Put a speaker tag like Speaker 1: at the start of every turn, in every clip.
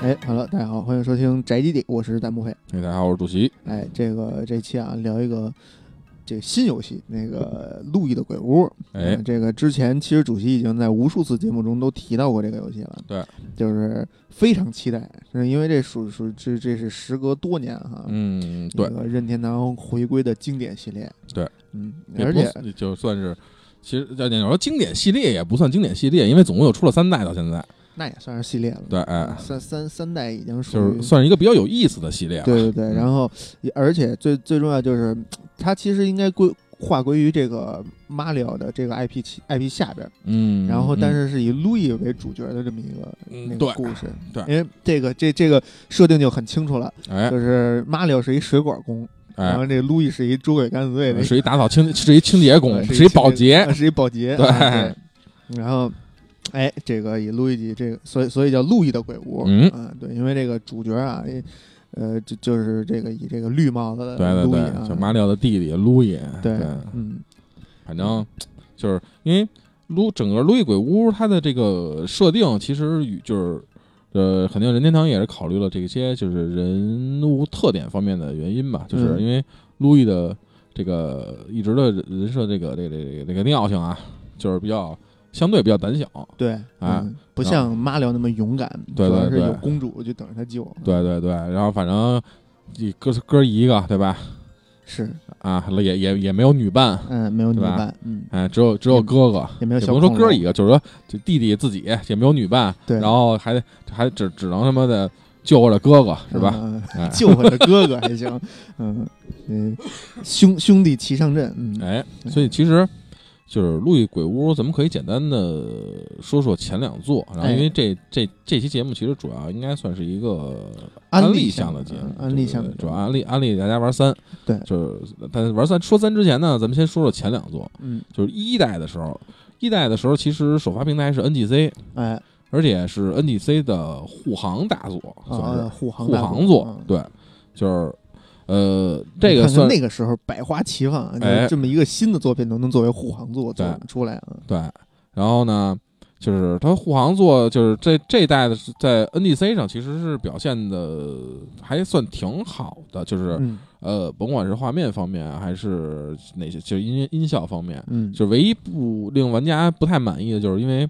Speaker 1: 哎好了，大家好，欢迎收听宅基地，我是戴墨菲。
Speaker 2: 哎，大家好，我是主席。
Speaker 1: 哎，这个这期啊，聊一个这个新游戏，那个《路易的鬼屋》。
Speaker 2: 哎
Speaker 1: 嗯，这个之前其实主席已经在无数次节目中都提到过这个游戏了。
Speaker 2: 对，
Speaker 1: 就是非常期待，是因为这属属这这是时隔多年哈，
Speaker 2: 嗯，对
Speaker 1: 这，个任天堂回归的经典系列。
Speaker 2: 对，
Speaker 1: 嗯，
Speaker 2: 也
Speaker 1: 而
Speaker 2: 不
Speaker 1: 且
Speaker 2: 算就算是，其实要你要说经典系列也不算经典系列，因为总共有出了三代到现在。
Speaker 1: 那也算是系列了。
Speaker 2: 对，哎，
Speaker 1: 三三三代已经属
Speaker 2: 就
Speaker 1: 于
Speaker 2: 是算是一个比较有意思的系列吧。
Speaker 1: 对对对，
Speaker 2: 嗯
Speaker 1: 然后也而且最最重要就是，它其实应该归划归于这个马里奥的这个 IP 旗 IP 下边儿，
Speaker 2: 嗯，
Speaker 1: 然后
Speaker 2: 嗯
Speaker 1: 但是是以路易为主角的这么一个、
Speaker 2: 嗯
Speaker 1: 那个
Speaker 2: 对
Speaker 1: 故事，
Speaker 2: 对
Speaker 1: 因为这个这这个设定就很清楚了，
Speaker 2: 哎
Speaker 1: 就是马里奥是一水管工，然
Speaker 2: 哎，
Speaker 1: 后这路易是一捉鬼敢死队的一
Speaker 2: 是一打扫清，是一清洁工，
Speaker 1: 呃
Speaker 2: 是一保洁
Speaker 1: 呃。是一保洁，
Speaker 2: 对
Speaker 1: 啊对然后。哎，这个以路易吉这个，所以所以叫路易的鬼屋，
Speaker 2: 嗯
Speaker 1: 啊，对，因为这个主角啊，因呃，就就是这个以这个绿帽子
Speaker 2: 对
Speaker 1: 的
Speaker 2: 对
Speaker 1: 路易
Speaker 2: 对，就马
Speaker 1: 啊，
Speaker 2: 里奥的弟弟路易。啊
Speaker 1: 对，嗯，
Speaker 2: 反正就是因为撸整个《路易鬼屋》它的这个设定，其实与就是呃，肯定任天堂也是考虑了这些就是人物特点方面的原因吧，就是
Speaker 1: 嗯
Speaker 2: 因为路易的这个一直的人设这个这个这个这个尿性啊，就是比较相对比较胆小。
Speaker 1: 对，
Speaker 2: 啊
Speaker 1: 嗯，不像马里奥那么勇敢，
Speaker 2: 对
Speaker 1: 主要
Speaker 2: 对
Speaker 1: 是有
Speaker 2: 对
Speaker 1: 公主就等着他救，
Speaker 2: 对对对，然后反正一哥哥一个对吧？
Speaker 1: 是，
Speaker 2: 啊，也也也没有女伴。
Speaker 1: 嗯，没有女
Speaker 2: 对吧
Speaker 1: 伴，嗯，
Speaker 2: 哎，只有只有哥哥，
Speaker 1: 也没有
Speaker 2: 也
Speaker 1: 小
Speaker 2: 不能说
Speaker 1: 恐
Speaker 2: 哥
Speaker 1: 龙
Speaker 2: 一个，就是说这弟弟自己也没有女伴，
Speaker 1: 对
Speaker 2: 然后还得还只只能他妈的救活着哥哥，是吧？
Speaker 1: 嗯？
Speaker 2: 哎
Speaker 1: 救我的哥哥还行，嗯嗯，兄兄弟齐上阵，嗯，
Speaker 2: 哎，所以其实就是《路易鬼屋》，咱们可以简单的说说前两座，然后因为
Speaker 1: 哎
Speaker 2: 这这这期节目其实主要应该算是一个
Speaker 1: 安
Speaker 2: 利
Speaker 1: 向
Speaker 2: 向的节目，
Speaker 1: 嗯安利向
Speaker 2: 对
Speaker 1: 的
Speaker 2: 对对主要安利安利大家玩三，
Speaker 1: 对
Speaker 2: 就是但是玩三说三之前呢，咱们先说说前两座，
Speaker 1: 嗯，
Speaker 2: 就是一代的时候，一代的时候其实首发平台是 NGC，
Speaker 1: 哎，
Speaker 2: 而且是 NGC 的护航大作，算是
Speaker 1: 啊，护航
Speaker 2: 护
Speaker 1: 大
Speaker 2: 航
Speaker 1: 作，嗯。
Speaker 2: 作对，就是呃，这
Speaker 1: 你
Speaker 2: 个
Speaker 1: 看看
Speaker 2: 算
Speaker 1: 那个时候百花齐放啊，就
Speaker 2: 哎
Speaker 1: 是这么一个新的作品都能作为护航作
Speaker 2: 对
Speaker 1: 做出来啊，
Speaker 2: 对。然后呢，就是它护航作，就是这这代的是在 NDC 上其实是表现的还算挺好的，就是、
Speaker 1: 嗯
Speaker 2: 呃，甭管是画面方面还是哪些，就是音音效方面，
Speaker 1: 嗯，
Speaker 2: 就唯一不令玩家不太满意的，就是因为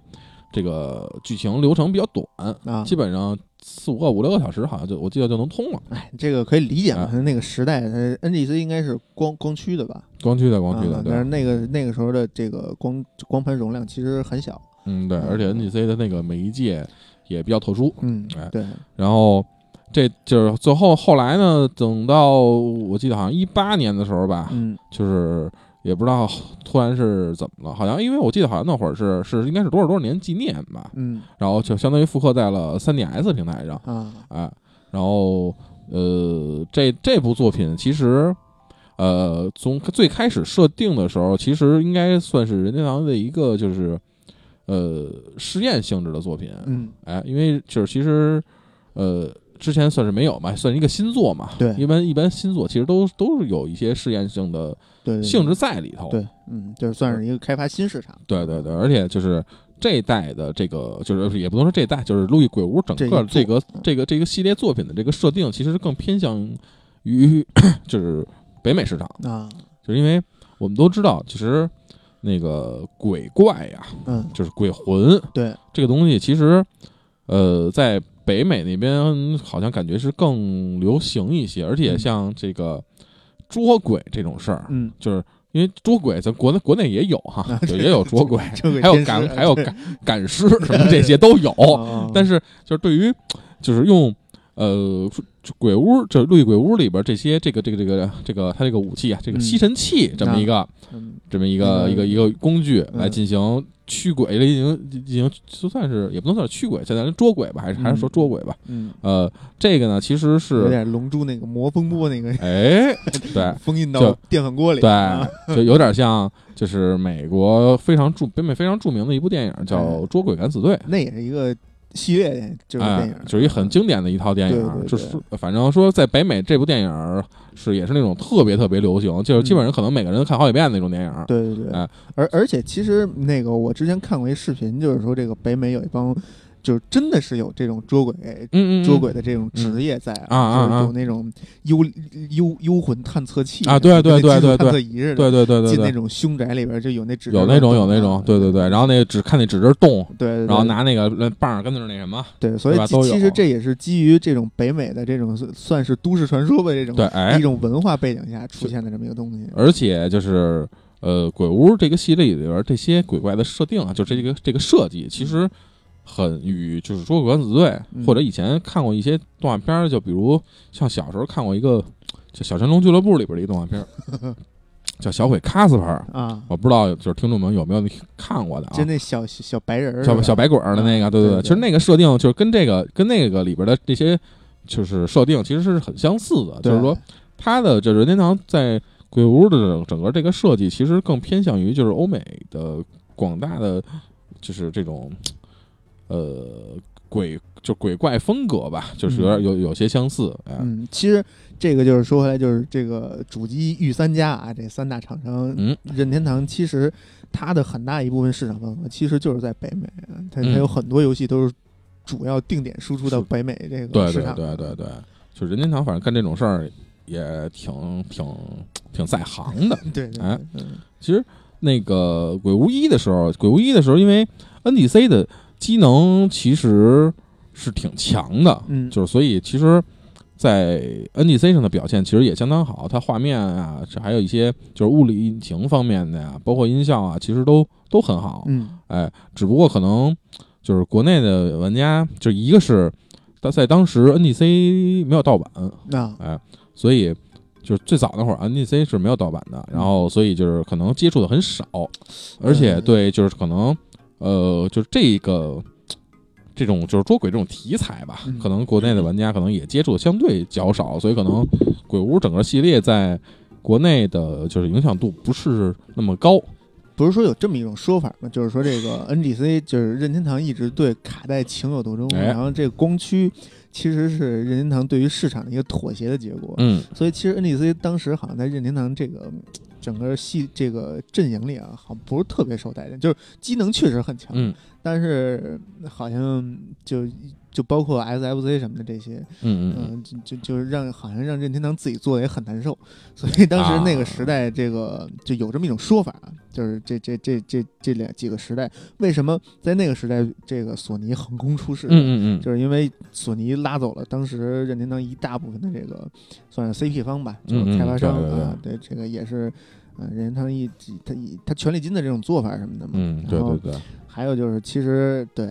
Speaker 2: 这个剧情流程比较短，
Speaker 1: 啊
Speaker 2: 基，本上四五个五六个小时，好像就我记得就能通了。
Speaker 1: 哎，这个可以理解嘛
Speaker 2: 啊，
Speaker 1: 那个时代呃，NGC 应该是光光驱的吧，
Speaker 2: 光驱的，光驱
Speaker 1: 啊
Speaker 2: 的，对
Speaker 1: 但是。那个那个时候的这个光光盘容量其实很小，
Speaker 2: 嗯，对，
Speaker 1: 嗯
Speaker 2: 而且 NGC 的那个媒介也比较特殊。
Speaker 1: 嗯
Speaker 2: 哎，
Speaker 1: 对，
Speaker 2: 然后这就是最后后来呢，等到我记得好像一八年的时候吧，
Speaker 1: 嗯
Speaker 2: 就是也不知道突然是怎么了，好像因为我记得好像那会儿是是应该是多少多少年纪念吧，
Speaker 1: 嗯
Speaker 2: 然后就相当于复刻在了 3DS 平台上，
Speaker 1: 啊，
Speaker 2: 哎，然后呃，这这部作品其实。呃，从最开始设定的时候，其实应该算是任天堂的一个就是，呃，试验性质的作品。
Speaker 1: 嗯
Speaker 2: 哎，因为就是其实，呃，之前算是没有嘛，算是一个新作嘛。
Speaker 1: 对
Speaker 2: 一般一般新作其实都都是有一些试验性的
Speaker 1: 对，对
Speaker 2: 性质在里头。
Speaker 1: 对，嗯，就是算是一个开发新市场，
Speaker 2: 对对对，而且就是这一代的这个，就是呃也不能说这一代，就是《路易鬼屋》整
Speaker 1: 这一
Speaker 2: 个
Speaker 1: 座
Speaker 2: 这个
Speaker 1: 嗯
Speaker 2: 这个这个系列作品的这个设定，其实更偏向于 就是北美市场，
Speaker 1: 啊，
Speaker 2: 就是因为我们都知道，其实那个鬼怪呀、
Speaker 1: 嗯，
Speaker 2: 就是鬼魂，
Speaker 1: 对，
Speaker 2: 这个东西其实，呃，在北美那边好像感觉是更流行一些，而且
Speaker 1: 嗯
Speaker 2: 像这个捉鬼这种事儿，
Speaker 1: 嗯，
Speaker 2: 就是因为捉鬼咱国内国内也有哈，就也有捉鬼，
Speaker 1: 这个
Speaker 2: 哎还有
Speaker 1: 天
Speaker 2: 赶
Speaker 1: 师
Speaker 2: 还有
Speaker 1: 对
Speaker 2: 赶赶尸什么这些都有，
Speaker 1: 哦
Speaker 2: 但是就是对于就是用。呃，就鬼屋这《路易鬼屋》里边这些这个这个这个这个它这个武器啊，这个
Speaker 1: 嗯
Speaker 2: 吸尘器这么一个
Speaker 1: 嗯
Speaker 2: 这么一个
Speaker 1: 嗯
Speaker 2: 一个一个工具
Speaker 1: 嗯
Speaker 2: 来进行驱鬼，来进行进行就算是也不能算是驱鬼，现在捉鬼吧，还是还是说捉鬼吧。
Speaker 1: 嗯，
Speaker 2: 呃，这个呢其实
Speaker 1: 有
Speaker 2: 是
Speaker 1: 点龙珠那个魔风波 那个
Speaker 2: 哎， 对
Speaker 1: 封印
Speaker 2: 就
Speaker 1: 到电饭锅里，啊
Speaker 2: 对，就有点像就是美国非常著北美非常著名的一部电影叫
Speaker 1: 哎
Speaker 2: 《捉鬼敢死队》。
Speaker 1: 那也是一个系列就是
Speaker 2: 哎，
Speaker 1: 电影，
Speaker 2: 就是一很经典的一套电影，
Speaker 1: 对对对
Speaker 2: 就是反正说在北美这部电影是也是那种特别特别流行，就是基本上可能每个人都看好几遍的那种电影。
Speaker 1: 嗯对对对，
Speaker 2: 哎
Speaker 1: 而而且其实那个我之前看过一视频，就是说这个北美有一帮，就是真的是有这种捉鬼。
Speaker 2: 嗯嗯，嗯
Speaker 1: 捉鬼的这种职业在
Speaker 2: 嗯啊啊
Speaker 1: 就
Speaker 2: 啊
Speaker 1: 是有那种幽幽幽魂探测器
Speaker 2: 啊对对
Speaker 1: 跟那
Speaker 2: 对
Speaker 1: 技术
Speaker 2: 对对
Speaker 1: 探测仪似的，
Speaker 2: 对对对对
Speaker 1: 进那
Speaker 2: 对，
Speaker 1: 种凶宅里边就有那纸，
Speaker 2: 有那种有那种，对对对，然后那指看那指针动，
Speaker 1: 啊对，对
Speaker 2: 然后拿那个呃棒儿跟那儿那什么，
Speaker 1: 对，所以
Speaker 2: 对吧
Speaker 1: 其
Speaker 2: 都有
Speaker 1: 其实这也是基于这种北美的这种算是都市传说吧，这种
Speaker 2: 对，哎
Speaker 1: 一，种文化背景下出现的这么一个东西，
Speaker 2: 而且就是呃，鬼屋这个系列里边这些鬼怪的设定啊，就这个这个设计，其实很与就是说《鬼敢死队》
Speaker 1: 嗯
Speaker 2: 或者以前看过一些动画片儿，就比如像小时候看过一个就《小神龙俱乐部》里边的一个动画片儿，叫《小鬼卡斯帕尔》，
Speaker 1: 啊，
Speaker 2: 我不知道就是听众们有没有看过的啊
Speaker 1: 就。那小小白人儿是吧，啊
Speaker 2: 小小白鬼儿的那个，对
Speaker 1: 对
Speaker 2: 对，
Speaker 1: 对
Speaker 2: 其实那个设定就是跟这个跟那个里边的这些就是设定其实是很相似的，
Speaker 1: 对
Speaker 2: 就是说，它的这任天堂在鬼屋的整个这个设计，其实更偏向于就是欧美的广大的就是这种呃鬼就鬼怪风格吧，就是有点
Speaker 1: 嗯
Speaker 2: 有有些相似，哎，
Speaker 1: 嗯，其实这个就是说回来，就是这个主机御三家啊，这三大厂商，
Speaker 2: 嗯，
Speaker 1: 任天堂其实它的很大一部分市场份额其实就是在北美，啊它它
Speaker 2: 嗯
Speaker 1: 有很多游戏都是主要定点输出到
Speaker 2: 是
Speaker 1: 北美这个
Speaker 2: 对
Speaker 1: 市
Speaker 2: 对
Speaker 1: 场，
Speaker 2: 对对对，就任天堂反正干这种事儿也挺挺挺在行的，
Speaker 1: 对对对
Speaker 2: 哎
Speaker 1: 嗯
Speaker 2: 其实那个《鬼屋一》的时候，《鬼屋一》的时候，因为 NDC 的机能其实是挺强的，
Speaker 1: 嗯
Speaker 2: 就是所以其实，在 NDC 上的表现其实也相当好，它画面啊，这还有一些就是物理引擎方面的呀、包括音效啊，其实都都很好。
Speaker 1: 嗯
Speaker 2: 哎，只不过可能就是国内的玩家，就一个是它在当时 NDC 没有盗版，
Speaker 1: 那
Speaker 2: 哎，所以就是最早那会儿 NDC 是没有盗版的，然后所以就是可能接触的很少，而且
Speaker 1: 嗯
Speaker 2: 对就是可能呃就是这个这种就是捉鬼这种题材吧
Speaker 1: 嗯，
Speaker 2: 可能国内的玩家可能也接触的相对较少，所以可能鬼屋整个系列在国内的就是影响度不是那么高。
Speaker 1: 不是说有这么一种说法吗？就是说这 个 NGC 就是任天堂一直对卡带情有独钟，
Speaker 2: 哎
Speaker 1: 然后这个光驱其实是任天堂对于市场的一个妥协的结果。
Speaker 2: 嗯，
Speaker 1: 所以其实 NGC 当时好像在任天堂这个嗯整个系这个阵营里啊，好像不是特别受待见，就是机能确实很强，
Speaker 2: 嗯
Speaker 1: 但是好像就就包括 SFC 什么的这些，
Speaker 2: 嗯嗯嗯，
Speaker 1: 嗯，就就就是让好像让任天堂自己做的也很难受，所以当时那
Speaker 2: 啊
Speaker 1: 个时代，这个就有这么一种说法，啊就是这这这这这两几个时代，为什么在那个时代，这个索尼横空出世？
Speaker 2: 嗯嗯嗯，
Speaker 1: 就是因为索尼拉走了当时任天堂一大部分的这个算是 CP 方吧，就
Speaker 2: 嗯嗯
Speaker 1: 是开发商
Speaker 2: 对对对
Speaker 1: 啊，对这个也是，呃，任天堂一他以他权利金的这种做法什么的嘛，
Speaker 2: 嗯对
Speaker 1: 然后
Speaker 2: 对对，
Speaker 1: 还有就是，其实对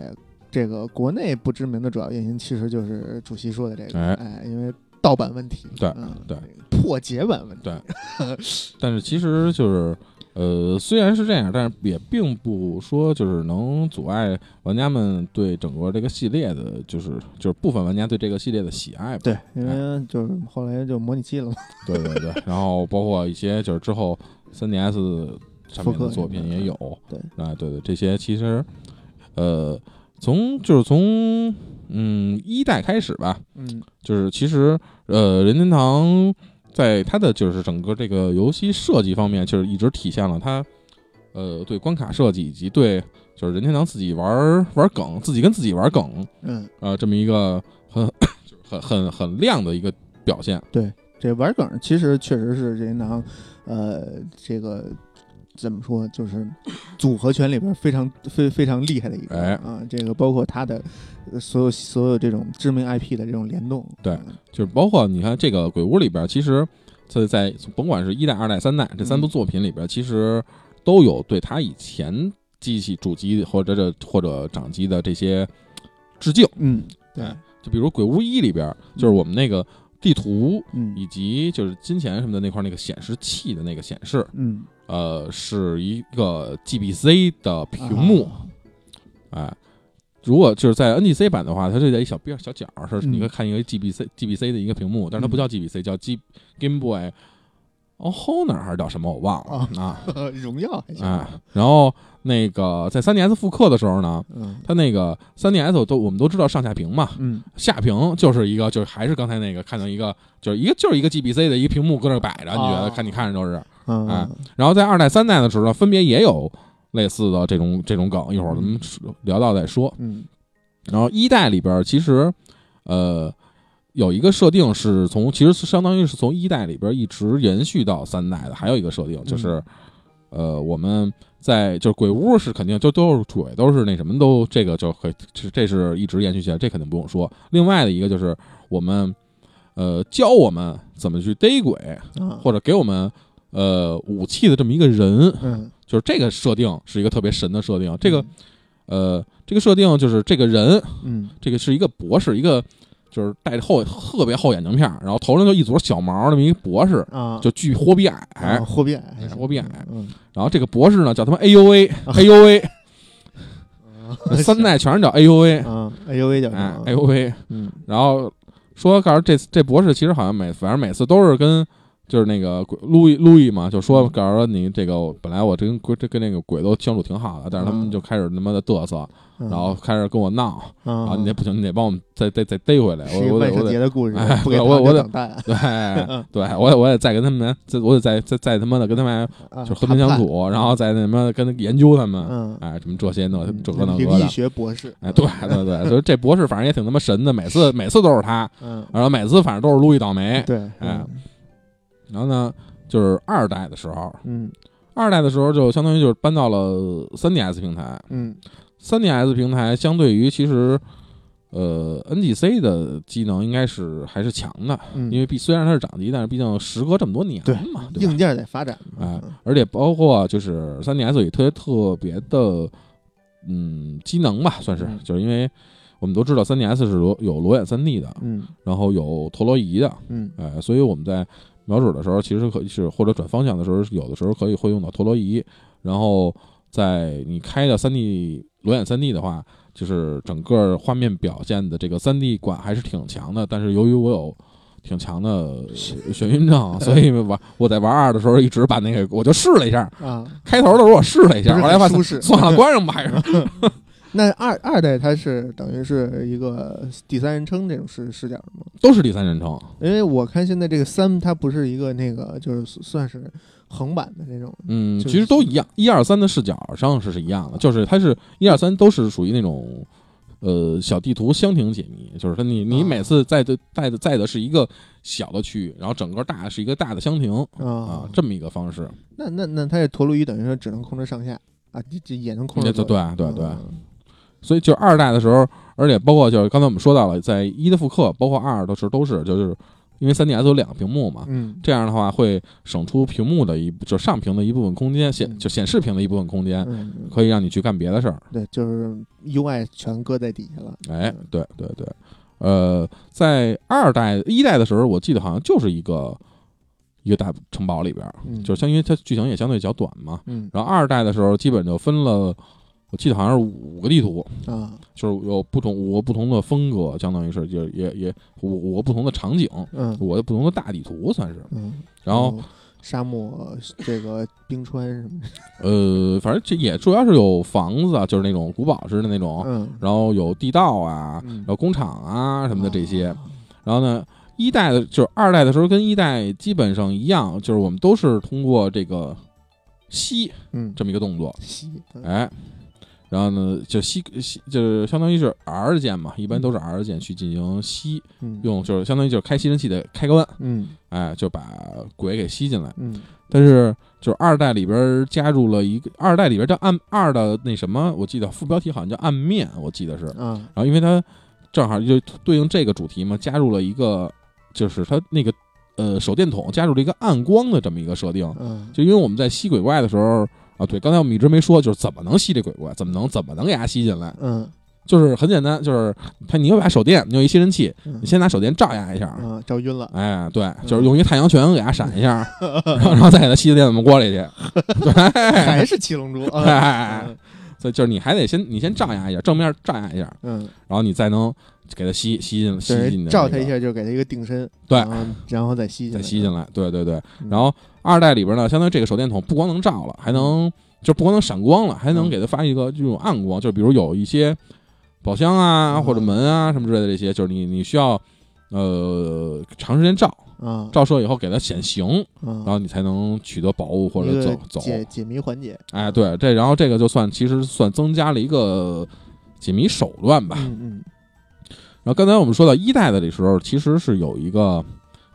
Speaker 1: 这个国内不知名的主要原因，其实就是主席说的这个，
Speaker 2: 哎
Speaker 1: 哎，因为盗版问题，
Speaker 2: 对
Speaker 1: 嗯、
Speaker 2: 对，
Speaker 1: 破解版问题，
Speaker 2: 对但是其实就是，呃，虽然是这样，但是也并不说就是能阻碍玩家们对整个这个系列的，就是就是部分玩家对这个系列的喜爱吧。
Speaker 1: 对，因
Speaker 2: 哎
Speaker 1: 为就是后来就模拟器了嘛，
Speaker 2: 对对对， 然后包括一些就是之后 3DS 产品的作品也有，
Speaker 1: 对
Speaker 2: 啊，对对，这些其实，呃，从就是从嗯一代开始吧，
Speaker 1: 嗯
Speaker 2: 就是其实呃，任天堂在它的就是整个这个游戏设计方面，就是一直体现了它呃对关卡设计以及对就是任天堂自己玩儿玩儿梗，自己跟自己玩儿梗
Speaker 1: 嗯，
Speaker 2: 啊、呃这么一个很 就是很很很亮的一个表现。
Speaker 1: 这玩梗其实确实是任天堂，呃，这个。怎么说？就是组合拳里边非常非非常厉害的一个、
Speaker 2: 哎
Speaker 1: 啊，这个包括它的呃所有所有这种知名 IP 的这种联动，
Speaker 2: 对
Speaker 1: 嗯
Speaker 2: 就是包括你看这个鬼屋里边儿，其实在在甭管是一代、二代、三代这三部
Speaker 1: 嗯
Speaker 2: 作品里边儿，其实都有对他以前机器主机或者这或者掌机的这些致敬。
Speaker 1: 嗯，对，
Speaker 2: 哎就比如《鬼屋一》里边儿，就是我们那个地图
Speaker 1: 嗯
Speaker 2: 以及就是金钱什么的那块儿那个显示器的那个显示，
Speaker 1: 嗯，
Speaker 2: 呃，是一个 GBC 的屏幕，
Speaker 1: 啊
Speaker 2: 哎。如果就是在 NGC 版的话，它是在一小边儿小角儿，是
Speaker 1: 嗯
Speaker 2: 你可以看一个 GBC、GBC 的一个屏幕，但是它不叫 GBC，叫 G Game Boy 哦 Honor 还是叫什么我忘了啊
Speaker 1: 荣耀还行，
Speaker 2: 啊，然后那个在 3DS 复刻的时候呢，
Speaker 1: 嗯
Speaker 2: 它那个 3DS 都我们都知道上下屏嘛，
Speaker 1: 嗯
Speaker 2: 下屏就是一个就是还是刚才那个看到一个就是一个就是一个 GBC 的一个屏幕搁那儿摆着，你觉得
Speaker 1: 哦
Speaker 2: 看你看着就是。
Speaker 1: 嗯
Speaker 2: 啊然后在二代三代的时候，分别也有类似的这种这种梗，一会儿咱们聊到再说。
Speaker 1: 嗯
Speaker 2: 然后一代里边儿其实，呃，有一个设定是从其实是相当于是从一代里边儿一直延续到三代的，还有一个设定就是，呃，我们在就是鬼屋是肯定就都是鬼都是那什么都这个就可以这这是一直延续起来，这肯定不用说。另外的一个就是我们呃教我们怎么去逮鬼，
Speaker 1: 啊
Speaker 2: 或者给我们呃武器的这么一个人，
Speaker 1: 嗯
Speaker 2: 就是这个设定是一个特别神的设定。这个呃这个设定就是这个人
Speaker 1: 嗯
Speaker 2: 这个是一个博士，一个就是戴着厚特别厚眼镜片儿，然后头上就一撮小毛那么一个博士，
Speaker 1: 啊
Speaker 2: 就巨货币矮。
Speaker 1: 啊货币矮还行
Speaker 2: 哎货币矮
Speaker 1: 嗯
Speaker 2: 然后这个博士呢叫他 妈 AUA，AUA
Speaker 1: 哦
Speaker 2: 三代全是叫 AUA，
Speaker 1: 啊 A U A 叫什
Speaker 2: 哎
Speaker 1: 么
Speaker 2: AUA，
Speaker 1: 嗯
Speaker 2: 然后说告诉这这博士其实好像每反正每次都是跟。就是那个鬼路易路易嘛，就说
Speaker 1: 嗯
Speaker 2: 告诉说你这个本来我这跟鬼这跟那个鬼都相处挺好的，但是他
Speaker 1: 嗯
Speaker 2: 们就开始他妈的嘚瑟，
Speaker 1: 嗯
Speaker 2: 然后开始跟我闹，然
Speaker 1: 啊
Speaker 2: 后你这不行，你得帮我们再再再逮回来，
Speaker 1: 是一
Speaker 2: 我
Speaker 1: 个
Speaker 2: 我
Speaker 1: 万
Speaker 2: 得我
Speaker 1: 圣
Speaker 2: 得
Speaker 1: 节的故事
Speaker 2: 哎，
Speaker 1: 不给
Speaker 2: 我
Speaker 1: 糖
Speaker 2: 我
Speaker 1: 就
Speaker 2: 得
Speaker 1: 长大
Speaker 2: 对
Speaker 1: 嗯
Speaker 2: 对，我也我也再跟他们，再我得再再再他妈的跟他们
Speaker 1: 啊
Speaker 2: 就和平相，处，然后再那什么跟研究他们，
Speaker 1: 嗯
Speaker 2: 哎，什么这些那
Speaker 1: 嗯
Speaker 2: 这个那
Speaker 1: 灵
Speaker 2: 个
Speaker 1: 异
Speaker 2: 的，
Speaker 1: 学博士
Speaker 2: 哎，对对对，所以这博士反正也挺他妈神的，每次每次都是他，
Speaker 1: 嗯
Speaker 2: 然后每次反正都是路易倒霉。
Speaker 1: 对
Speaker 2: 哎
Speaker 1: 嗯
Speaker 2: 然后呢，就是二代的时候，
Speaker 1: 嗯
Speaker 2: 二代的时候就相当于就是搬到了 3DS 平台
Speaker 1: 嗯
Speaker 2: ，3DS 平台相对于其实。呃，NGC 的机能应该是还是强的，
Speaker 1: 嗯
Speaker 2: 因为毕虽然它是掌机，但是毕竟时隔这么多年
Speaker 1: 对
Speaker 2: 嘛，对吧？
Speaker 1: 硬件在发展
Speaker 2: 哎
Speaker 1: 嘛，
Speaker 2: 而且包括就是3 DS 有特别特别的，嗯，机能吧，算是，
Speaker 1: 嗯
Speaker 2: 就是因为我们都知道3 DS 是裸有裸眼3 D 的，
Speaker 1: 嗯
Speaker 2: 然后有陀螺仪的，
Speaker 1: 嗯
Speaker 2: 哎，所以我们在瞄准的时候，其实可以是或者转方向的时候，有的时候可以会用到陀螺仪，然后在你开的3 D 裸眼3 D 的话，就是整个画面表现的这个3 D 感还是挺强的，但是由于我有。挺强的眩 晕症，所以玩我在玩二的时候，一直把那个我就试了一下，
Speaker 1: 啊，
Speaker 2: 开头的时候我试了一下，
Speaker 1: 不是
Speaker 2: 后来发
Speaker 1: 很舒适
Speaker 2: 现算了，关上吧，还是
Speaker 1: 那二二代它是等于是一个第三人称这种视视角吗？
Speaker 2: 都是第三人称。
Speaker 1: 因为我看现在这个三它不是一个那个就是算是横版的那种，
Speaker 2: 嗯，
Speaker 1: 就是
Speaker 2: 其实都一样，一二三的视角上是是一样的，就是它是一二三都是属于那种。呃，小地图箱庭解谜，就是它你你
Speaker 1: 啊
Speaker 2: 每次在的带的在的是一个小的区域，然后整个大是一个大的箱庭啊
Speaker 1: 啊，，
Speaker 2: 这么一个方式。
Speaker 1: 那那那它这陀螺仪等于说只能控制上下啊，这这也能控制
Speaker 2: 对对
Speaker 1: 左右
Speaker 2: 对对，
Speaker 1: 嗯
Speaker 2: 所以就二代的时候，而且包括就是刚才我们说到了，在一的复刻，包括二的时候都是就是因为三 DS 有两个屏幕嘛，
Speaker 1: 嗯
Speaker 2: 这样的话会省出屏幕的一就上屏的一部分空间，显
Speaker 1: 嗯
Speaker 2: 就显示屏的一部分空间，
Speaker 1: 嗯，
Speaker 2: 可以让你去干别的事儿。
Speaker 1: 对，就是 UI 全搁在底下了，
Speaker 2: 哎，对对对，呃，在二代、一代的时候，我记得好像就是一个一个大城堡里边儿，
Speaker 1: 嗯，
Speaker 2: 就是相因为它剧情也相对较短嘛。
Speaker 1: 嗯
Speaker 2: 然后二代的时候，基本就分了，我记得好像是五个地图，
Speaker 1: 啊
Speaker 2: 就是有不同五个不同的风格，相当于是也也也五五个不同的场景，
Speaker 1: 嗯
Speaker 2: 五个不同的大地图算是。
Speaker 1: 嗯，
Speaker 2: 然后
Speaker 1: 沙漠这个冰川什么的，
Speaker 2: 呃，反正这也主要是有房子啊，就是那种古堡似的那种，
Speaker 1: 嗯
Speaker 2: 然后有地道哦啊，
Speaker 1: 嗯
Speaker 2: 然后工厂啊什么的这些。
Speaker 1: 啊
Speaker 2: 然后呢，一代的就是二代的时候跟一代基本上一样，就是我们都是通过这个吸
Speaker 1: 嗯，
Speaker 2: 这么一个动作，
Speaker 1: 西
Speaker 2: 哎，然后呢就吸吸就是相当于是 R 键嘛，一般都是 R 键去进行吸，
Speaker 1: 嗯
Speaker 2: 用就是相当于就是开吸尘器的开关，
Speaker 1: 嗯
Speaker 2: 哎，就把鬼给吸进来。
Speaker 1: 嗯
Speaker 2: 但是就是二代里边儿加入了一个二代里边儿叫暗二的那什么，我记得副标题好像叫暗面，我记得是。
Speaker 1: 啊
Speaker 2: 然后因为它正好就对应这个主题嘛，加入了一个就是它那个呃手电筒加入了一个暗光的这么一个设定。
Speaker 1: 嗯
Speaker 2: 哦就因为我们在吸鬼怪的时候啊，对，刚才我们一直没说，就是怎么能吸这鬼怪，怎么能怎么能给它吸进来，
Speaker 1: 嗯
Speaker 2: 就是很简单，就是它你有把手电，你有一吸尘器，
Speaker 1: 嗯
Speaker 2: 你先拿手电照它 一下。
Speaker 1: 啊照晕了，
Speaker 2: 哎，对，就是用一太阳拳给它闪一下，然后然后再给它吸到电子锅里去。哎
Speaker 1: 还是七龙珠啊
Speaker 2: 哎，所以就是你还得先你先照压一下，正面照压一下，
Speaker 1: 嗯
Speaker 2: 然后你再能给它吸吸进吸
Speaker 1: 就是
Speaker 2: 进的
Speaker 1: 照
Speaker 2: 那
Speaker 1: 他
Speaker 2: 个
Speaker 1: 一下就给他一个定身，
Speaker 2: 对
Speaker 1: 然后然后再吸进
Speaker 2: 再
Speaker 1: 来，
Speaker 2: 吸进来，对对对。
Speaker 1: 嗯
Speaker 2: 然后二代里边呢，相当于这个手电筒不光能照了，还能就不光能闪光了，还能
Speaker 1: 嗯
Speaker 2: 给它发一个这种暗光，就比如有一些宝箱啊
Speaker 1: 嗯
Speaker 2: 或者门啊什么之类的这些，就是你你需要呃长时间照
Speaker 1: 啊，
Speaker 2: 照射以后给它显形，
Speaker 1: 然
Speaker 2: 然后你才能取得宝物或者走走。
Speaker 1: 嗯解解谜环节，
Speaker 2: 哎，对，这然后这个就算其实算增加了一个解谜手段吧。
Speaker 1: 嗯
Speaker 2: 然后刚才我们说到一代的时候，其实是有一个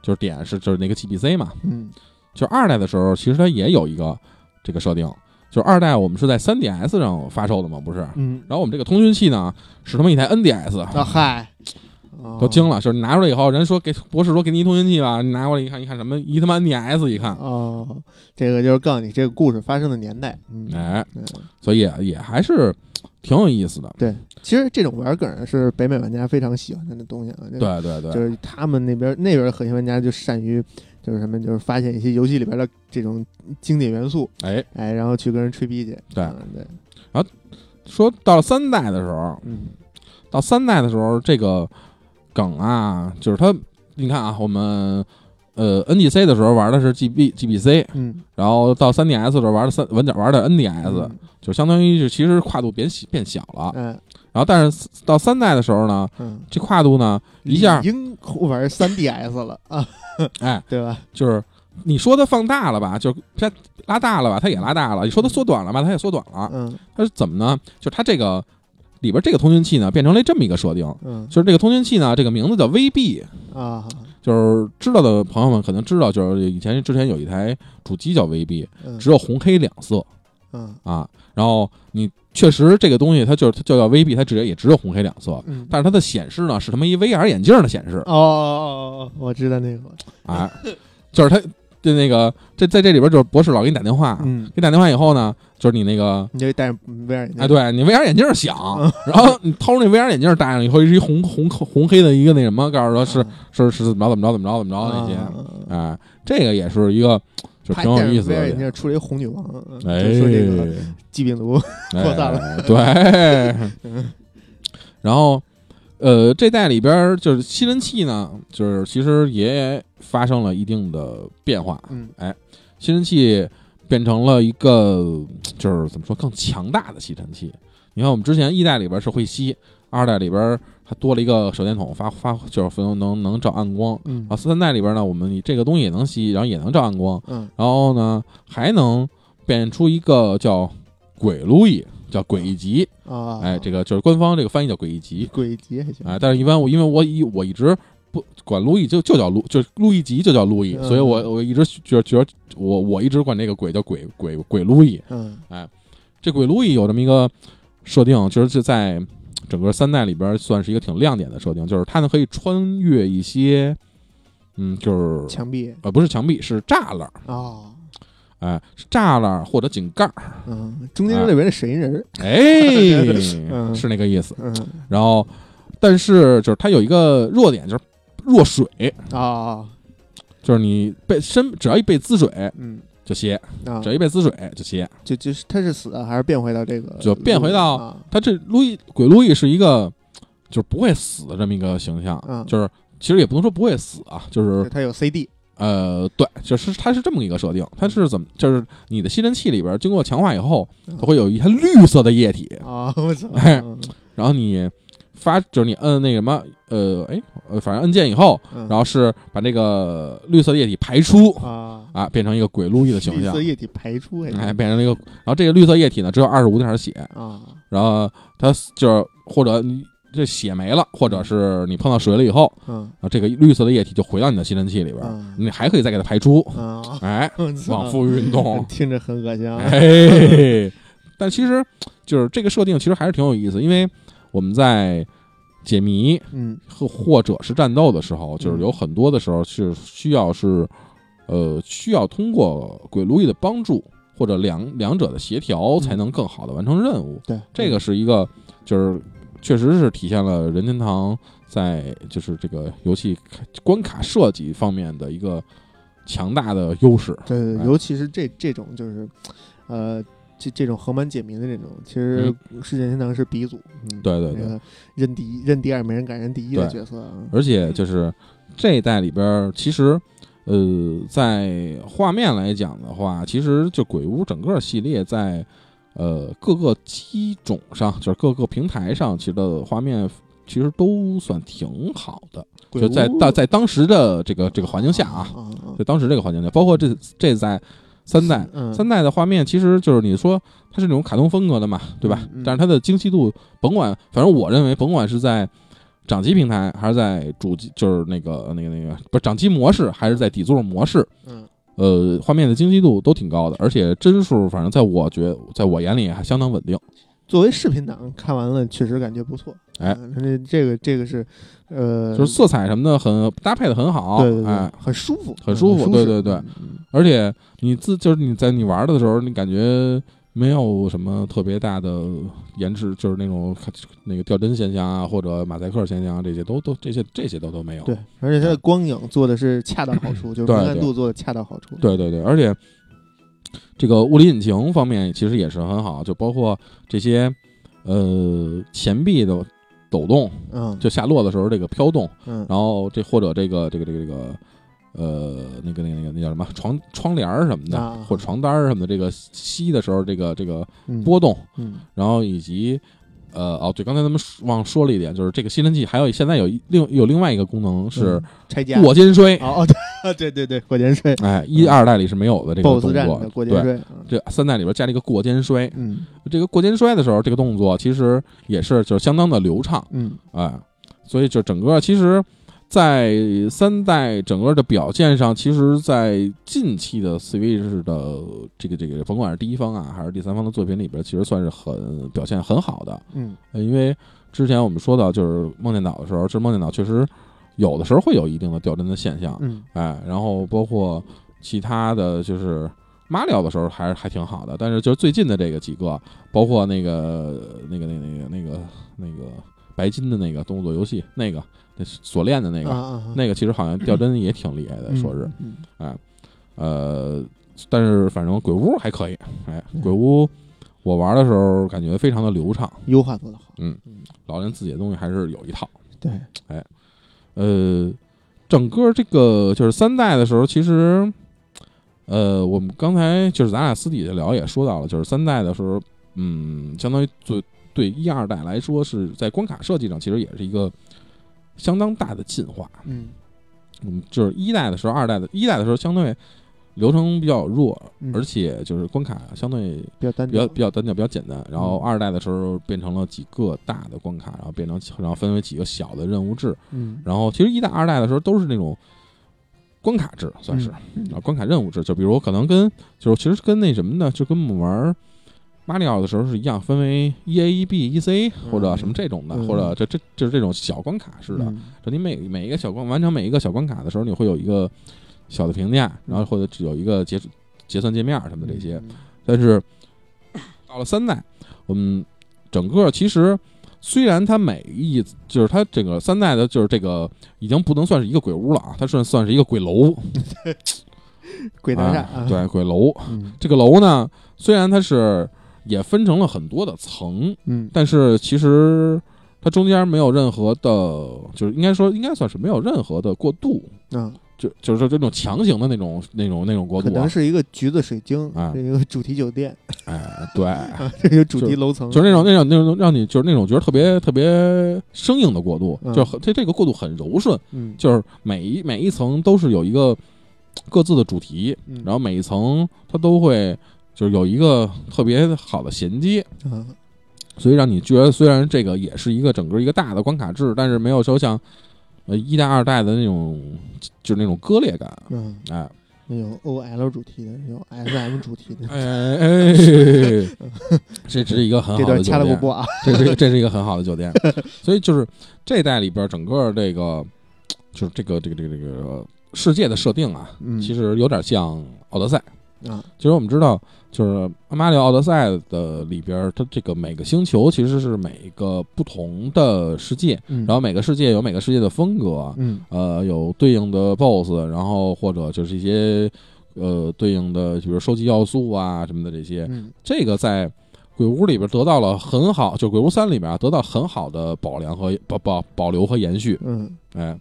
Speaker 2: 就是点是就是那个 GBC 嘛，
Speaker 1: 嗯
Speaker 2: 就二代的时候，其实它也有一个这个设定，就是二代我们是在 3DS 上发售的嘛，不是？
Speaker 1: 嗯嗯，
Speaker 2: 然后我们这个通讯器呢，是他们一台 NDS，
Speaker 1: 啊嗨，哦
Speaker 2: 都惊
Speaker 1: 了
Speaker 2: 了，就是你拿出来以后，人家说给博士说给你一通讯器吧，你拿过来一看，一看什么一他妈 NDS，一看，
Speaker 1: 哦，这个就是告诉你这个故事发生的年代，嗯，
Speaker 2: 哎，
Speaker 1: 嗯
Speaker 2: 所以也也还是挺有意思的。
Speaker 1: 对，其实这种玩梗是北美玩家非常喜欢的那东西啊，这个
Speaker 2: 对对对，
Speaker 1: 就是他们那边那边的核心玩家就善于就是什么，就是发现一些游戏里边的这种经典元素，
Speaker 2: 哎，
Speaker 1: 哎，然后去跟人吹逼去。
Speaker 2: 对
Speaker 1: 嗯对，
Speaker 2: 说到三代的时候，
Speaker 1: 嗯
Speaker 2: 到三代的时候，这个梗啊，就是它，你看啊，我们呃 NGC 的时候玩的是 GB GBC，
Speaker 1: 嗯
Speaker 2: 然后到 3DS 的时候玩的三玩点玩的 NDS，、
Speaker 1: 嗯
Speaker 2: 就相当于就其实跨度变小变小了。
Speaker 1: 哎
Speaker 2: 然后但是到三代的时候呢，
Speaker 1: 嗯，
Speaker 2: 这跨度呢一下
Speaker 1: 已经玩三 DS 了啊，
Speaker 2: 哎
Speaker 1: 对吧？
Speaker 2: 就是你说它放大了吧，就是它拉大了吧，它也拉大了；你说它缩短了吧，它也缩短了。
Speaker 1: 嗯
Speaker 2: 它是怎么呢？就是它这个里边这个通讯器呢，变成了这么一个设定，
Speaker 1: 嗯
Speaker 2: 就是这个通讯器呢，这个名字叫 VB，
Speaker 1: 啊，
Speaker 2: 就是知道的朋友们可能知道，就是以前之前有一台主机叫 VB，
Speaker 1: 嗯
Speaker 2: 只有红黑两色。
Speaker 1: 嗯
Speaker 2: 啊，然后你确实这个东西它就是它就叫 VB，它直接也只有红黑两色，
Speaker 1: 嗯，
Speaker 2: 但是它的显示呢是他妈一 VR 眼镜的显示
Speaker 1: 哦哦哦，哦我知道那个，
Speaker 2: 啊，就是它就那个这在这里边就是博士老给你打电话，
Speaker 1: 嗯，
Speaker 2: 给你打电话以后呢，就是你那个。
Speaker 1: 你就嗯戴上 VR 眼镜
Speaker 2: 哎，，对你 VR 眼镜响，然后你掏出那 VR 眼镜戴上以后，是一红红红黑的一个那什么，告
Speaker 1: 嗯
Speaker 2: 诉说是是是怎么着怎么着怎么着怎么着那些，
Speaker 1: 些。
Speaker 2: 哎，这个也是一个就
Speaker 1: 嗯他
Speaker 2: 挺有意思
Speaker 1: VR
Speaker 2: 的
Speaker 1: 眼镜
Speaker 2: 点，
Speaker 1: 出了一红女王，嗯
Speaker 2: 哎，
Speaker 1: 就说这个疾病毒，扩散了
Speaker 2: 哎。 对， 然后呃，这代里边儿就是吸尘器呢，就是其实也发生了一定的变化，
Speaker 1: 嗯
Speaker 2: 吸尘器变成了一个就是怎么说更强大的吸尘器。你看我们之前一代里边是会吸，二代里边它多了一个手电筒发发就是能能能照暗光。
Speaker 1: 嗯
Speaker 2: 啊，三代里边呢，我们这个东西也能吸，然后也能照暗光，
Speaker 1: 嗯，
Speaker 2: 然后呢，还能变出一个叫鬼路易，叫鬼一级。
Speaker 1: 啊，
Speaker 2: 哎，这个就是官方这个翻译叫鬼一级。
Speaker 1: 鬼节还行
Speaker 2: 哎，但是一般我因为我一我一直不管路易就就叫路，就是路易级就叫路易，
Speaker 1: 嗯
Speaker 2: 所以我我一直觉觉得我我一直管这个鬼叫鬼鬼鬼路易。
Speaker 1: 嗯
Speaker 2: 这鬼路易有这么一个设定，就是就在整个三代里边算是一个挺亮点的设定，就是它呢可以穿越一些，嗯，就是
Speaker 1: 墙壁
Speaker 2: 呃不是墙壁是栅栏，
Speaker 1: 哦，
Speaker 2: 哎是栅栏或者井盖。
Speaker 1: 嗯，中间有里边的神人儿，
Speaker 2: 哎，
Speaker 1: 嗯
Speaker 2: 是那个意思。
Speaker 1: 嗯
Speaker 2: 然后，但是就是它有一个弱点，就是弱水，
Speaker 1: 啊，
Speaker 2: 就是你被身只要一被滋水
Speaker 1: 嗯
Speaker 2: 就歇，
Speaker 1: 啊
Speaker 2: 只，要一被滋水就歇。
Speaker 1: 就就是他是死啊还是变回到这个路，
Speaker 2: 就变回到
Speaker 1: 啊
Speaker 2: 它这路易鬼路易是一个就是不会死的这么一个形象，
Speaker 1: 嗯
Speaker 2: 就是其实也不能说不会死啊，就
Speaker 1: 就是
Speaker 2: 是
Speaker 1: 他有 CD，
Speaker 2: 呃对，就是它是这么一个设定，它是怎么就是你的吸尘器里边经过强化以后，
Speaker 1: 嗯
Speaker 2: 它会有一它绿色的液体，
Speaker 1: 啊，我操，
Speaker 2: 哎
Speaker 1: 嗯
Speaker 2: 然后你发就是你摁那个什么呃哎呃反正摁键以后。
Speaker 1: 嗯
Speaker 2: 然后是把这个绿色的液体排出
Speaker 1: 啊，
Speaker 2: 啊，变成一个鬼路易的形
Speaker 1: 绿
Speaker 2: 象
Speaker 1: 色，液体排出还
Speaker 2: 哎，
Speaker 1: 行
Speaker 2: 变成了一个，然后这个绿色液体呢只有二十五点血，
Speaker 1: 啊，
Speaker 2: 然后它就是或者你这血没了，或者是你碰到水了以后，
Speaker 1: 嗯
Speaker 2: 啊，这个绿色的液体就回到你的吸尘器里边，
Speaker 1: 嗯
Speaker 2: 你还可以再给它排出，
Speaker 1: 啊，
Speaker 2: 哎，
Speaker 1: 我操，
Speaker 2: 往复运动
Speaker 1: 听着很恶心啊，
Speaker 2: 哎，但其实就是这个设定其实还是挺有意思，因为我们在解谜
Speaker 1: 嗯
Speaker 2: 或或者是战斗的时候，就是有很多的时候是需要是，呃，需要通过鬼路易的帮助或者两两者的协调，
Speaker 1: 嗯
Speaker 2: 才能更好的完成任务。
Speaker 1: 对，嗯
Speaker 2: 这个是一个，就是确实是体现了任天堂在就是这个游戏开关卡设计方面的一个强大的优势。
Speaker 1: 对对，
Speaker 2: 哎
Speaker 1: 尤其是这这种就是，呃，这这种横版解谜的这种，其实《世界天堂》是鼻祖，嗯，
Speaker 2: 嗯对对对
Speaker 1: 那个认第一，认第二没人敢认第一的角色啊，
Speaker 2: 而且就是这一代里边儿，其实呃，在画面来讲的话，其实就鬼屋整个系列在呃各个机种上，就是各个平台上，其实的画面其实都算挺好的，
Speaker 1: 鬼
Speaker 2: 就
Speaker 1: 屋
Speaker 2: 在当在当时的这个这个环境下啊，
Speaker 1: 啊啊
Speaker 2: 在当时这个环境下，包括这这在三代。
Speaker 1: 嗯，
Speaker 2: 三代的画面其实就是你说它是那种卡通风格的嘛，对吧？
Speaker 1: 嗯嗯
Speaker 2: 但是它的精细度，甭管，反正我认为，甭管是在掌机平台，还是在主机，就是那个那个那个不是掌机模式，还是在底座模式，
Speaker 1: 嗯
Speaker 2: 呃，画面的精细度都挺高的，而且帧数，反正在我觉，在我眼里还相当稳定。
Speaker 1: 作为视频党看完了，确实感觉不错。
Speaker 2: 哎
Speaker 1: 嗯，那这个这个是，呃，
Speaker 2: 就是色彩什么的很搭配的很好，
Speaker 1: 对对对，
Speaker 2: 哎，
Speaker 1: 很舒服，
Speaker 2: 很舒服
Speaker 1: 服，
Speaker 2: 对对对
Speaker 1: 嗯，嗯
Speaker 2: 而且你自就是你在你玩的时候，你感觉没有什么特别大的延迟，就是那种那个掉帧现象啊，或者马赛克现象啊，这些都都这些这些都都没有。
Speaker 1: 对，而且它的光影做的是恰到好 处，就是
Speaker 2: 哦嗯对
Speaker 1: 明暗
Speaker 2: 对
Speaker 1: 度做的恰到好处。
Speaker 2: 对对对，而且这个物理引擎方面其实也是很好，就包括这些呃钱币的抖动，
Speaker 1: 嗯，
Speaker 2: 就下落的时候这个飘动，
Speaker 1: 嗯
Speaker 2: 然后这或者这个这个这个这个呃那个那个那个那叫什么床窗帘儿什么的，
Speaker 1: 啊
Speaker 2: 或者床单儿什么的，这个吸的时候这个这个
Speaker 1: 嗯
Speaker 2: 波动，
Speaker 1: 嗯
Speaker 2: 然后以及呃哦对，刚才咱们说忘说了一点，就是这个吸尘器还有现在有一另有另外一个功能是
Speaker 1: 嗯拆家
Speaker 2: 过肩摔，
Speaker 1: 哦哦对对对过肩摔
Speaker 2: 哎一
Speaker 1: 嗯
Speaker 2: 二代里是没有的这个动
Speaker 1: BOSS 战
Speaker 2: 作
Speaker 1: 的，过肩
Speaker 2: 对。
Speaker 1: 摔，嗯
Speaker 2: 这三代里边加了一个过肩摔，
Speaker 1: 嗯
Speaker 2: 这个过肩摔的时候，这个动作其实也是就是相当的流畅，
Speaker 1: 嗯
Speaker 2: 哎，所以就整个其实，在三代整个的表现上，其实，在近期的 Switch 的这个这个，甭管是第一方啊还是第三方的作品里边，其实算是很表现很好的。
Speaker 1: 嗯
Speaker 2: 呃因为之前我们说到，就是梦见岛的时候，这梦见岛确实有的时候会有一定的掉帧的现象，
Speaker 1: 嗯
Speaker 2: 哎，然后包括其他的就是。马里奥的时候还是还挺好的，但是就是最近的这个几个，包括那个那个那个那个那个那个白金的那个动作游戏，那个那是锁链的那
Speaker 1: 那
Speaker 2: 个、
Speaker 1: 个
Speaker 2: 那个其实好像掉帧也挺厉害 的，说是
Speaker 1: 啊嗯
Speaker 2: 呃，但是反正鬼屋还可以，哎，鬼屋我玩的时候感觉非常的流畅，
Speaker 1: 优化做得好，
Speaker 2: 老人自己的东西还是有一套。
Speaker 1: 对，
Speaker 2: 呃，整个这个就是三代的时候，其实，呃，我们刚才就是咱俩私底下聊也说到了，就是三代的时候，嗯，相当于对对一二代来说是在关卡设计上其实也是一个相当大的进化。
Speaker 1: 嗯
Speaker 2: 嗯，就是一代的时候，二代的一代的时候相对流程比较弱，
Speaker 1: 嗯
Speaker 2: 而且就是关卡相对
Speaker 1: 比较单
Speaker 2: 比较
Speaker 1: 调，
Speaker 2: 比较单调，比较简单。然后二代的时候变成了几个大的关卡，然后变成然后分为几个小的任务制，
Speaker 1: 嗯
Speaker 2: 然后其实一代、二代的时候都是那种关卡制，算是、
Speaker 1: 嗯
Speaker 2: 啊关卡任务制。就比如我可能跟就是其实跟那什么呢，就跟我们玩马里奥的时候是一样，分为 E A、E B、E C 或者什么这种的，
Speaker 1: 嗯
Speaker 2: 或者这这就是这种小关卡式的。
Speaker 1: 嗯
Speaker 2: 就你每每一个小关完成每一个小关卡的时候，你会有一个小的评价，然后或者只有一个结结算界面什么的这些。
Speaker 1: 嗯
Speaker 2: 但是到了三代，我们整个其实虽然它每一就是它整个三代的，就是这个已经不能算是一个鬼屋了啊，它算算是一个鬼楼，
Speaker 1: 鬼大厦
Speaker 2: 啊
Speaker 1: 啊，
Speaker 2: 对鬼楼。
Speaker 1: 嗯
Speaker 2: 这个楼呢，虽然它是也分成了很多的层，
Speaker 1: 嗯
Speaker 2: 但是其实它中间没有任何的，就是应该说应该算是没有任何的过渡。
Speaker 1: 嗯，
Speaker 2: 就就是说这种强行的那种那种那种过
Speaker 1: 可
Speaker 2: 渡、
Speaker 1: 能
Speaker 2: 啊，
Speaker 1: 是一个橘子水晶
Speaker 2: 啊，
Speaker 1: 是一个主题酒店，
Speaker 2: 哎，对，
Speaker 1: 这个主题楼层，
Speaker 2: 就是那种那种那种让你就是那种觉得特别特别生硬的过渡，
Speaker 1: 嗯
Speaker 2: 就是很这这个过渡很柔顺，
Speaker 1: 嗯
Speaker 2: 就是每一每一层都是有一个各自的主题，
Speaker 1: 嗯，
Speaker 2: 然后每一层它都会就是有一个特别好的衔接，
Speaker 1: 嗯
Speaker 2: 所以让你觉得虽然这个也是一个整个一个大的关卡制，但是没有说像呃一代二代的那种就是那种割裂感，
Speaker 1: 嗯，
Speaker 2: 哎
Speaker 1: 那有 OL 主题的，有 SM 主题 的，
Speaker 2: 哎哎哎，这是一个很好
Speaker 1: 这
Speaker 2: 的
Speaker 1: 段
Speaker 2: 酒
Speaker 1: 掐了不
Speaker 2: 店
Speaker 1: 播啊，
Speaker 2: 这是这是一个很好的酒店，所以就是这一代里边整个这个就是这个这个这个这个呃世界的设定啊，
Speaker 1: 嗯，
Speaker 2: 其实有点像奥德赛。
Speaker 1: 啊，
Speaker 2: 其实我们知道，就是马里奥奥德赛的里边，它这个每个星球其实是每一个不同的世界，
Speaker 1: 然
Speaker 2: 然后每个世界有每个世界的风格，
Speaker 1: 嗯
Speaker 2: 呃，有对应的 BOSS，然后或者就是一些呃对应的，比如收集要素啊什么的这些，
Speaker 1: 嗯
Speaker 2: 这个在鬼屋里边得到了很好，就鬼屋三里面啊得到很好的保良和保保保留和延续，
Speaker 1: 嗯，
Speaker 2: 哎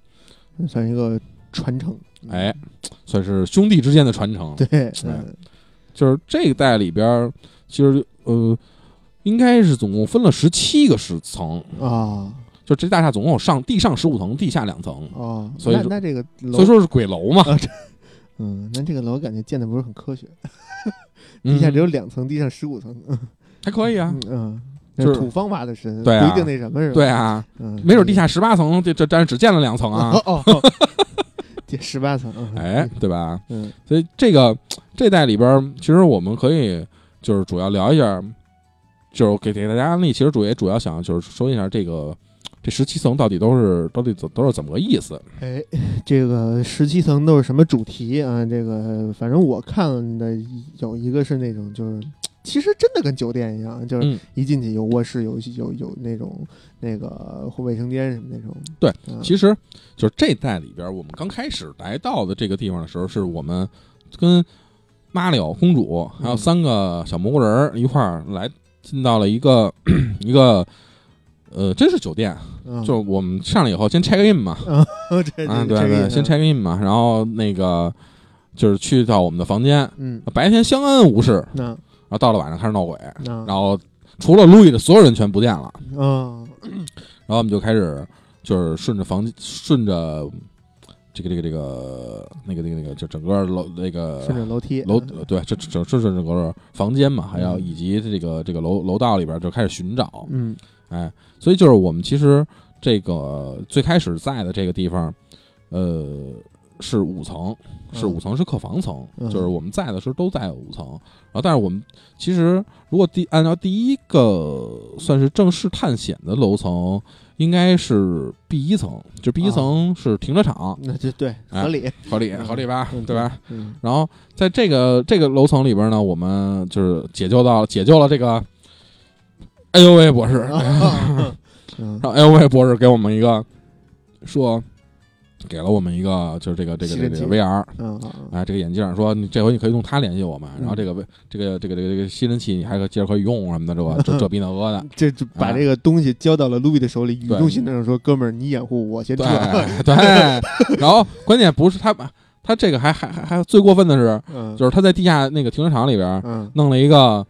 Speaker 1: 算一个传承。嗯，
Speaker 2: 哎，算是兄弟之间的传承。
Speaker 1: 对，
Speaker 2: 哎
Speaker 1: 嗯
Speaker 2: 就是这一代里边儿，其实呃，应该是总共分了十七个十层，
Speaker 1: 啊
Speaker 2: 就这大厦总共有上地上十五层，地下两层，
Speaker 1: 哦，
Speaker 2: 所以
Speaker 1: 那
Speaker 2: 说
Speaker 1: 那这个楼，
Speaker 2: 所以说是鬼楼嘛。
Speaker 1: 嗯，那这个楼感觉建的不是很科学，
Speaker 2: 嗯
Speaker 1: 地下只有两层，地上十五层。
Speaker 2: 还可以啊
Speaker 1: 嗯，嗯，那
Speaker 2: 就是
Speaker 1: 土方法的神，
Speaker 2: 对啊
Speaker 1: 不一定那什么是吧？
Speaker 2: 对啊，
Speaker 1: 嗯，
Speaker 2: 没准地下十八层，这这但是只建了两层啊，
Speaker 1: 哦哦，哦 这十八层，嗯
Speaker 2: 哎，，对吧？
Speaker 1: 嗯
Speaker 2: 所以这个这代里边儿，其实我们可以就是主要聊一下，就是给给大家案例，其实主也主要想就是说一下这个这十七层到底都是到底怎都是怎么个意思？
Speaker 1: 哎，这个十七层都是什么主题啊？这个反正我看的有一个是那种就是。其实真的跟酒店一样，就是
Speaker 2: 嗯
Speaker 1: 一进去有卧室，有有有那种那个卫生间什么那种。
Speaker 2: 对
Speaker 1: 嗯，
Speaker 2: 其实就是这代里边儿，我们刚开始来到的这个地方的时候，是我们跟马里奥公主还有
Speaker 1: 嗯
Speaker 2: 三个小蘑菇人儿一块儿来进到了一个一个呃，真是酒店，
Speaker 1: 嗯
Speaker 2: 就是我们上来以后先 check in 嘛，
Speaker 1: 这这
Speaker 2: 啊，对
Speaker 1: 这个意
Speaker 2: 对，
Speaker 1: 思
Speaker 2: 先 check in 嘛，然后那个就是去到我们的房间，
Speaker 1: 嗯，
Speaker 2: 白天相安无事，
Speaker 1: 那
Speaker 2: 然后到了晚上开始闹鬼，
Speaker 1: 那
Speaker 2: 然后除了路易的所有人全不见了，
Speaker 1: 嗯
Speaker 2: 然后我们就开始就是顺着房顺着这个这个这个那个那个那个就整个楼那个
Speaker 1: 顺着楼梯
Speaker 2: 楼
Speaker 1: 嗯
Speaker 2: 对这整顺顺着整个房间嘛，还有
Speaker 1: 嗯
Speaker 2: 以及这个这个楼楼道里边就开始寻找，
Speaker 1: 嗯
Speaker 2: 哎，所以就是我们其实这个最开始在的这个地方，呃，是五层，是
Speaker 1: 嗯
Speaker 2: 五层是客房层，
Speaker 1: 嗯
Speaker 2: 就是我们在的时候都在五层。然后，但是我们其实如果第按照第一个算是正式探险的楼层，应该是 B 一层，就 B 一
Speaker 1: 啊
Speaker 2: 层是停车场，
Speaker 1: 那就对
Speaker 2: 哎
Speaker 1: 合理
Speaker 2: 合理
Speaker 1: 嗯
Speaker 2: 合理吧，
Speaker 1: 嗯
Speaker 2: 对吧？
Speaker 1: 嗯
Speaker 2: 然后在这个这个楼层里边呢，我们就是解救到解救了这个，哎呦喂，博士，
Speaker 1: 啊嗯
Speaker 2: 让 L V 博士给我们一个说，给了我们一个就是这个这个这个这
Speaker 1: 吸
Speaker 2: 个
Speaker 1: 尘器
Speaker 2: VR
Speaker 1: 嗯嗯
Speaker 2: 啊这个眼镜，说你这回你可以用它联系我们，
Speaker 1: 嗯
Speaker 2: 然后这个微这个这个这个这个吸尘器你还可接着可以用什么的，这个这这逼那个 的，
Speaker 1: 这就把
Speaker 2: 啊
Speaker 1: 这个东西交到了路易的手里，语
Speaker 2: 对
Speaker 1: 重心长地说：“哥们儿，你掩护我先撤。
Speaker 2: 对对，然后关键不是他把他这个还还还还最过分的是，”
Speaker 1: 嗯，
Speaker 2: 就是他在地下那个停车场里边
Speaker 1: 嗯
Speaker 2: 弄了一个，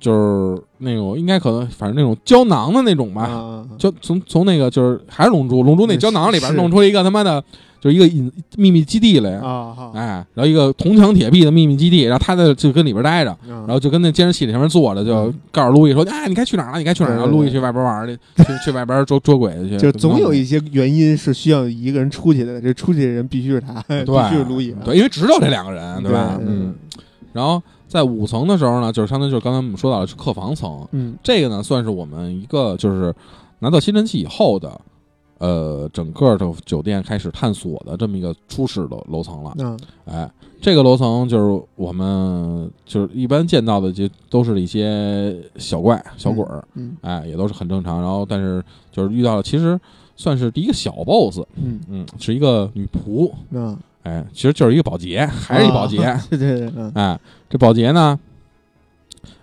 Speaker 2: 就是那种应该可能反正那种胶囊的那种吧，
Speaker 1: 啊，
Speaker 2: 就从从那个就是还是龙珠，龙珠那胶囊里边
Speaker 1: 是
Speaker 2: 弄出一个他妈的，就是一个隐秘密基地来，
Speaker 1: 啊好，
Speaker 2: 哎，然后一个铜墙铁壁的秘密基地，然后他在就跟里边待着，
Speaker 1: 然
Speaker 2: 然后就跟那监视器里面坐着，就告诉路易说，哎，你该去哪儿了，你该去哪儿了，
Speaker 1: 嗯对对对
Speaker 2: 路易去外 边玩儿去，去去外边捉捉鬼去，
Speaker 1: 就总有
Speaker 2: 弄
Speaker 1: 一些原因是需要一个人出去的，这出去的人必须是他， 必须是路易啊，
Speaker 2: 对，因为只有这两个人，
Speaker 1: 对
Speaker 2: 吧？嗯
Speaker 1: 嗯，
Speaker 2: 然后在五层的时候呢，就是相当于就是刚才我们说到的是客房层，
Speaker 1: 嗯
Speaker 2: 这个呢，算是我们一个就是拿到吸尘器以后的，呃，整个的酒店开始探索的这么一个初始的楼层了。
Speaker 1: 嗯
Speaker 2: 哎，这个楼层就是我们就是一般见到的，就都是一些小怪、小鬼儿，
Speaker 1: 嗯
Speaker 2: 哎，也都是很正常。然后，但是就是遇到了，其实算是第一个小 boss，
Speaker 1: 嗯
Speaker 2: 嗯，是一个女仆，
Speaker 1: 嗯，
Speaker 2: 哎，其实就是一个保洁，还是一保洁，
Speaker 1: 啊， 对对对，嗯
Speaker 2: 哎，这保洁呢，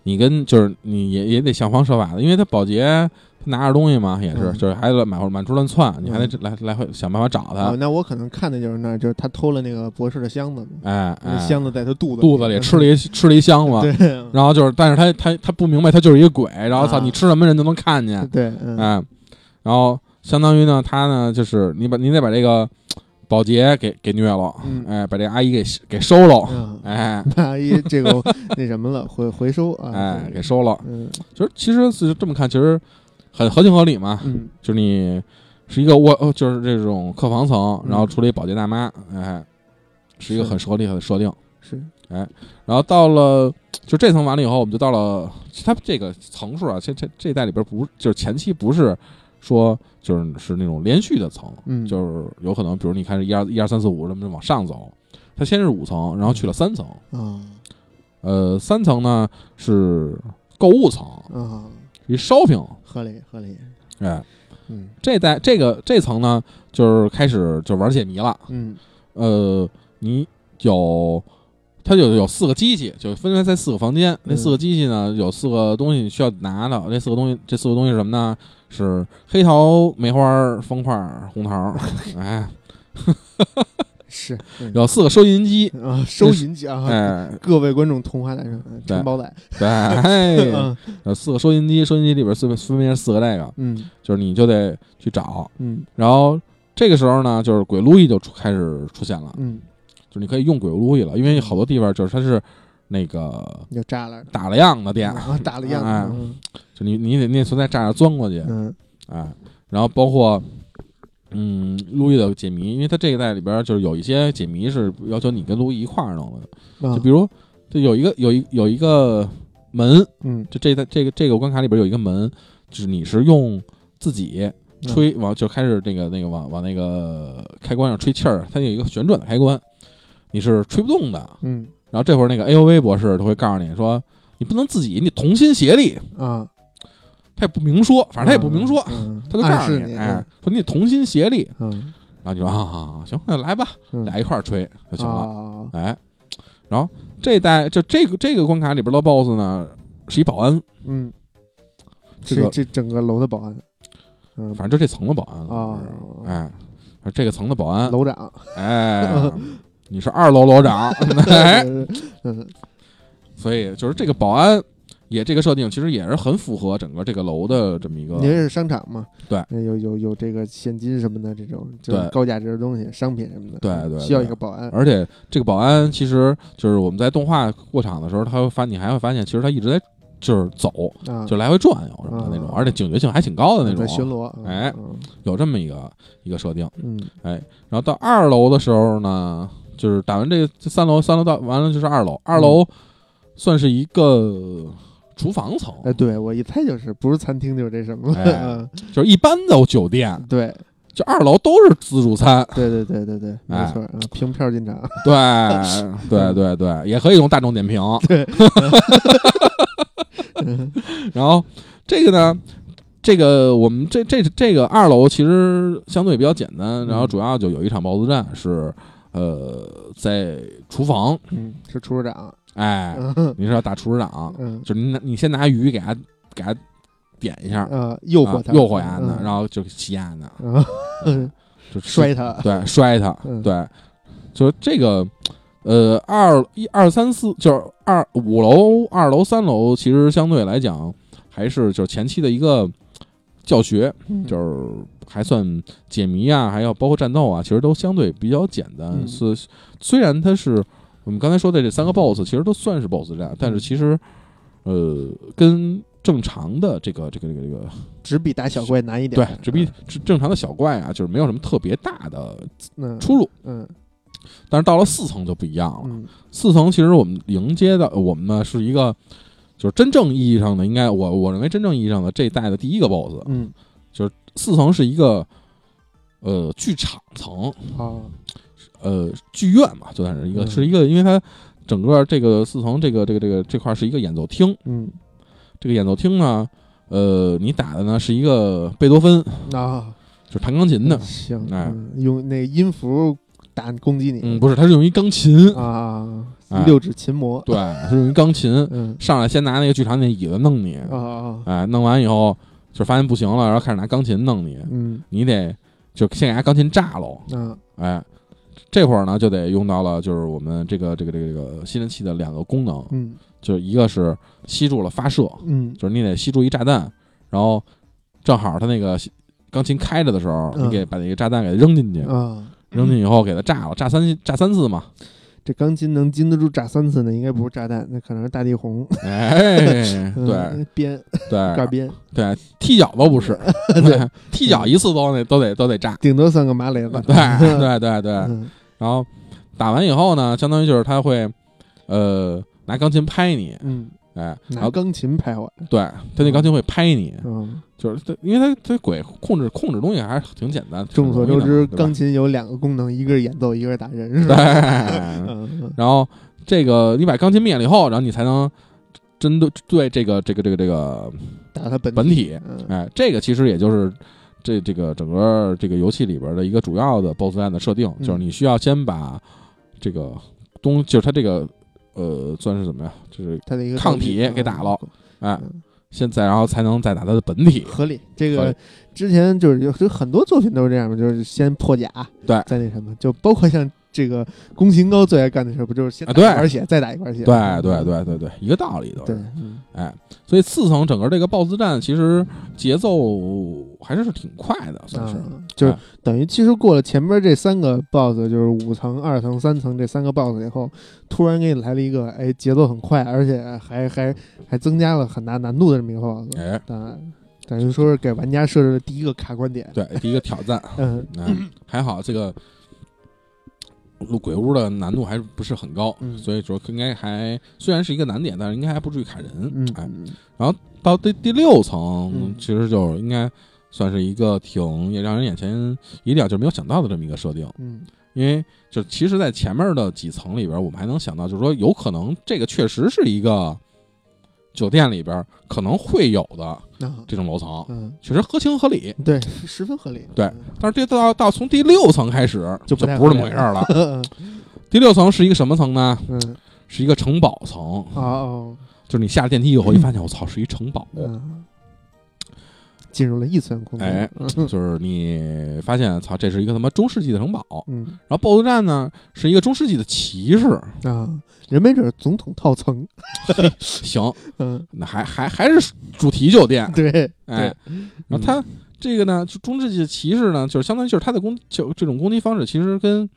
Speaker 2: 你跟就是你也也得想方设法的，因为他保洁拿着东西嘛，也是、
Speaker 1: 嗯
Speaker 2: 就是还得满满处乱窜，你还得来、来回想办法找他。
Speaker 1: 哦，那我可能看的就是那儿，就是他偷了那个博士的箱子嘛，
Speaker 2: 哎
Speaker 1: 那
Speaker 2: 哎，
Speaker 1: 箱子在他肚子
Speaker 2: 肚子里吃 了一啊吃了一箱子，
Speaker 1: 对
Speaker 2: 然后就是，但是他他他不明白，他就是一个鬼，然后操、
Speaker 1: 啊
Speaker 2: 你吃什么人都能看见，
Speaker 1: 对，嗯
Speaker 2: 哎，然后相当于呢，他呢就是你把你得把这个保洁给给虐了，
Speaker 1: 嗯
Speaker 2: 哎，把这阿姨给给收了，
Speaker 1: 嗯，
Speaker 2: 哎
Speaker 1: 阿姨这个那什么了，回回收啊，
Speaker 2: 哎
Speaker 1: 这
Speaker 2: 给
Speaker 1: 个
Speaker 2: 收了，
Speaker 1: 嗯
Speaker 2: 就是其实是这么看，其实很合情合理嘛。
Speaker 1: 嗯
Speaker 2: 就是你是一个卧，呃就是这种客房层，
Speaker 1: 嗯
Speaker 2: 然后处理保洁大妈，哎，是一个
Speaker 1: 是
Speaker 2: 很合理的设定。
Speaker 1: 是
Speaker 2: 然后到了就这层完了以后，我们就到了它这个层数啊，这这这一代里边不就是前期不是说就是是那种连续的层，
Speaker 1: 嗯
Speaker 2: 就是有可能比如你开始一二一二三四五这么往上走，它先是五层，然后去了三层，
Speaker 1: 啊
Speaker 2: 呃，三层呢是购物层，
Speaker 1: 啊，
Speaker 2: 一 shopping，
Speaker 1: 合理合理，
Speaker 2: 哎。
Speaker 1: 嗯
Speaker 2: 这代这个这层呢，就是开始就玩解谜了。
Speaker 1: 嗯
Speaker 2: 呃，你有它就有四个机器，就分开在四个房间。那四个机器呢，有四个东西需要拿的。这四个东西，这四个东西是什么呢？是黑桃、梅花、方块、红桃。 哎，
Speaker 1: 是对
Speaker 2: 有四个收银机。
Speaker 1: 啊，收银机啊，
Speaker 2: 哎，
Speaker 1: 各位观众同花带上
Speaker 2: 对
Speaker 1: 陈宝仔，
Speaker 2: 对，哎
Speaker 1: 嗯
Speaker 2: 有四个收银机，收银机里边四分别是四个这个，
Speaker 1: 嗯
Speaker 2: 就是你就得去找。
Speaker 1: 嗯
Speaker 2: 然后这个时候呢，就是鬼路易就出开始出现了，
Speaker 1: 嗯，
Speaker 2: 就是你可以用鬼路易了，因为好多地方就是它是那个
Speaker 1: 又炸了，
Speaker 2: 打了样的店，
Speaker 1: 啊，打了
Speaker 2: 哎
Speaker 1: 样子，
Speaker 2: 就你你得你得从那栅栏钻过去，
Speaker 1: 嗯
Speaker 2: 哎，然后包括。嗯，路易的解谜，因为它这个在里边就是有一些解谜是要求你跟路易一块儿弄的，
Speaker 1: 嗯，
Speaker 2: 就比如就有一个有一有一个门，
Speaker 1: 嗯
Speaker 2: 就这在这个这个关卡里边有一个门，就是你是用自己吹
Speaker 1: 嗯
Speaker 2: 往就开始那个那个往往那个开关上吹气儿，它有一个旋转的开关，你是吹不动的。
Speaker 1: 嗯
Speaker 2: 然后这会儿那个 AOV 博士他会告诉你说，你不能自己，你同心协力。
Speaker 1: 啊，
Speaker 2: 他也不明说，反正他也不明说，
Speaker 1: 嗯，
Speaker 2: 他就告
Speaker 1: 暗
Speaker 2: 诉
Speaker 1: 示
Speaker 2: 你，
Speaker 1: 你，
Speaker 2: 哎，说你同心协力。
Speaker 1: 嗯
Speaker 2: 然后你说啊啊，啊行，那来吧，
Speaker 1: 嗯，
Speaker 2: 俩一块儿吹就哎行了。
Speaker 1: 啊，
Speaker 2: 哎，然后这代就这个这个关卡里边的 BOSS 呢，是一保安，
Speaker 1: 嗯，
Speaker 2: 这
Speaker 1: 是
Speaker 2: 个
Speaker 1: 这整个楼的保安，嗯
Speaker 2: 反正就这层的保安
Speaker 1: 啊，
Speaker 2: 哎，说这个层的保安，
Speaker 1: 楼长，
Speaker 2: 哎，你是二楼楼长，哎，
Speaker 1: 嗯
Speaker 2: 所以就是这个保安也这个设定，其实也是很符合整个这个楼的这么一个
Speaker 1: 你，这是商场嘛？
Speaker 2: 对
Speaker 1: 呃，有有有这个现金什么的这种，就是
Speaker 2: 对
Speaker 1: 高价值的东西、商品什么的，
Speaker 2: 对对对啊
Speaker 1: 需要一个保安。
Speaker 2: 而且这个保安其实就是我们在动画过场的时候，他会发你还会发现，其实他一直在就是走，
Speaker 1: 啊，
Speaker 2: 就来回转悠什么的那种，
Speaker 1: 啊
Speaker 2: 而且警觉性还挺高的那
Speaker 1: 在巡
Speaker 2: 种，
Speaker 1: 逻。
Speaker 2: 哎
Speaker 1: 嗯，
Speaker 2: 有这么一个一个设定。
Speaker 1: 嗯
Speaker 2: 然后到二楼的时候呢，就是打完这个这三楼，三楼到完了就是二楼，二楼
Speaker 1: 嗯
Speaker 2: 算是一个厨房层，
Speaker 1: 哎，对我一猜就是不是餐厅就是这什么了。
Speaker 2: 哎
Speaker 1: 嗯
Speaker 2: 就是一般的酒店，
Speaker 1: 对
Speaker 2: 就二楼都是自助餐，
Speaker 1: 对对对对对，没
Speaker 2: 哎
Speaker 1: 错，嗯凭票进场。
Speaker 2: 对 对对对，也可以用大众点评。
Speaker 1: 嗯
Speaker 2: 然后这个呢，这个我们这这这个二楼其实相对比较简单，
Speaker 1: 嗯
Speaker 2: 然后主要就有一场 BOSS 战是呃在厨房，
Speaker 1: 嗯，是厨师长。
Speaker 2: 哎，
Speaker 1: 嗯
Speaker 2: 你是要打厨师长，
Speaker 1: 嗯
Speaker 2: 就是你拿你先拿鱼给他给他点一下，
Speaker 1: 呃，诱惑他，
Speaker 2: 啊诱惑丫呢，
Speaker 1: 嗯
Speaker 2: 然后就吸丫呢，
Speaker 1: 嗯嗯
Speaker 2: 就 吃
Speaker 1: 摔他。
Speaker 2: 对，摔他，
Speaker 1: 嗯
Speaker 2: 对，就是这个，呃，二一二三四，就是二五楼、二楼、三楼，其实相对来讲还是就是前期的一个教学，
Speaker 1: 嗯
Speaker 2: 就是还算解谜啊，还有包括战斗啊，其实都相对比较简单。
Speaker 1: 嗯
Speaker 2: 是虽然它是我们刚才说的这三个 BOSS，其实都算是 BOSS 战，但是其实呃跟正常的这个这个这个这个
Speaker 1: 只比打小怪难一点。
Speaker 2: 对，只比只正常的小怪啊，就是没有什么特别大的
Speaker 1: 嗯
Speaker 2: 出入。
Speaker 1: 嗯
Speaker 2: 但是到了四层就不一样了。
Speaker 1: 嗯
Speaker 2: 四层其实我们迎接的，我们呢是一个，就是真正意义上的，应该我我认为真正意义上的这一代的第一个 BOSS。
Speaker 1: 嗯
Speaker 2: 四层是一个，呃，剧场层，
Speaker 1: 啊
Speaker 2: 呃，剧院嘛，就算是一个，
Speaker 1: 嗯
Speaker 2: 是一个，因为它整个这个四层这个这个这个这块是一个演奏厅，
Speaker 1: 嗯
Speaker 2: 这个演奏厅呢，呃，你打的呢是一个贝多芬，
Speaker 1: 啊。
Speaker 2: 就是弹钢琴的，
Speaker 1: 行，
Speaker 2: 哎
Speaker 1: 嗯用那音符打攻击你，
Speaker 2: 嗯，不是，它是用一钢琴，
Speaker 1: 啊，
Speaker 2: 哎
Speaker 1: 六指琴魔，
Speaker 2: 对，是用一钢琴
Speaker 1: 嗯
Speaker 2: 上来先拿那个剧场那椅子弄你，
Speaker 1: 啊啊，啊
Speaker 2: 哎，弄完以后就发现不行了，然后开始拿钢琴弄你，
Speaker 1: 嗯
Speaker 2: 你得就先给他钢琴炸喽，
Speaker 1: 啊
Speaker 2: 哎，这会儿呢就得用到了就是我们这个这个这个这个吸尘器的两个功能，
Speaker 1: 嗯
Speaker 2: 就是一个是吸住了发射，
Speaker 1: 嗯
Speaker 2: 就是你得吸住一炸弹，然后正好它那个吸钢琴开着的时候，
Speaker 1: 嗯
Speaker 2: 你给把那个炸弹给它扔进去，
Speaker 1: 啊，
Speaker 2: 扔进去以后给它炸了，炸三炸三次嘛，
Speaker 1: 这钢筋能经得住炸三次呢，应该不是炸弹，那可能是大地红，
Speaker 2: 哎，
Speaker 1: 嗯
Speaker 2: 对，
Speaker 1: 编挂
Speaker 2: 对
Speaker 1: 鞭，
Speaker 2: 对，踢脚都不 是，对，踢脚一次都得都得都得炸。
Speaker 1: 顶多算个麻雷子，
Speaker 2: 对 对对对，
Speaker 1: 嗯
Speaker 2: 然后打完以后呢，相当于就是他会，呃，拿钢琴拍你，
Speaker 1: 嗯，
Speaker 2: 哎，然
Speaker 1: 拿
Speaker 2: 后
Speaker 1: 钢琴拍我，
Speaker 2: 对他那钢琴会拍你，
Speaker 1: 嗯，
Speaker 2: 就是他，因为他他鬼控制控制东西还是挺简单，挺
Speaker 1: 众所周
Speaker 2: 容易的
Speaker 1: 知，
Speaker 2: 嘛对吧
Speaker 1: 钢琴有两个功能，一个是演奏，一个是打人，是吧？
Speaker 2: 对，
Speaker 1: 嗯嗯
Speaker 2: 然后这个你把钢琴灭了以后，然后你才能针对对这个这个这个这个，
Speaker 1: 打他本
Speaker 2: 本体
Speaker 1: 嗯
Speaker 2: 哎，这个其实也就是。这这个整个这个游戏里边的一个主要的 BOSS 战的设定，
Speaker 1: 嗯
Speaker 2: 就是你需要先把这个东，就是它这个呃，算是怎么样，就是
Speaker 1: 它的一个嗯
Speaker 2: 抗体给打了哎，现在然后才能再打它的本体。
Speaker 1: 合理。这
Speaker 2: 合
Speaker 1: 个
Speaker 2: 理
Speaker 1: 之前就是有就很多作品都是这样嘛，就是先破甲，
Speaker 2: 对
Speaker 1: 再那什么，就包括像这个宫崎英高最爱干的事儿，不就是先
Speaker 2: 啊
Speaker 1: 打一
Speaker 2: 对
Speaker 1: 管血，再打一管血？
Speaker 2: 对对对对对，一个道理都
Speaker 1: 对
Speaker 2: 是。，
Speaker 1: 嗯
Speaker 2: 哎，所以四层整个这个 BOSS 战其实节奏还是挺快的，算是。
Speaker 1: 啊就是
Speaker 2: 哎
Speaker 1: 等于其实过了前边这三个 BOSS，就是五层、二层、三层这三个 BOSS 以后，突然给你来了一个，哎，节奏很快，而且还还还增加了很大难度的这么一个 BOSS，
Speaker 2: 哎，
Speaker 1: 但等于说是给玩家设置了第一个卡关点。
Speaker 2: 对，第一个挑战，
Speaker 1: 嗯
Speaker 2: 嗯，还好这个录鬼屋的难度还不是很高，
Speaker 1: 嗯
Speaker 2: 所以说应该还虽然是一个难点，但是应该还不至于卡人。
Speaker 1: 嗯
Speaker 2: 哎，到第第六层，
Speaker 1: 嗯
Speaker 2: 其实就是应该算是一个挺也让人眼前一亮，就是没有想到的这么一个设定。
Speaker 1: 嗯
Speaker 2: 因为就其实，在前面的几层里边，我们还能想到，就是说有可能这个确实是一个酒店里边可能会有的
Speaker 1: 啊
Speaker 2: 这种楼层，
Speaker 1: 嗯，
Speaker 2: 确实合情合理。
Speaker 1: 对，十分合理。嗯
Speaker 2: 对但是这到到从第六层开始
Speaker 1: 就不
Speaker 2: 就
Speaker 1: 太
Speaker 2: 不是那么回 事儿了。
Speaker 1: 嗯
Speaker 2: 第六层是一个什么层呢？
Speaker 1: 嗯
Speaker 2: 是一个城堡层，
Speaker 1: 哦哦
Speaker 2: 就是你下了电梯以后，一发现我操，是一城堡。
Speaker 1: 嗯，进入了异次元空间。
Speaker 2: 哎
Speaker 1: 嗯
Speaker 2: 就是你发现，操，这是一个他妈中世纪的城堡。
Speaker 1: 嗯
Speaker 2: 然后 BOSS 战呢，是一个中世纪的骑士。
Speaker 1: 啊，人没准儿总统套层。
Speaker 2: 行，
Speaker 1: 嗯，
Speaker 2: 那还还还是主题酒店。
Speaker 1: 对，
Speaker 2: 哎，然后它这个呢，就中世纪的骑士呢，就是相当于就是它的攻就这种攻击方式，其实跟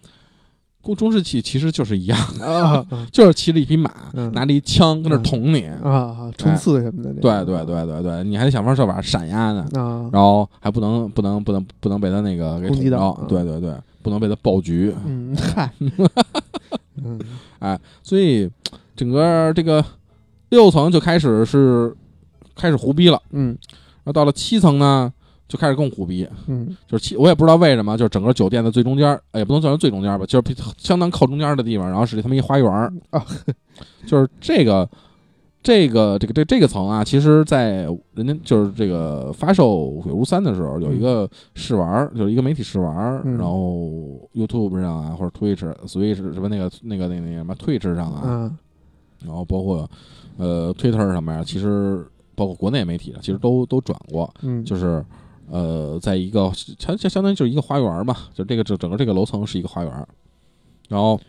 Speaker 2: 攻中世纪其实就是一样，
Speaker 1: 对啊
Speaker 2: 就是骑着一匹马，
Speaker 1: 嗯
Speaker 2: 拿着一枪跟那儿捅你。
Speaker 1: 啊啊，冲刺什么的。这
Speaker 2: 哎对
Speaker 1: 个
Speaker 2: 对对对对，你还得想方设法闪压呢，
Speaker 1: 啊，
Speaker 2: 然后还不能不能不能不能被他那个给
Speaker 1: 攻击
Speaker 2: 捅
Speaker 1: 到
Speaker 2: 着。对对对，不能被他爆菊。
Speaker 1: 嗯， 嗨，嗯
Speaker 2: 所以整个这个六层就开始是开始胡逼了，
Speaker 1: 嗯
Speaker 2: 然后到了七层呢，就开始更胡逼，
Speaker 1: 嗯
Speaker 2: 就是七我也不知道为什么，就是整个酒店的最中间儿，哎也不能算是最中间儿吧，就是相当靠中间儿的地方，然后是他们一花园儿
Speaker 1: 啊，
Speaker 2: 就是这个。这个这个这这个层啊，其实，在人家就是这个发售《鬼屋三》的时候，有一个试玩儿，就是一个媒体试玩儿，
Speaker 1: 嗯
Speaker 2: 然后 YouTube 上啊，或者 Twitch、Switch 什么那个那个那个那个什么 Twitch 上啊，
Speaker 1: 啊
Speaker 2: 然后包括呃 Twitter 上面啊，其实包括国内媒体啊，其实都都转过，
Speaker 1: 嗯，
Speaker 2: 就是呃，在一个它它相当于就是一个花园嘛，就这个整整个这个楼层是一个花园，然后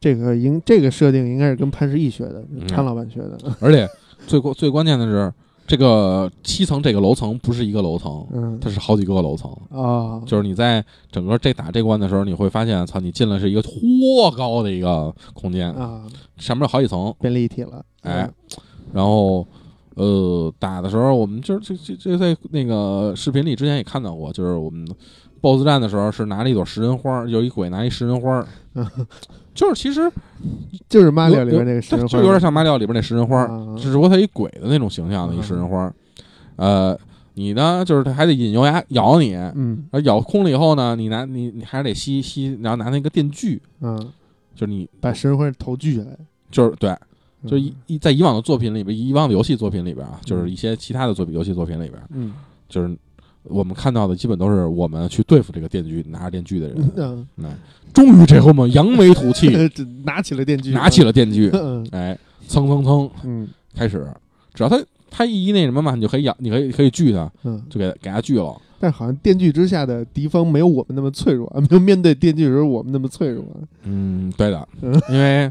Speaker 1: 这个应这个设定应该是跟潘石屹学的
Speaker 2: 嗯，
Speaker 1: 潘老板学的。
Speaker 2: 而且最关最关键的是，这个七层这个楼层不是一个楼层，
Speaker 1: 嗯
Speaker 2: 它是好几个楼层。
Speaker 1: 啊，
Speaker 2: 就是你在整个这打这关的时候，你会发现，操，你进了是一个嚯高的一个空间，
Speaker 1: 啊，
Speaker 2: 上面有好几层，
Speaker 1: 变立体了。
Speaker 2: 哎，然后呃打的时候，我们就是这这这在那个视频里之前也看到过，就是我们 BOSS 战的时候是拿了一朵食人花，有一鬼拿一食人花
Speaker 1: 嗯，
Speaker 2: 就是其实
Speaker 1: 就是马里奥里
Speaker 2: 有
Speaker 1: 边那个
Speaker 2: 有
Speaker 1: 食人花，
Speaker 2: 就有点像马里奥里边那食人花，
Speaker 1: 啊
Speaker 2: 只不过它一鬼的那种形象的一食人花，呃，你呢就是它还得引诱牙咬你。
Speaker 1: 嗯
Speaker 2: 然后咬空了以后呢，你拿你你还得吸吸，然后拿那个电锯，
Speaker 1: 嗯，
Speaker 2: 就是你
Speaker 1: 把食人花头锯下来，
Speaker 2: 就是对，
Speaker 1: 嗯
Speaker 2: 就一一在以往的作品里边，以往的游戏作品里边啊，就是一些其他的作品游戏作品里边，
Speaker 1: 嗯
Speaker 2: 就是我们看到的基本都是我们去对付这个电锯拿着电锯的人。
Speaker 1: 嗯，
Speaker 2: 哎，终于这回我们扬眉吐气，
Speaker 1: 这拿起了电锯，啊
Speaker 2: 拿起了电锯，
Speaker 1: 嗯
Speaker 2: 哎，蹭蹭蹭
Speaker 1: 嗯
Speaker 2: 开始，只要他他一那什么嘛，你就可以咬，你可以可以锯他，
Speaker 1: 嗯，
Speaker 2: 就给给他锯了。
Speaker 1: 但好像电锯之下的敌方没有我们那么脆弱，啊，没有面对电锯的时候我们那么脆弱，啊
Speaker 2: 嗯，对的
Speaker 1: 嗯，
Speaker 2: 因为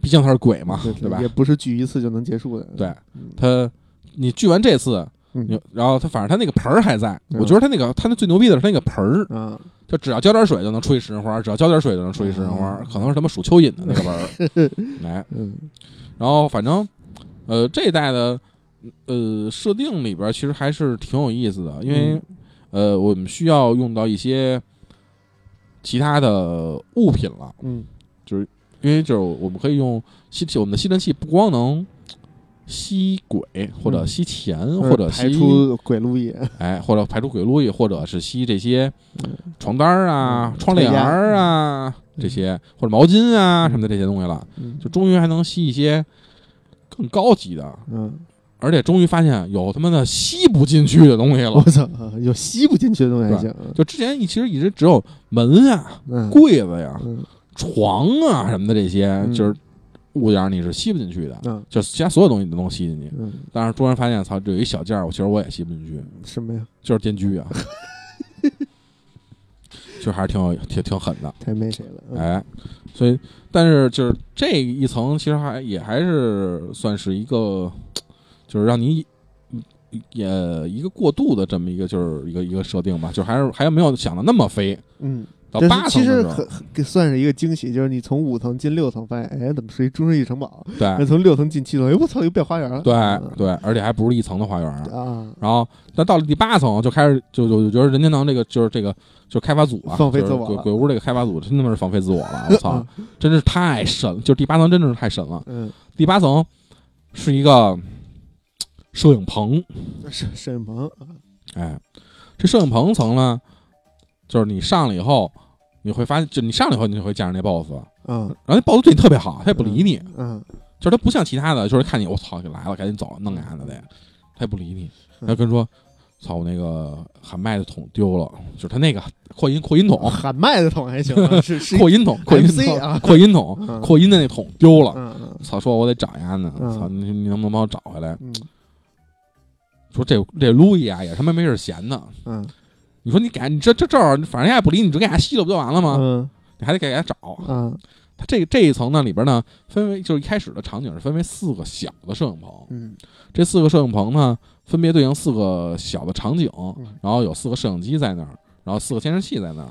Speaker 2: 毕竟他是鬼嘛，
Speaker 1: 对
Speaker 2: 对吧
Speaker 1: 也？不是锯一次就能结束的，
Speaker 2: 对
Speaker 1: 嗯，
Speaker 2: 他你锯完这次，你
Speaker 1: 嗯
Speaker 2: 然后他反正他那个盆儿还在，
Speaker 1: 嗯
Speaker 2: 我觉得他那个他那最牛逼的是他那个盆儿，
Speaker 1: 啊，
Speaker 2: 就只要浇点水就能出一食人花，只要浇点水就能出一食人花，可能是他妈数蚯蚓的那个玩儿。 来，
Speaker 1: 哦嗯
Speaker 2: 然后反正，呃，这一代的呃设定里边儿其实还是挺有意思的，因
Speaker 1: 嗯
Speaker 2: 为、呃我们需要用到一些其他的物品了，
Speaker 1: 嗯
Speaker 2: 因为就是我们可以用吸气，我们的吸尘器不光能。吸鬼，或者
Speaker 1: 嗯
Speaker 2: 吸钱，或者吸
Speaker 1: 排出鬼路易，
Speaker 2: 哎，或者排出鬼路易，或者是吸这些
Speaker 1: 嗯
Speaker 2: 床单儿啊、
Speaker 1: 嗯
Speaker 2: 窗帘儿啊
Speaker 1: 嗯
Speaker 2: 这些，或者毛巾啊
Speaker 1: 嗯
Speaker 2: 什么的这些东西了，
Speaker 1: 嗯
Speaker 2: 就终于还能吸一些更高级的，
Speaker 1: 嗯，
Speaker 2: 而且终于发现有他妈的吸不进去的东西
Speaker 1: 我
Speaker 2: 了。
Speaker 1: 操，啊有吸不进去的东西还行，啊
Speaker 2: 就之前一其实一直只有门啊、
Speaker 1: 嗯
Speaker 2: 柜子呀、
Speaker 1: 嗯
Speaker 2: 床啊什么的这些，
Speaker 1: 嗯
Speaker 2: 就是物件儿你是吸不进去的，
Speaker 1: 嗯
Speaker 2: 就是其他所有东西你都能吸进去。
Speaker 1: 嗯，
Speaker 2: 但是突然发现，操，这有一小件儿，我其实我也吸不进去，
Speaker 1: 什么呀？
Speaker 2: 就是 电锯啊，就还是挺有挺挺狠的，
Speaker 1: 太没谁了。嗯，
Speaker 2: 哎，所以但是就是这一层其实还也还是算是一个，就是让你也一个过渡的这么一个就是一个一个设定吧，就还是还没有想的那么飞
Speaker 1: 嗯，
Speaker 2: 到
Speaker 1: 但
Speaker 2: 八
Speaker 1: 是
Speaker 2: 层
Speaker 1: 其
Speaker 2: 的
Speaker 1: 实
Speaker 2: 时候，
Speaker 1: 很很算是一个惊喜，就是你从五层进六层，发现哎，怎么是一中世纪城堡？那
Speaker 2: 对
Speaker 1: 从六层进七层，哎，我操，又变花园了。
Speaker 2: 对
Speaker 1: 嗯
Speaker 2: 对，而且还不是一层的花园儿。
Speaker 1: 啊，
Speaker 2: 然后，但到了第八层就开始就就就觉得任天堂这个就是这个就是开发组啊，
Speaker 1: 放飞
Speaker 2: 就是
Speaker 1: 自我
Speaker 2: 鬼
Speaker 1: 了
Speaker 2: 鬼屋这个开发组真他妈是放飞自我了，我操，真是太神了！就是第八层真的是太神了。
Speaker 1: 嗯，
Speaker 2: 第八层是一个摄影棚，
Speaker 1: 嗯沈沈鹏，
Speaker 2: 哎，这摄影棚层呢，就是你上了以后，你会发现，就你上了以后，你就会见着那 boss，
Speaker 1: 嗯
Speaker 2: 然后那 boss 对你特别好，他也不理你，
Speaker 1: 嗯，
Speaker 2: 就是他不像其他的，就是看你我操就来了，赶紧走，弄啥的得，他也不理你，
Speaker 1: 嗯
Speaker 2: 他跟你说。操！我那个喊麦的桶丢了，就是他那个扩音扩音筒，
Speaker 1: 喊麦的桶还行啊，是是一，
Speaker 2: 扩音筒，扩音
Speaker 1: MC 啊
Speaker 2: 筒，扩音筒，
Speaker 1: 嗯
Speaker 2: 扩音的那桶丢了。
Speaker 1: 嗯嗯
Speaker 2: 操！说我得找一下呢，
Speaker 1: 嗯
Speaker 2: 操你你能不能帮我找回来？
Speaker 1: 嗯
Speaker 2: 说这这路易啊也他妈没事闲的，
Speaker 1: 嗯
Speaker 2: 你说你给他你这这这儿，反正人家也不理你，你就给他吸了不就完了吗？
Speaker 1: 嗯
Speaker 2: 你还得给他找。
Speaker 1: 嗯
Speaker 2: 他这这一层呢里边呢分为就是一开始的场景是分为四个小的摄影棚，
Speaker 1: 嗯
Speaker 2: 这四个摄影棚呢分别对应四个小的场景
Speaker 1: 嗯，
Speaker 2: 然后有四个摄影机在那儿，然后四个监视器在那儿。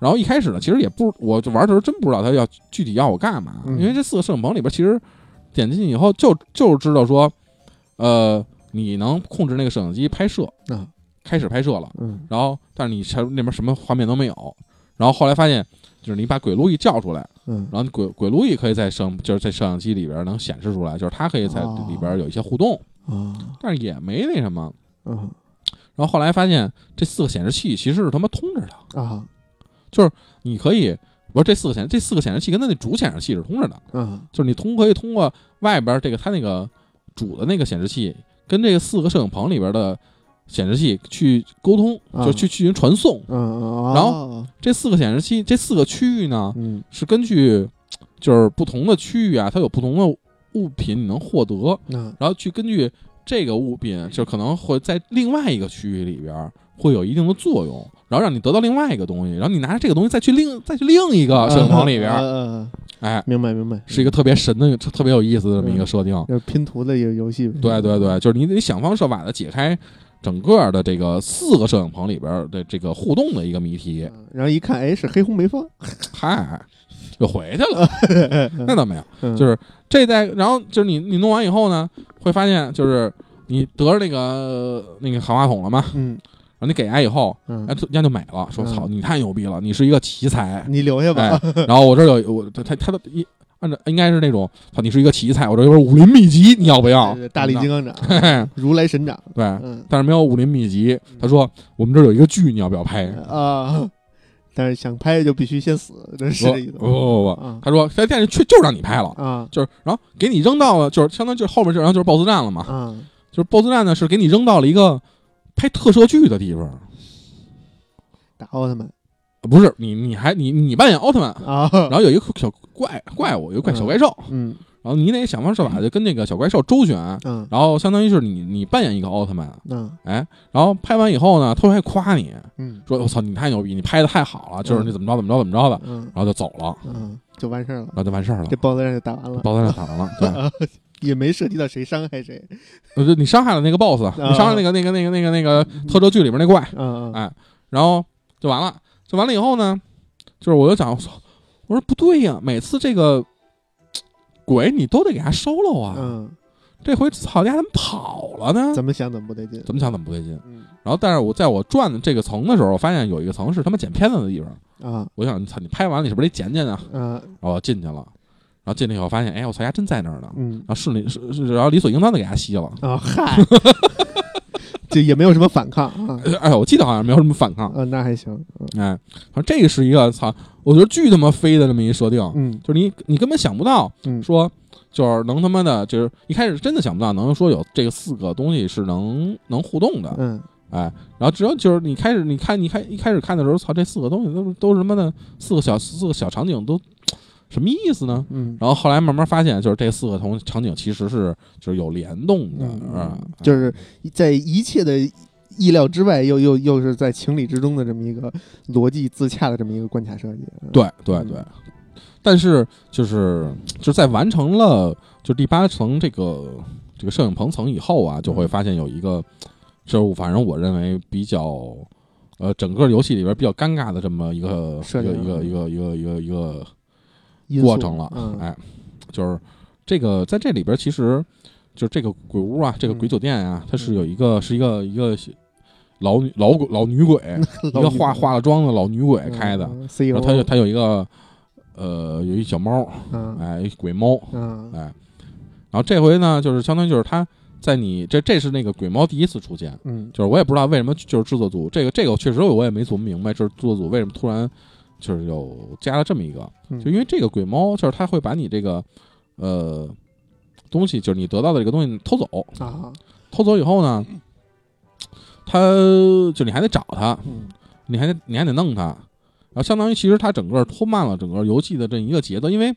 Speaker 2: 然后一开始呢，其实也不，我就玩的时候真不知道他要具体要我干嘛，
Speaker 1: 嗯
Speaker 2: 因为这四个摄影棚里边，其实点进去以后就就知道说，呃，你能控制那个摄影机拍摄，
Speaker 1: 啊
Speaker 2: 开始拍摄了，
Speaker 1: 嗯
Speaker 2: 然后但是你前那边什么画面都没有，然后后来发现就是你把鬼路易叫出来，
Speaker 1: 嗯
Speaker 2: 然后鬼鬼路易可以在摄影就是在摄像机里边能显示出来，就是他可以在
Speaker 1: 哦
Speaker 2: 里边有一些互动，
Speaker 1: 啊
Speaker 2: 但是也没那什么。
Speaker 1: 嗯
Speaker 2: 然后后来发现这四个显示器其实是他妈通着的，
Speaker 1: 啊
Speaker 2: 你可以不是这四个显这四个显示器跟它那主显示器是通着的，
Speaker 1: 嗯
Speaker 2: 就是你通可以通过外边这个它那个主的那个显示器跟这个四个摄影棚里边的显示器去沟通，
Speaker 1: 啊
Speaker 2: 就去去传送。
Speaker 1: 嗯，
Speaker 2: 然后这四个显示器这四个区域呢，
Speaker 1: 嗯
Speaker 2: 是根据就是不同的区域啊，它有不同的物品你能获得，
Speaker 1: 嗯
Speaker 2: 然后去根据这个物品，就可能会在另外一个区域里边儿会有一定的作用，然后让你得到另外一个东西，然后你拿着这个东西再去另再去另一个摄影棚里边儿，
Speaker 1: 嗯，
Speaker 2: 哎，
Speaker 1: 明白明白，
Speaker 2: 是一个特别神的、特别有意思的这么一个设定。
Speaker 1: 就是拼图的游游戏，
Speaker 2: 对对对，就是你得想方设法的解开整个的这个四个摄影棚里边儿的这个互动的一个谜题。
Speaker 1: 嗯，然后一看，哎，是黑红梅芳，
Speaker 2: 嗨，又回去了，那倒没有。就是是这代，然后就是你你弄完以后呢，会发现就是你得了那个那个喊话筒了嘛，
Speaker 1: 嗯
Speaker 2: 然后你给人家以后，
Speaker 1: 嗯
Speaker 2: 哎，，人家就美了，说
Speaker 1: 嗯
Speaker 2: 操，你太牛逼了，你是一个奇才。
Speaker 1: 你留下
Speaker 2: 哎
Speaker 1: 吧，，
Speaker 2: 然后我这儿有我他他他的一按照应该是那种，操，你是一个奇才，我这有本武林秘籍，你要不要
Speaker 1: 对？对 大力金刚掌，
Speaker 2: 嘿嘿，
Speaker 1: 如来神掌，
Speaker 2: 对，
Speaker 1: 嗯
Speaker 2: 但是没有武林秘籍。他说我们这儿有一个剧，你要不要拍？
Speaker 1: 啊，但是想拍就必须先死，这是
Speaker 2: 我哦
Speaker 1: 这意思
Speaker 2: 不不不不
Speaker 1: 嗯，
Speaker 2: 他说他但是却就让你拍了，
Speaker 1: 啊
Speaker 2: 就是然后给你扔到了，就是相当于就是后面就然后就是 BOSS 战了嘛，
Speaker 1: 啊
Speaker 2: 就是 BOSS 战呢是给你扔到了一个拍特摄剧的地方，
Speaker 1: 打奥特曼
Speaker 2: 呃不是你你还你你扮演奥特曼，
Speaker 1: 啊，
Speaker 2: 然后有一个小怪怪物，有一个怪小怪兽，
Speaker 1: 嗯
Speaker 2: 然后你得想方设法的跟那个小怪兽周旋，
Speaker 1: 嗯
Speaker 2: 然后相当于是你你扮演一个奥特曼，
Speaker 1: 嗯
Speaker 2: 哎，然后拍完以后呢，他会还夸你
Speaker 1: 嗯
Speaker 2: 说我操你太牛逼，你拍的太好了，就是你怎么着怎么着怎么着的，
Speaker 1: 嗯
Speaker 2: 然后就走了，
Speaker 1: 嗯，就完事儿了
Speaker 2: 然。后就完事儿了
Speaker 1: 这。BOSS 战就嗯打完了，
Speaker 2: 啊包子战打完了，对，
Speaker 1: 也没涉及到谁伤害谁。
Speaker 2: 呃就你伤害了那个 boss，你伤害那个那个那个那个那个特摄剧里边那怪，
Speaker 1: 嗯
Speaker 2: 哎然后就完了。就完了以后呢，就是我就想，我操我说不对呀，每次这个嘖鬼你都得给他收了啊，
Speaker 1: 嗯，
Speaker 2: 这回操家怎么跑了呢？
Speaker 1: 怎么想怎么不对劲。
Speaker 2: 怎么想怎么不对劲。
Speaker 1: 嗯
Speaker 2: 然后，但是我在我转的这个层的时候，我发现有一个层是他妈剪片子的地方。
Speaker 1: 啊
Speaker 2: 我想，操，你拍完了，你是不是得剪剪啊？
Speaker 1: 啊
Speaker 2: 然后我进去了，然后进去以后发现，哎，我操，家真在那儿呢。
Speaker 1: 嗯
Speaker 2: 然后顺理是是，然后理所应当的给他吸了。
Speaker 1: 啊嗨，就也没有什么反抗 啊
Speaker 2: 哎，我记得好像没有什么反抗。
Speaker 1: 啊，那还行。
Speaker 2: 哎，反正这个是一个操，我觉得巨他妈飞的这么一设定。
Speaker 1: 嗯
Speaker 2: 就是你你根本想不到
Speaker 1: 嗯
Speaker 2: 说，就是能他妈的，就是一开始真的想不到能说有这个四个东西是能能互动的，
Speaker 1: 嗯
Speaker 2: 哎，然后只有就是你开始你看你看一开始看的时候，操，这四个东西都是都是什么的，四个小四个小场景都什么意思呢？
Speaker 1: 嗯，
Speaker 2: 然后后来慢慢发现，就是这四个同场景其实是就是有联动的，
Speaker 1: 嗯
Speaker 2: 啊，
Speaker 1: 就是在一切的意料之外，又又又是在情理之中的这么一个逻辑自洽的这么一个关卡设计。嗯，
Speaker 2: 对对对。但是就是就是在完成了就第八层这个这个摄影棚层以后啊，就会发现有一个，就是反正我认为比较。呃，整个游戏里边比较尴尬的这么一个
Speaker 1: 设
Speaker 2: 一个
Speaker 1: 定啊
Speaker 2: 一个一个一个一个一个
Speaker 1: 因素
Speaker 2: 过程了。
Speaker 1: 嗯，
Speaker 2: 哎，就是这个在这里边，其实就是这个鬼屋啊，这个
Speaker 1: 嗯
Speaker 2: 鬼酒店啊，它是有一个是一个一个老女老鬼老女鬼，
Speaker 1: 一嗯
Speaker 2: 一个化化了妆的老女鬼开的，然
Speaker 1: ，CEO，
Speaker 2: 后它有它有一个呃有一小猫，
Speaker 1: 嗯
Speaker 2: 哎，一鬼猫，
Speaker 1: 嗯
Speaker 2: 哎，然后这回呢，就是相当于就是它在你这这是那个鬼猫第一次出现。
Speaker 1: 嗯
Speaker 2: 就是我也不知道为什么，就是制作组这个这个确实我也没琢磨明白，就是制作组为什么突然就是有加了这么一个，
Speaker 1: 嗯，
Speaker 2: 就因为这个鬼猫就是它会把你这个呃东西，就是你得到的这个东西偷走，
Speaker 1: 啊，
Speaker 2: 偷走以后呢，它就你还得找它，
Speaker 1: 嗯
Speaker 2: 你还得你还得弄它，然后相当于其实它整个拖慢了整个游戏的这一个节奏，因为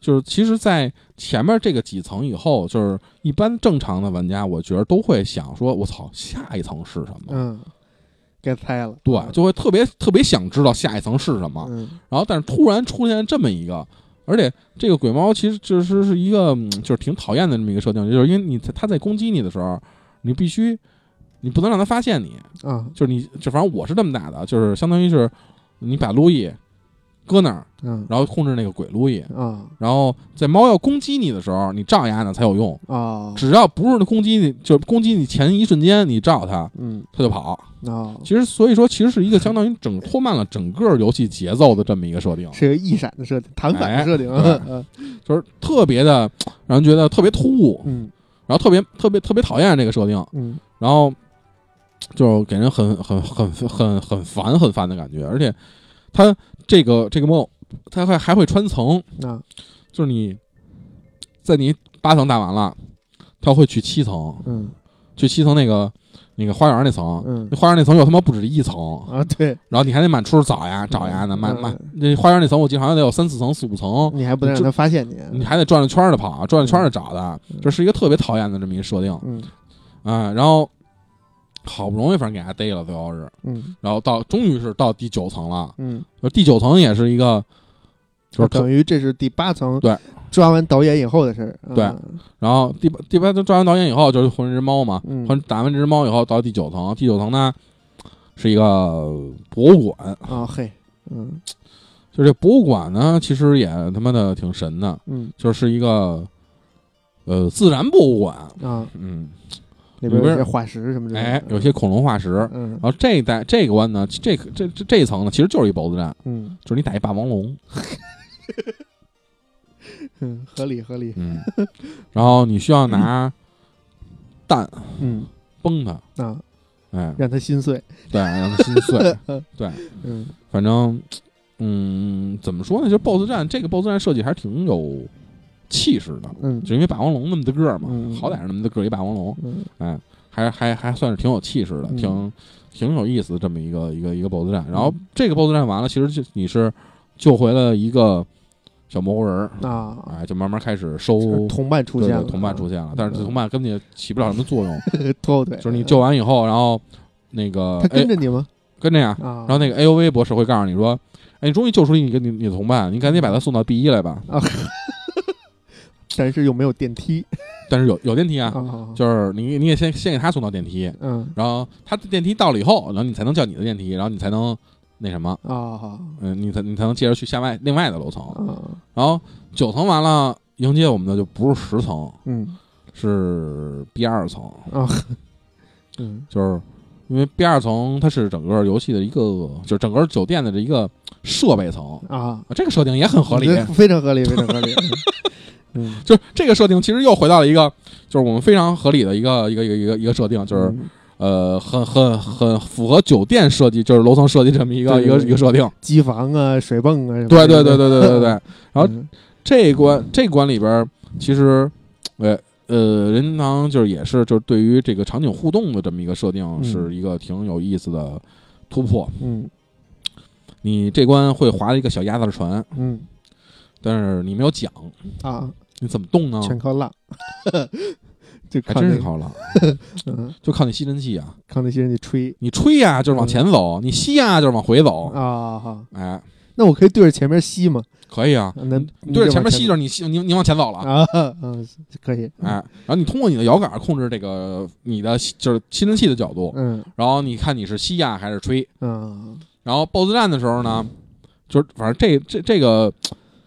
Speaker 2: 就是其实，在前面这个几层以后，就是一般正常的玩家，我觉得都会想说，我操，下一层是什么？
Speaker 1: 嗯，该猜了，
Speaker 2: 对，
Speaker 1: 嗯
Speaker 2: 就会特别特别想知道下一层是什么。
Speaker 1: 嗯
Speaker 2: 然后但是突然出现这么一个，而且这个鬼猫其实其实是一个嗯就是挺讨厌的这么一个设定，就是因为你在它在攻击你的时候，你必须你不能让它发现你，
Speaker 1: 啊
Speaker 2: 就是你就反正我是这么打的，就是相当于是你把路易搁那儿，
Speaker 1: 嗯
Speaker 2: 然后控制那个鬼路易。
Speaker 1: 啊
Speaker 2: 然后在猫要攻击你的时候，你照压它才有用。
Speaker 1: 啊，
Speaker 2: 只要不是攻击你，就是攻击你前一瞬间，你照它，
Speaker 1: 嗯
Speaker 2: 它就跑。
Speaker 1: 啊，
Speaker 2: 其实，所以说，其实是一个相当于整拖慢了整个游戏节奏的这么一个设定。
Speaker 1: 是个一闪的设定，弹反的设定，
Speaker 2: 哎
Speaker 1: 嗯
Speaker 2: 就是特别的让人觉得特别突兀，
Speaker 1: 嗯
Speaker 2: 然后特别特别特别讨厌这个设定，
Speaker 1: 嗯
Speaker 2: 然后就给人很很很很很烦很烦的感觉，而且它这个这个梦，它还还会穿层，
Speaker 1: 啊
Speaker 2: 就是你在你八层打完了，它会去七层，
Speaker 1: 嗯
Speaker 2: 去七层那个那个花园那层。
Speaker 1: 嗯
Speaker 2: 那花园那层又他妈不止一层，
Speaker 1: 啊，对，
Speaker 2: 然后你还得满处找呀找呀呢，满满
Speaker 1: 嗯
Speaker 2: 那花园那层我记得好像得有三四层四五层，
Speaker 1: 你还不能让他发现你，
Speaker 2: 你还得转着圈儿的跑，转着圈儿的找的，这是一个特别讨厌的这么一个设定啊、
Speaker 1: 嗯
Speaker 2: 然后好不容易反正给他逮了，最后是，
Speaker 1: 嗯
Speaker 2: 然后到终于是到第九层了，
Speaker 1: 嗯，
Speaker 2: 就第九层也是一个，就是特
Speaker 1: 等于这是第八层，
Speaker 2: 对，
Speaker 1: 抓完导演以后的事儿，嗯
Speaker 2: 对，然后第八第八层抓完导演以后就是混这只猫嘛，
Speaker 1: 嗯
Speaker 2: 混打完这只猫以后到第九层，第九层呢是一个博物馆，
Speaker 1: 啊嘿，嗯
Speaker 2: 就这博物馆呢其实也他妈的挺神的，
Speaker 1: 嗯
Speaker 2: 就是一个呃自然博物馆，
Speaker 1: 啊，
Speaker 2: 嗯，
Speaker 1: 里边
Speaker 2: 里
Speaker 1: 有
Speaker 2: 边
Speaker 1: 些化石什么之类的，
Speaker 2: 哎，有些恐龙化石，
Speaker 1: 嗯
Speaker 2: 然后这一代这个关呢，这个这这这一层呢，其实就是一 BOSS 战，
Speaker 1: 嗯
Speaker 2: 就是你打一霸王龙，
Speaker 1: 嗯，合理合理，
Speaker 2: 嗯， 然后你需要拿蛋
Speaker 1: 嗯
Speaker 2: 崩它，
Speaker 1: 啊，
Speaker 2: 哎，
Speaker 1: 让他心碎，
Speaker 2: 对，让它心碎，对，
Speaker 1: 嗯
Speaker 2: 反正，嗯，怎么说呢？就是 BOSS 战这个 BOSS 战设计还是挺有气势的，
Speaker 1: 嗯
Speaker 2: 就因为霸王龙那么大个儿嘛，
Speaker 1: 嗯
Speaker 2: 好歹是那么大个儿一霸王龙，
Speaker 1: 嗯
Speaker 2: 哎，还还还算是挺有气势的，
Speaker 1: 嗯
Speaker 2: 挺挺有意思的这么一个一个一个 BOSS 战。然后这个 BOSS 战完了，其实就你是救回了一个小蘑菇人儿，
Speaker 1: 啊，
Speaker 2: 哎，就慢慢开始收
Speaker 1: 就是同伴出
Speaker 2: 对
Speaker 1: 现
Speaker 2: 对
Speaker 1: 了，
Speaker 2: 同伴 出现了
Speaker 1: 嗯，
Speaker 2: 但是这同伴根本也起不了什 么作用，
Speaker 1: 现，拖后腿，
Speaker 2: 就是你救完以后，然后那个
Speaker 1: 他
Speaker 2: 哎
Speaker 1: 跟着你吗？
Speaker 2: 跟着呀，
Speaker 1: 啊，
Speaker 2: 然后那个 AOV 博士会告诉你说。哎，你终于救出了你跟你你的同伴，你赶紧把他送到 B 一来吧。
Speaker 1: 但是又没有电梯
Speaker 2: 但是有有电梯啊，
Speaker 1: 啊，
Speaker 2: 就是你你也先先给他送到电梯，
Speaker 1: 嗯
Speaker 2: 然后他的电梯到了以后，然后你才能叫你的电梯，然后你才能那什么，
Speaker 1: 啊
Speaker 2: 嗯、你才你才能接着去下外另外的楼层。
Speaker 1: 啊
Speaker 2: 然后九层完了，迎接我们的就不是十层，
Speaker 1: 嗯
Speaker 2: 是 B 二层，
Speaker 1: 啊嗯
Speaker 2: 就是因为 B 二层它是整个游戏的一个，就是整个酒店的这一个设备层，
Speaker 1: 啊，
Speaker 2: 啊这个设定也很合理。
Speaker 1: 这非常合理，非常合理，嗯，
Speaker 2: 就是这个设定，其实又回到了一个，就是我们非常合理的一个一个一个一个一个设定，就是、
Speaker 1: 嗯
Speaker 2: 呃，很很很符合酒店设计，就是楼层设计这么一个
Speaker 1: 对
Speaker 2: 一个
Speaker 1: 对对
Speaker 2: 一个设定。
Speaker 1: 机房啊、水泵啊什么
Speaker 2: 对
Speaker 1: 的，
Speaker 2: 对对对对对对。然后
Speaker 1: 嗯
Speaker 2: 这一关这一关里边儿，其实，呃呃，任天堂就是也是就是对于这个场景互动的这么一个设定，
Speaker 1: 嗯
Speaker 2: 是一个挺有意思的突破。
Speaker 1: 嗯
Speaker 2: 你这关会划一个小鸭子的船，
Speaker 1: 嗯
Speaker 2: 但是你没有讲，
Speaker 1: 啊，
Speaker 2: 你怎么动呢？
Speaker 1: 全靠浪， 就
Speaker 2: 嗯还
Speaker 1: 靠
Speaker 2: 真
Speaker 1: 那
Speaker 2: 是
Speaker 1: 个
Speaker 2: 靠了，
Speaker 1: 嗯，
Speaker 2: 就靠你吸尘器啊！
Speaker 1: 靠那些人去吹
Speaker 2: 你吹呀、就是往前走；你吸呀、就是往回走。
Speaker 1: 嗯啊。好，
Speaker 2: 哎，
Speaker 1: 那我可以对着前面吸吗？
Speaker 2: 可以啊，
Speaker 1: 那
Speaker 2: 你对着前面吸
Speaker 1: 着
Speaker 2: 着，你吸你你往前走了。
Speaker 1: 啊， 嗯，可以，
Speaker 2: 哎，然后你通过你的摇杆控制这个你的吸就是吸尘器的角度，
Speaker 1: 嗯
Speaker 2: 然后你看你是吸呀、还是吹。
Speaker 1: 嗯
Speaker 2: 然后 BOSS 战的时候呢，就是反正这这这个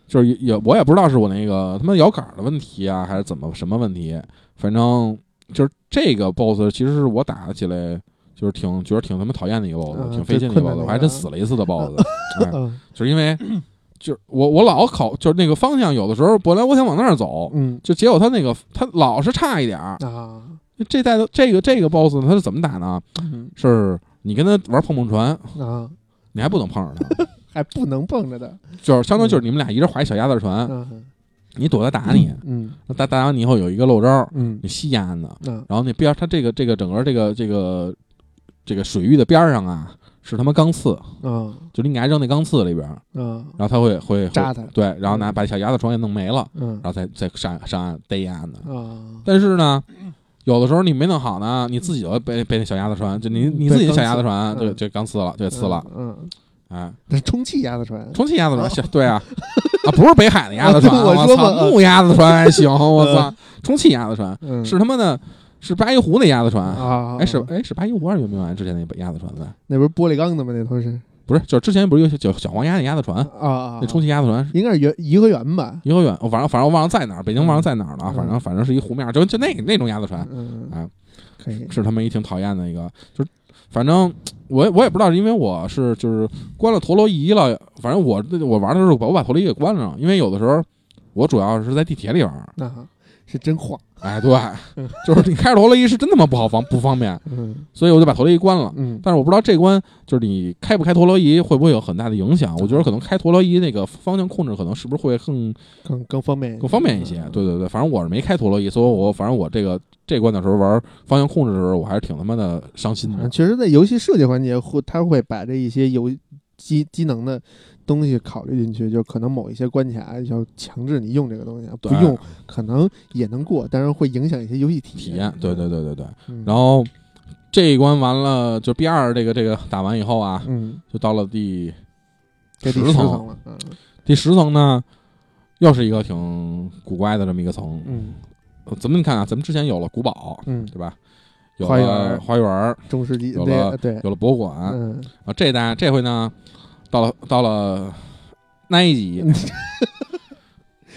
Speaker 2: 就是也也我也不知道是我那个他妈摇杆的问题啊，还是怎么什么问题，反正就是这个 BOSS 其实是我打起来就是挺觉得挺他妈讨厌的一个 BOSS，、
Speaker 1: 嗯
Speaker 2: 挺费劲的一
Speaker 1: 最
Speaker 2: 个
Speaker 1: 困难
Speaker 2: BOSS，
Speaker 1: 的
Speaker 2: 我还真死了一次的 BOSS，、哎、
Speaker 1: 嗯
Speaker 2: 就是因为就是我我老考就是那个方向，有的时候本来我想往那儿走。
Speaker 1: 嗯
Speaker 2: 就结果他那个他老是差一点儿，
Speaker 1: 啊，
Speaker 2: 这代的这个这个 boss 呢他是怎么打呢？
Speaker 1: 嗯
Speaker 2: 是你跟他玩碰碰船，
Speaker 1: 啊，
Speaker 2: 你还不能碰上他，
Speaker 1: 还不能蹦着的，
Speaker 2: 就是相当于就是你们俩一人划一小鸭子船，
Speaker 1: 嗯
Speaker 2: 你躲他打你，
Speaker 1: 嗯
Speaker 2: 那打打完你以后有一个漏招，
Speaker 1: 嗯
Speaker 2: 你吸烟呢，
Speaker 1: 嗯
Speaker 2: 然后那边儿它这个这个整个这个这个这个水域的边儿上啊是他妈钢刺，
Speaker 1: 嗯
Speaker 2: 就是你给它扔那钢刺里边儿，
Speaker 1: 嗯
Speaker 2: 然后它会会
Speaker 1: 扎
Speaker 2: 会
Speaker 1: 它
Speaker 2: 对，然后拿把小鸭子船给弄没了，
Speaker 1: 嗯
Speaker 2: 然后再再上上岸逮鸭呢。
Speaker 1: 啊，
Speaker 2: 但是呢，有的时候你没弄好呢，你自己就被被那小鸭子船就你你自己的小鸭子船
Speaker 1: 被钢
Speaker 2: 就
Speaker 1: 刺
Speaker 2: 就钢刺了，就给刺了，，
Speaker 1: 嗯，
Speaker 2: 哎。
Speaker 1: 那是充气鸭子船，
Speaker 2: 重庆鸭子船，行对啊，啊不是北海的鸭子船，
Speaker 1: 啊哦 我说嘛
Speaker 2: 操，木鸭子船 还行，我操， 重庆鸭子船
Speaker 1: 嗯
Speaker 2: 是他妈的，是八一湖那鸭子船，
Speaker 1: 啊，
Speaker 2: 哎是哎是八一湖还是圆明园之前那鸭子船呗？
Speaker 1: 那不是玻璃缸的吗？那都是
Speaker 2: 不是，就是之前不是有小小黄鸭那鸭子船，
Speaker 1: 啊，
Speaker 2: 那重庆鸭子船是
Speaker 1: 应该是圆颐和园吧？
Speaker 2: 颐和园，我反正反正我忘了在哪儿，北京忘了在哪儿了啊，
Speaker 1: 嗯
Speaker 2: 反正反正是一湖面，就就那那种鸭子船
Speaker 1: 嗯，
Speaker 2: 啊，
Speaker 1: 可以，
Speaker 2: 是他妈一挺讨厌的一个，就是反正。我也我也不知道，是因为我是就是关了陀螺仪了，反正我我玩的时候把我把陀螺仪给关上了，因为有的时候我主要是在地铁里玩，
Speaker 1: 那是真晃，
Speaker 2: 哎，对，就是你开着陀螺仪是真他妈不好方不方便，
Speaker 1: 嗯
Speaker 2: 所以我就把陀螺仪关了。
Speaker 1: 嗯，
Speaker 2: 但是我不知道这关就是你开不开陀螺仪会不会有很大的影响。我觉得可能开陀螺仪那个方向控制可能是不是会更
Speaker 1: 更更方便嗯
Speaker 2: 更方便一些。对对对，反正我是没开陀螺仪，所以我反正我这个这关的时候玩方向控制的时候，我还是挺他妈的伤心
Speaker 1: 啊，
Speaker 2: 的。
Speaker 1: 确实，在游戏设计环节会，它会把这一些游机机能的东西考虑进去，就可能某一些关卡要强制你用这个东西，啊不
Speaker 2: 对
Speaker 1: 用可能也能过，但是会影响一些游戏体
Speaker 2: 体验，对对，对对对。
Speaker 1: 嗯、
Speaker 2: 然后这一关完了，就 B 二这个这个打完以后啊，
Speaker 1: 嗯，
Speaker 2: 就到了第
Speaker 1: 这第
Speaker 2: 十
Speaker 1: 十
Speaker 2: 层
Speaker 1: 层了，嗯
Speaker 2: 第十层呢，又是一个挺古怪的这么一个层。
Speaker 1: 嗯
Speaker 2: 呃咱们看啊，咱们之前有了古堡，
Speaker 1: 嗯，
Speaker 2: 对吧？有
Speaker 1: 花
Speaker 2: 了
Speaker 1: 园
Speaker 2: 花园儿，
Speaker 1: 中世纪
Speaker 2: 有
Speaker 1: 那
Speaker 2: 了
Speaker 1: 个对，
Speaker 2: 有了博物馆啊。
Speaker 1: 嗯，
Speaker 2: 这单这回呢，到了到了埃 及，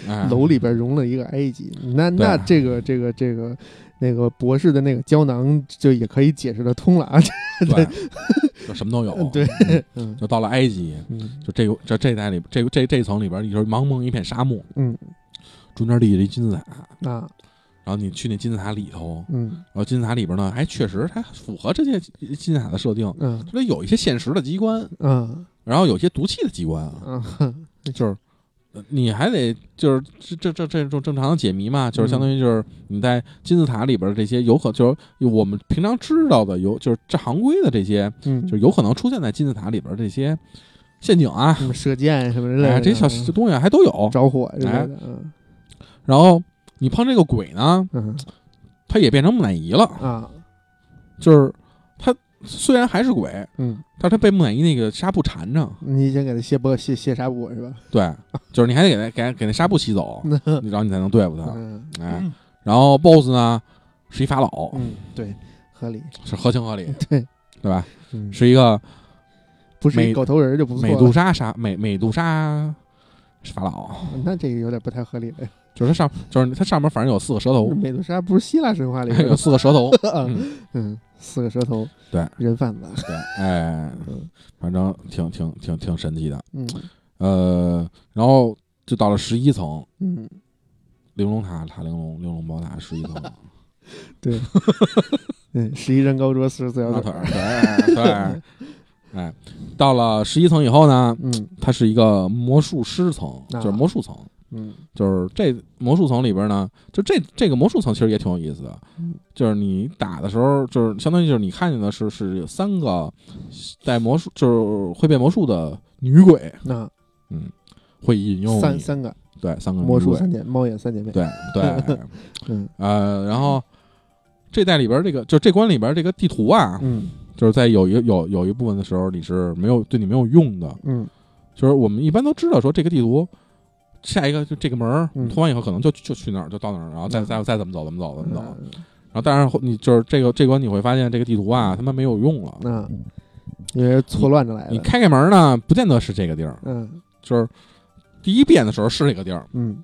Speaker 2: 哎，
Speaker 1: 楼里边容了一个埃及，那
Speaker 2: 对
Speaker 1: 那这个这个这个那个博士的那个胶囊就也可以解释得通了啊，
Speaker 2: 对，就什么都有。
Speaker 1: 对
Speaker 2: 嗯，
Speaker 1: 嗯
Speaker 2: 就到了埃及，
Speaker 1: 嗯
Speaker 2: 就这这这代里这这这层里边，你就是茫茫一片沙漠，
Speaker 1: 嗯，
Speaker 2: 中间立着一金字塔，
Speaker 1: 那
Speaker 2: 然后你去那金字塔里头，
Speaker 1: 啊嗯
Speaker 2: 然后金字塔里边呢，还哎确实它符合这些金字塔的设定，
Speaker 1: 嗯
Speaker 2: 它有一些现实的机关，
Speaker 1: 嗯
Speaker 2: 然后有些毒气的机关啊，
Speaker 1: 嗯
Speaker 2: 就是呃你还得就是这这这这种正常的解谜嘛，就
Speaker 1: 嗯
Speaker 2: 是相当于就是你在金字塔里边儿这些有可就是我们平常知道的有就是这行规的这些，
Speaker 1: 嗯，
Speaker 2: 就是有可能出现在金字塔里边儿这些陷阱啊，
Speaker 1: 什么射箭什么之类的，
Speaker 2: 哎，这些小哎
Speaker 1: 嗯
Speaker 2: 这东西还都有。
Speaker 1: 着火之类的，嗯
Speaker 2: 然后你碰这个鬼呢，
Speaker 1: 嗯
Speaker 2: 它也变成木乃伊了，
Speaker 1: 啊
Speaker 2: 就是它虽然还是鬼，
Speaker 1: 嗯，
Speaker 2: 但是它被木乃伊那个纱布缠着，
Speaker 1: 你先给他卸波卸卸纱布是吧？
Speaker 2: 对，就是你还得给它给它给那纱布吸走，
Speaker 1: 那
Speaker 2: 然后你才能对付它。
Speaker 1: 嗯
Speaker 2: 哎，然后 BOSS 呢是一法老，
Speaker 1: 嗯，对，合理，
Speaker 2: 是合情合理，
Speaker 1: 对，
Speaker 2: 对吧？
Speaker 1: 嗯，
Speaker 2: 是一个
Speaker 1: 不是
Speaker 2: 美
Speaker 1: 一狗头人就不错
Speaker 2: 美杜
Speaker 1: 了，
Speaker 2: 莎沙美美杜莎法老，
Speaker 1: 那这个有点不太合理了。
Speaker 2: 就是它上就是它上面反正有四个舌头，
Speaker 1: 美杜莎不是希腊神话里
Speaker 2: 有
Speaker 1: 有
Speaker 2: 四个 舌头，嗯
Speaker 1: 嗯，四个舌头，
Speaker 2: 对，
Speaker 1: 人贩子，
Speaker 2: 对，哎，反正挺挺挺挺神奇的。
Speaker 1: 嗯
Speaker 2: 呃，然后就到了十一层，
Speaker 1: 嗯，
Speaker 2: 玲珑塔塔玲珑玲珑宝塔十一层，
Speaker 1: 对，嗯，十一人高桌，四十四
Speaker 2: 大
Speaker 1: 条
Speaker 2: 腿
Speaker 1: 腿，
Speaker 2: 儿，对对，哎，到了十一层以后呢，
Speaker 1: 嗯
Speaker 2: 它是一个魔术师层，
Speaker 1: 啊
Speaker 2: 就是魔术层。
Speaker 1: 嗯
Speaker 2: 就是这魔术层里边呢，就这这个魔术层其实也挺有意思的
Speaker 1: 嗯，
Speaker 2: 就是你打的时候，就是相当于就是你看见的是是有三个带魔术，就是会变魔术的女鬼，
Speaker 1: 那
Speaker 2: 会引诱
Speaker 1: 三
Speaker 2: 你，
Speaker 1: 三个，
Speaker 2: 对，三个
Speaker 1: 魔
Speaker 2: 女
Speaker 1: 术
Speaker 2: 鬼，
Speaker 1: 三姐猫眼三姐妹，
Speaker 2: 对 对，
Speaker 1: 嗯
Speaker 2: 呃，然后这代里边这个就这关里边这个地图啊，
Speaker 1: 嗯
Speaker 2: 就是在有一有有一部分的时候你是没有对你没有用的，
Speaker 1: 嗯
Speaker 2: 就是我们一般都知道说这个地图。下一个就这个门儿
Speaker 1: 嗯
Speaker 2: 通完以后，可能就就去哪儿就到哪儿，然后再再再怎么走怎么走怎么走。
Speaker 1: 嗯
Speaker 2: 然后，当然后你就是这个这关你会发现这个地图啊，他妈没有用了。
Speaker 1: 那因为是错乱着来
Speaker 2: 你
Speaker 1: 的，
Speaker 2: 开开门呢，不见得是这个地儿，
Speaker 1: 嗯
Speaker 2: 就是第一遍的时候是这个地儿，
Speaker 1: 嗯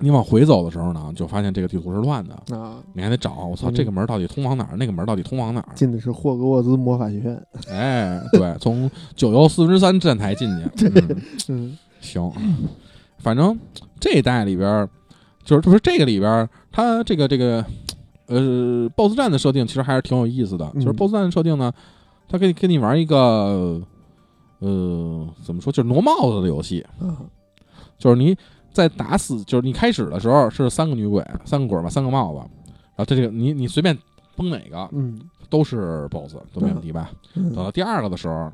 Speaker 2: 你往回走的时候呢，就发现这个地图是乱的，
Speaker 1: 啊，
Speaker 2: 你还得找。我操，
Speaker 1: 嗯
Speaker 2: 这个门到底通往哪儿？那个门到底通往哪儿？
Speaker 1: 进的是霍格沃兹魔法学院，
Speaker 2: 哎，对，从九幺四十三站台进去。嗯、
Speaker 1: 嗯
Speaker 2: 行，反正这一代里边儿，就是不是这个里边儿，它这个这个呃，BOSS 战的设定其实还是挺有意思的。
Speaker 1: 嗯
Speaker 2: 就是 BOSS 战的设定呢，它可以跟你玩一个呃，怎么说，就是挪帽子的游戏。
Speaker 1: 啊
Speaker 2: 就是你在打死，就是你开始的时候是三个女鬼，三个鬼吧，三个帽子，然后这个你你随便崩哪个
Speaker 1: 嗯
Speaker 2: 都是 BOSS，都没问题吧？
Speaker 1: 嗯
Speaker 2: 等到第二个的时候，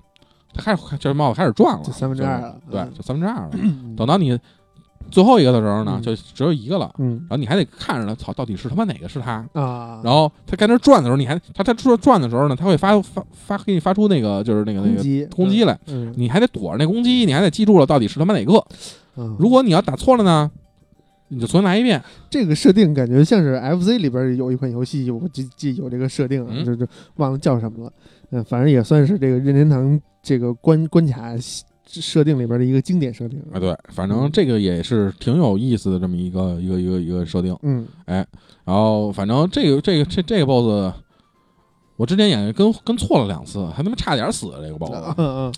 Speaker 2: 它开始这帽子开始转了，
Speaker 1: 就三分之二了
Speaker 2: 就是对，
Speaker 1: 嗯
Speaker 2: 就三分之 二了。
Speaker 1: 嗯
Speaker 2: 等到你最后一个的时候呢
Speaker 1: 嗯，
Speaker 2: 就只有一个了，
Speaker 1: 嗯
Speaker 2: 然后你还得看着它，操，到底是他妈哪个是他？
Speaker 1: 啊，
Speaker 2: 然后他在那转的时候，你还他他说转的时候呢，他会发发发给你发出那个就是那个那
Speaker 1: 攻
Speaker 2: 个
Speaker 1: 击
Speaker 2: 攻击，来，
Speaker 1: 嗯
Speaker 2: 你还得躲着那攻击，你还得记住了到底是他妈哪个。
Speaker 1: 嗯，
Speaker 2: 如果你要打错了呢，你就重新来一遍。
Speaker 1: 这个设定感觉像是 FC 里边有一款游戏，我记记有这个设定啊，
Speaker 2: 嗯
Speaker 1: 就就忘了叫什么了。嗯，反正也算是这个任天堂这个关关卡设定里边的一个经典设定
Speaker 2: 啊，。对，反正这个也是挺有意思的这么一个一个一个一个设定。
Speaker 1: 嗯
Speaker 2: 然后反正这个这个这这个 BOSS，我之前演跟跟错了两次，还他妈差点死这个 BOSS，、
Speaker 1: 嗯嗯，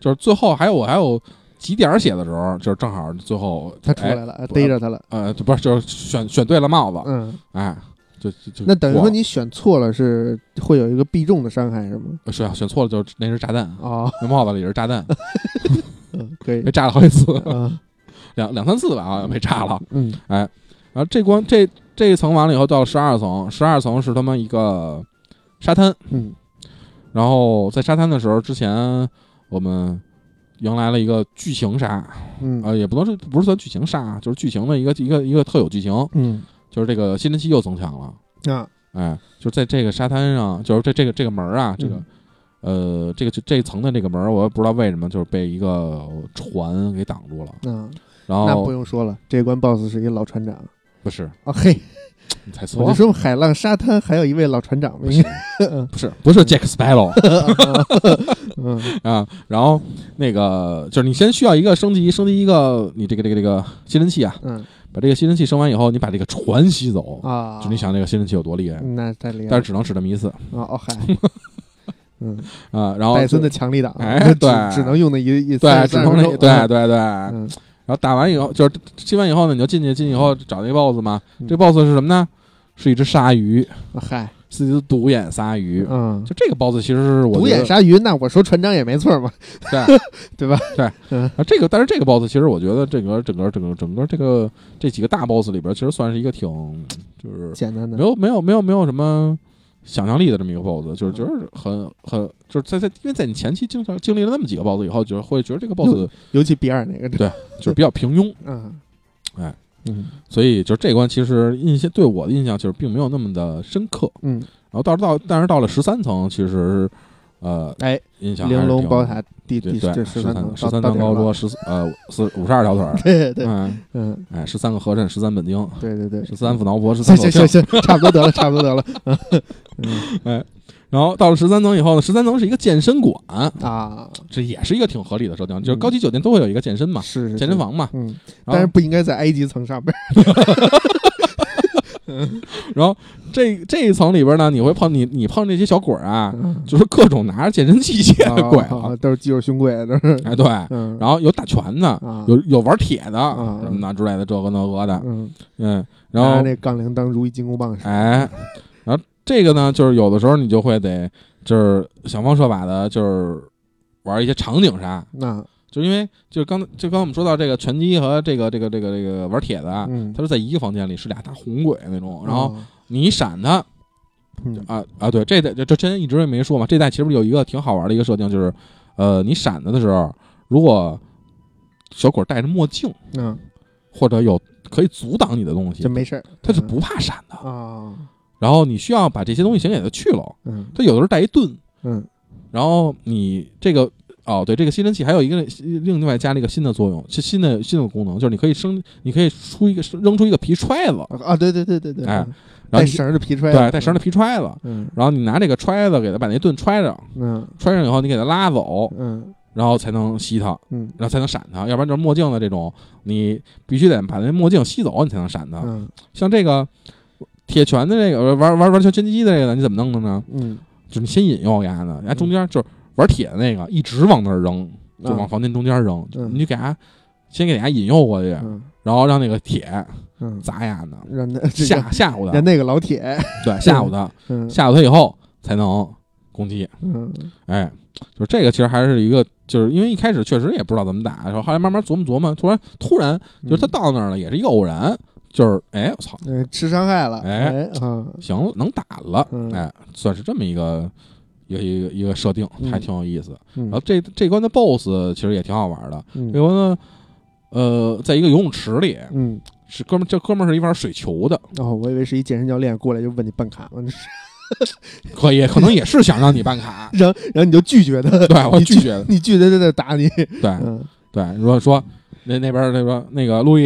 Speaker 2: 就是最后还有我还有几点血的时候，就是正好最后
Speaker 1: 他出来
Speaker 2: 哎
Speaker 1: 了，呃逮着他了。
Speaker 2: 呃，就不是就是选选对了帽子，
Speaker 1: 嗯，
Speaker 2: 哎，就就就
Speaker 1: 那等于
Speaker 2: 过
Speaker 1: 说
Speaker 2: 了
Speaker 1: 你选错了是会有一个必中的伤害是吗？
Speaker 2: 是啊，选错了就是那是炸弹，
Speaker 1: 哦，
Speaker 2: 那帽子里是炸弹，
Speaker 1: 嗯，可以
Speaker 2: 被。炸了好几次，
Speaker 1: 啊，
Speaker 2: 两两三次吧，好像被炸了。
Speaker 1: 嗯
Speaker 2: 然后这关这这一层完了以后，到十二层，十二层是他妈一个沙滩，
Speaker 1: 嗯
Speaker 2: 然后在沙滩的时候，之前我们迎来了一个剧情杀啊、
Speaker 1: 嗯
Speaker 2: 也不能说不是算剧情杀啊，就是剧情的一个一个一个特有剧情，
Speaker 1: 嗯
Speaker 2: 就是这个新神器又增强了，
Speaker 1: 啊
Speaker 2: 哎，就是在这个沙滩上，就是这这个这个门儿啊，这个。
Speaker 1: 嗯
Speaker 2: 呃，这个这一层的这个门儿，我也不知道为什么就是被一个船给挡住了。
Speaker 1: 啊，
Speaker 2: 然
Speaker 1: 那
Speaker 2: 后
Speaker 1: 不用说了，这关 BOSS 是一老船长。
Speaker 2: 不是，
Speaker 1: 啊嘿，
Speaker 2: 你猜错
Speaker 1: 我就说
Speaker 2: 了，
Speaker 1: 海浪沙滩还有一位老船长嘛，
Speaker 2: 不
Speaker 1: 应
Speaker 2: 是
Speaker 1: 该，
Speaker 2: 不是，不是 Jack Sparrow，
Speaker 1: 嗯
Speaker 2: 啊，然后那个就是你先需要一个升级，升级一个你这个这个这个吸尘器啊，
Speaker 1: 嗯
Speaker 2: 把这个吸尘器升完以后，你把这个船吸走，
Speaker 1: 啊，嗯
Speaker 2: 就你想这个吸尘器有多厉害，
Speaker 1: 那太厉害
Speaker 2: 但
Speaker 1: 了
Speaker 2: 是只能使这么一次
Speaker 1: 啊！哦 嗨，嗯，
Speaker 2: 啊，然后
Speaker 1: 戴森
Speaker 2: 就
Speaker 1: 的强力档，
Speaker 2: 哎
Speaker 1: 就只
Speaker 2: 对
Speaker 1: 只能用那一一
Speaker 2: 对，只能那对，
Speaker 1: 30分钟
Speaker 2: 对对，
Speaker 1: 嗯
Speaker 2: 然后打完以后就是吸完以后呢，你就进去，进去以后找那 boss 嘛，
Speaker 1: 嗯
Speaker 2: 这 boss 是什么呢？是一只鲨鱼，
Speaker 1: 嗯嗨，
Speaker 2: 是一只独眼鲨鱼。
Speaker 1: 嗯，
Speaker 2: 就这个 boss 其实是我
Speaker 1: 独
Speaker 2: 觉得
Speaker 1: 眼鲨鱼，那我说船长也没错嘛，
Speaker 2: 对
Speaker 1: 对吧？
Speaker 2: 对
Speaker 1: 嗯
Speaker 2: 啊，这个但是这个 boss 其实我觉得整个整个整个整个这个这几个大 boss 里边，其实算是一个挺就是
Speaker 1: 简单的
Speaker 2: 没，有没有没有没有什么想象力的这么一个 BOSS，就是
Speaker 1: 嗯
Speaker 2: 就是很很就是在在因为在你前期经常经历了那么几个 BOSS 以后，就是会觉得这个 BOSS
Speaker 1: 尤其比尔那个，
Speaker 2: 对就是比较平庸，
Speaker 1: 嗯，
Speaker 2: 哎，
Speaker 1: 嗯
Speaker 2: 所以就是这关其实印象对我的印象就是并没有那么的深刻。
Speaker 1: 嗯，
Speaker 2: 然后到到但是到了十三层，其实呃
Speaker 1: 哎，
Speaker 2: 印象还是
Speaker 1: 玲
Speaker 2: 挺
Speaker 1: 珑宝塔第
Speaker 2: 对
Speaker 1: 第
Speaker 2: 对
Speaker 1: 这
Speaker 2: 十
Speaker 1: 三
Speaker 2: 层
Speaker 1: 层
Speaker 2: 十三
Speaker 1: 到
Speaker 2: 层高，
Speaker 1: 到顶
Speaker 2: 桌
Speaker 1: 了
Speaker 2: 十四呃四五十二条腿儿，
Speaker 1: 对对，
Speaker 2: 嗯
Speaker 1: 嗯，
Speaker 2: 哎十三个和珅十三本丁
Speaker 1: 对对对，
Speaker 2: 十三副挠脖十
Speaker 1: 行
Speaker 2: 三
Speaker 1: 行
Speaker 2: 口
Speaker 1: 行
Speaker 2: 庆，
Speaker 1: 行，差不多得了，差不多得了， 嗯
Speaker 2: 然后到了十三层以后呢，十三层是一个健身馆，
Speaker 1: 嗯啊，
Speaker 2: 这也是一个挺合理的设定，就是
Speaker 1: 嗯
Speaker 2: 高级酒店都会有一个健身嘛，
Speaker 1: 是是
Speaker 2: 健身，房嘛
Speaker 1: 是。嗯，
Speaker 2: 然
Speaker 1: 但是
Speaker 2: 后，
Speaker 1: 不应该在埃及层 上边。
Speaker 2: 然后这这一层里边呢，你会碰你你碰这些小鬼儿啊，
Speaker 1: 嗯
Speaker 2: 就是各种拿着健身器 械的鬼啊，
Speaker 1: 啊，都是肌肉胸贵，都是。
Speaker 2: 哎对，
Speaker 1: 嗯，
Speaker 2: 然后有打拳的，
Speaker 1: 啊，
Speaker 2: 有有玩铁的
Speaker 1: 啊
Speaker 2: 什么的之类的，这个那个的，
Speaker 1: 嗯，
Speaker 2: 嗯，然
Speaker 1: 拿
Speaker 2: 后
Speaker 1: 那杠铃当如意金箍棒使。
Speaker 2: 哎，然后这个呢，就是有的时候你就会得就是想方设法的，就是玩一些场景杀，
Speaker 1: 那
Speaker 2: 就因为就是刚就刚我们说到这个拳击和这个这个这个这个玩铁的啊，
Speaker 1: 嗯，
Speaker 2: 他是在一个房间里是俩大红鬼那种，然后
Speaker 1: 哦
Speaker 2: 你一闪他
Speaker 1: 嗯
Speaker 2: 啊啊，对，这代这这之前一直也没说嘛，这代其实有一个挺好玩的一个设定，就是呃，你闪他的时候，如果小鬼戴着墨镜，
Speaker 1: 嗯
Speaker 2: 或者有可以阻挡你的东西
Speaker 1: 就，没事嗯儿
Speaker 2: 它是不怕闪的。
Speaker 1: 啊，
Speaker 2: 然后你需要把这些东西先给它去了。
Speaker 1: 嗯
Speaker 2: 它有的时候带一盾，
Speaker 1: 嗯
Speaker 2: 然后你这个哦，对，这个吸尘器还有一个另外加了一个新的作用，是新的新的功能，就是你可以生，你可以出一个扔出一个皮揣子，
Speaker 1: 啊，对对对对对，
Speaker 2: 哎
Speaker 1: 嗯
Speaker 2: 然后
Speaker 1: 带
Speaker 2: 你
Speaker 1: 绳儿的皮揣，
Speaker 2: 对，带绳的，皮揣子，
Speaker 1: 嗯
Speaker 2: 然后你拿这个揣子给它把那盾揣上，
Speaker 1: 嗯
Speaker 2: 揣上以后你给它拉走，
Speaker 1: 嗯
Speaker 2: 然后才能吸它，
Speaker 1: 嗯
Speaker 2: 然后才能闪它，要不然就是墨镜的这种，你必须得把那墨镜吸走，你才能闪它。
Speaker 1: 嗯
Speaker 2: 像这个铁拳的这个玩玩玩拳拳击的这个，你怎么弄的呢？
Speaker 1: 嗯，
Speaker 2: 就是你先引诱丫呢，哎丫中间就是玩铁的那个，一直往那儿扔，就
Speaker 1: 啊
Speaker 2: 往房间中间扔，
Speaker 1: 嗯
Speaker 2: 你就给他先给他引诱过去，
Speaker 1: 嗯
Speaker 2: 然后让那个铁
Speaker 1: 嗯，
Speaker 2: 砸丫呢，
Speaker 1: 让那这
Speaker 2: 吓吓唬他
Speaker 1: 让，那个老 铁，
Speaker 2: 对，吓唬他，
Speaker 1: 嗯
Speaker 2: 吓唬他以后才能攻击。
Speaker 1: 嗯
Speaker 2: 哎，就是这个，其实还是一个，就是因为一开始确实也不知道怎么打，然后后来慢慢琢磨琢磨，突然突然就是他到那儿了，也是一个偶然，就是哎，我操，
Speaker 1: 嗯吃伤害了，
Speaker 2: 哎
Speaker 1: 哎啊，
Speaker 2: 行了，能打了
Speaker 1: 嗯，
Speaker 2: 哎，算是这么一个一个一个一个设定，还
Speaker 1: 嗯
Speaker 2: 挺有意思。
Speaker 1: 嗯
Speaker 2: 然后这这关的 BOSS 其实也挺好玩的，
Speaker 1: 嗯
Speaker 2: 这关呢，呃，在一个游泳池里，
Speaker 1: 嗯，
Speaker 2: 是哥们儿这哥们儿是一玩水球的，
Speaker 1: 哦，我以为是一健身教练过来就问你办卡了，，
Speaker 2: 可以可能也是想让你办卡
Speaker 1: 然后然后你就拒绝他，
Speaker 2: 对我
Speaker 1: 你
Speaker 2: 拒绝了，
Speaker 1: 你拒绝他在那打你，
Speaker 2: 对
Speaker 1: 嗯
Speaker 2: 对，说说那那边儿那边那个路易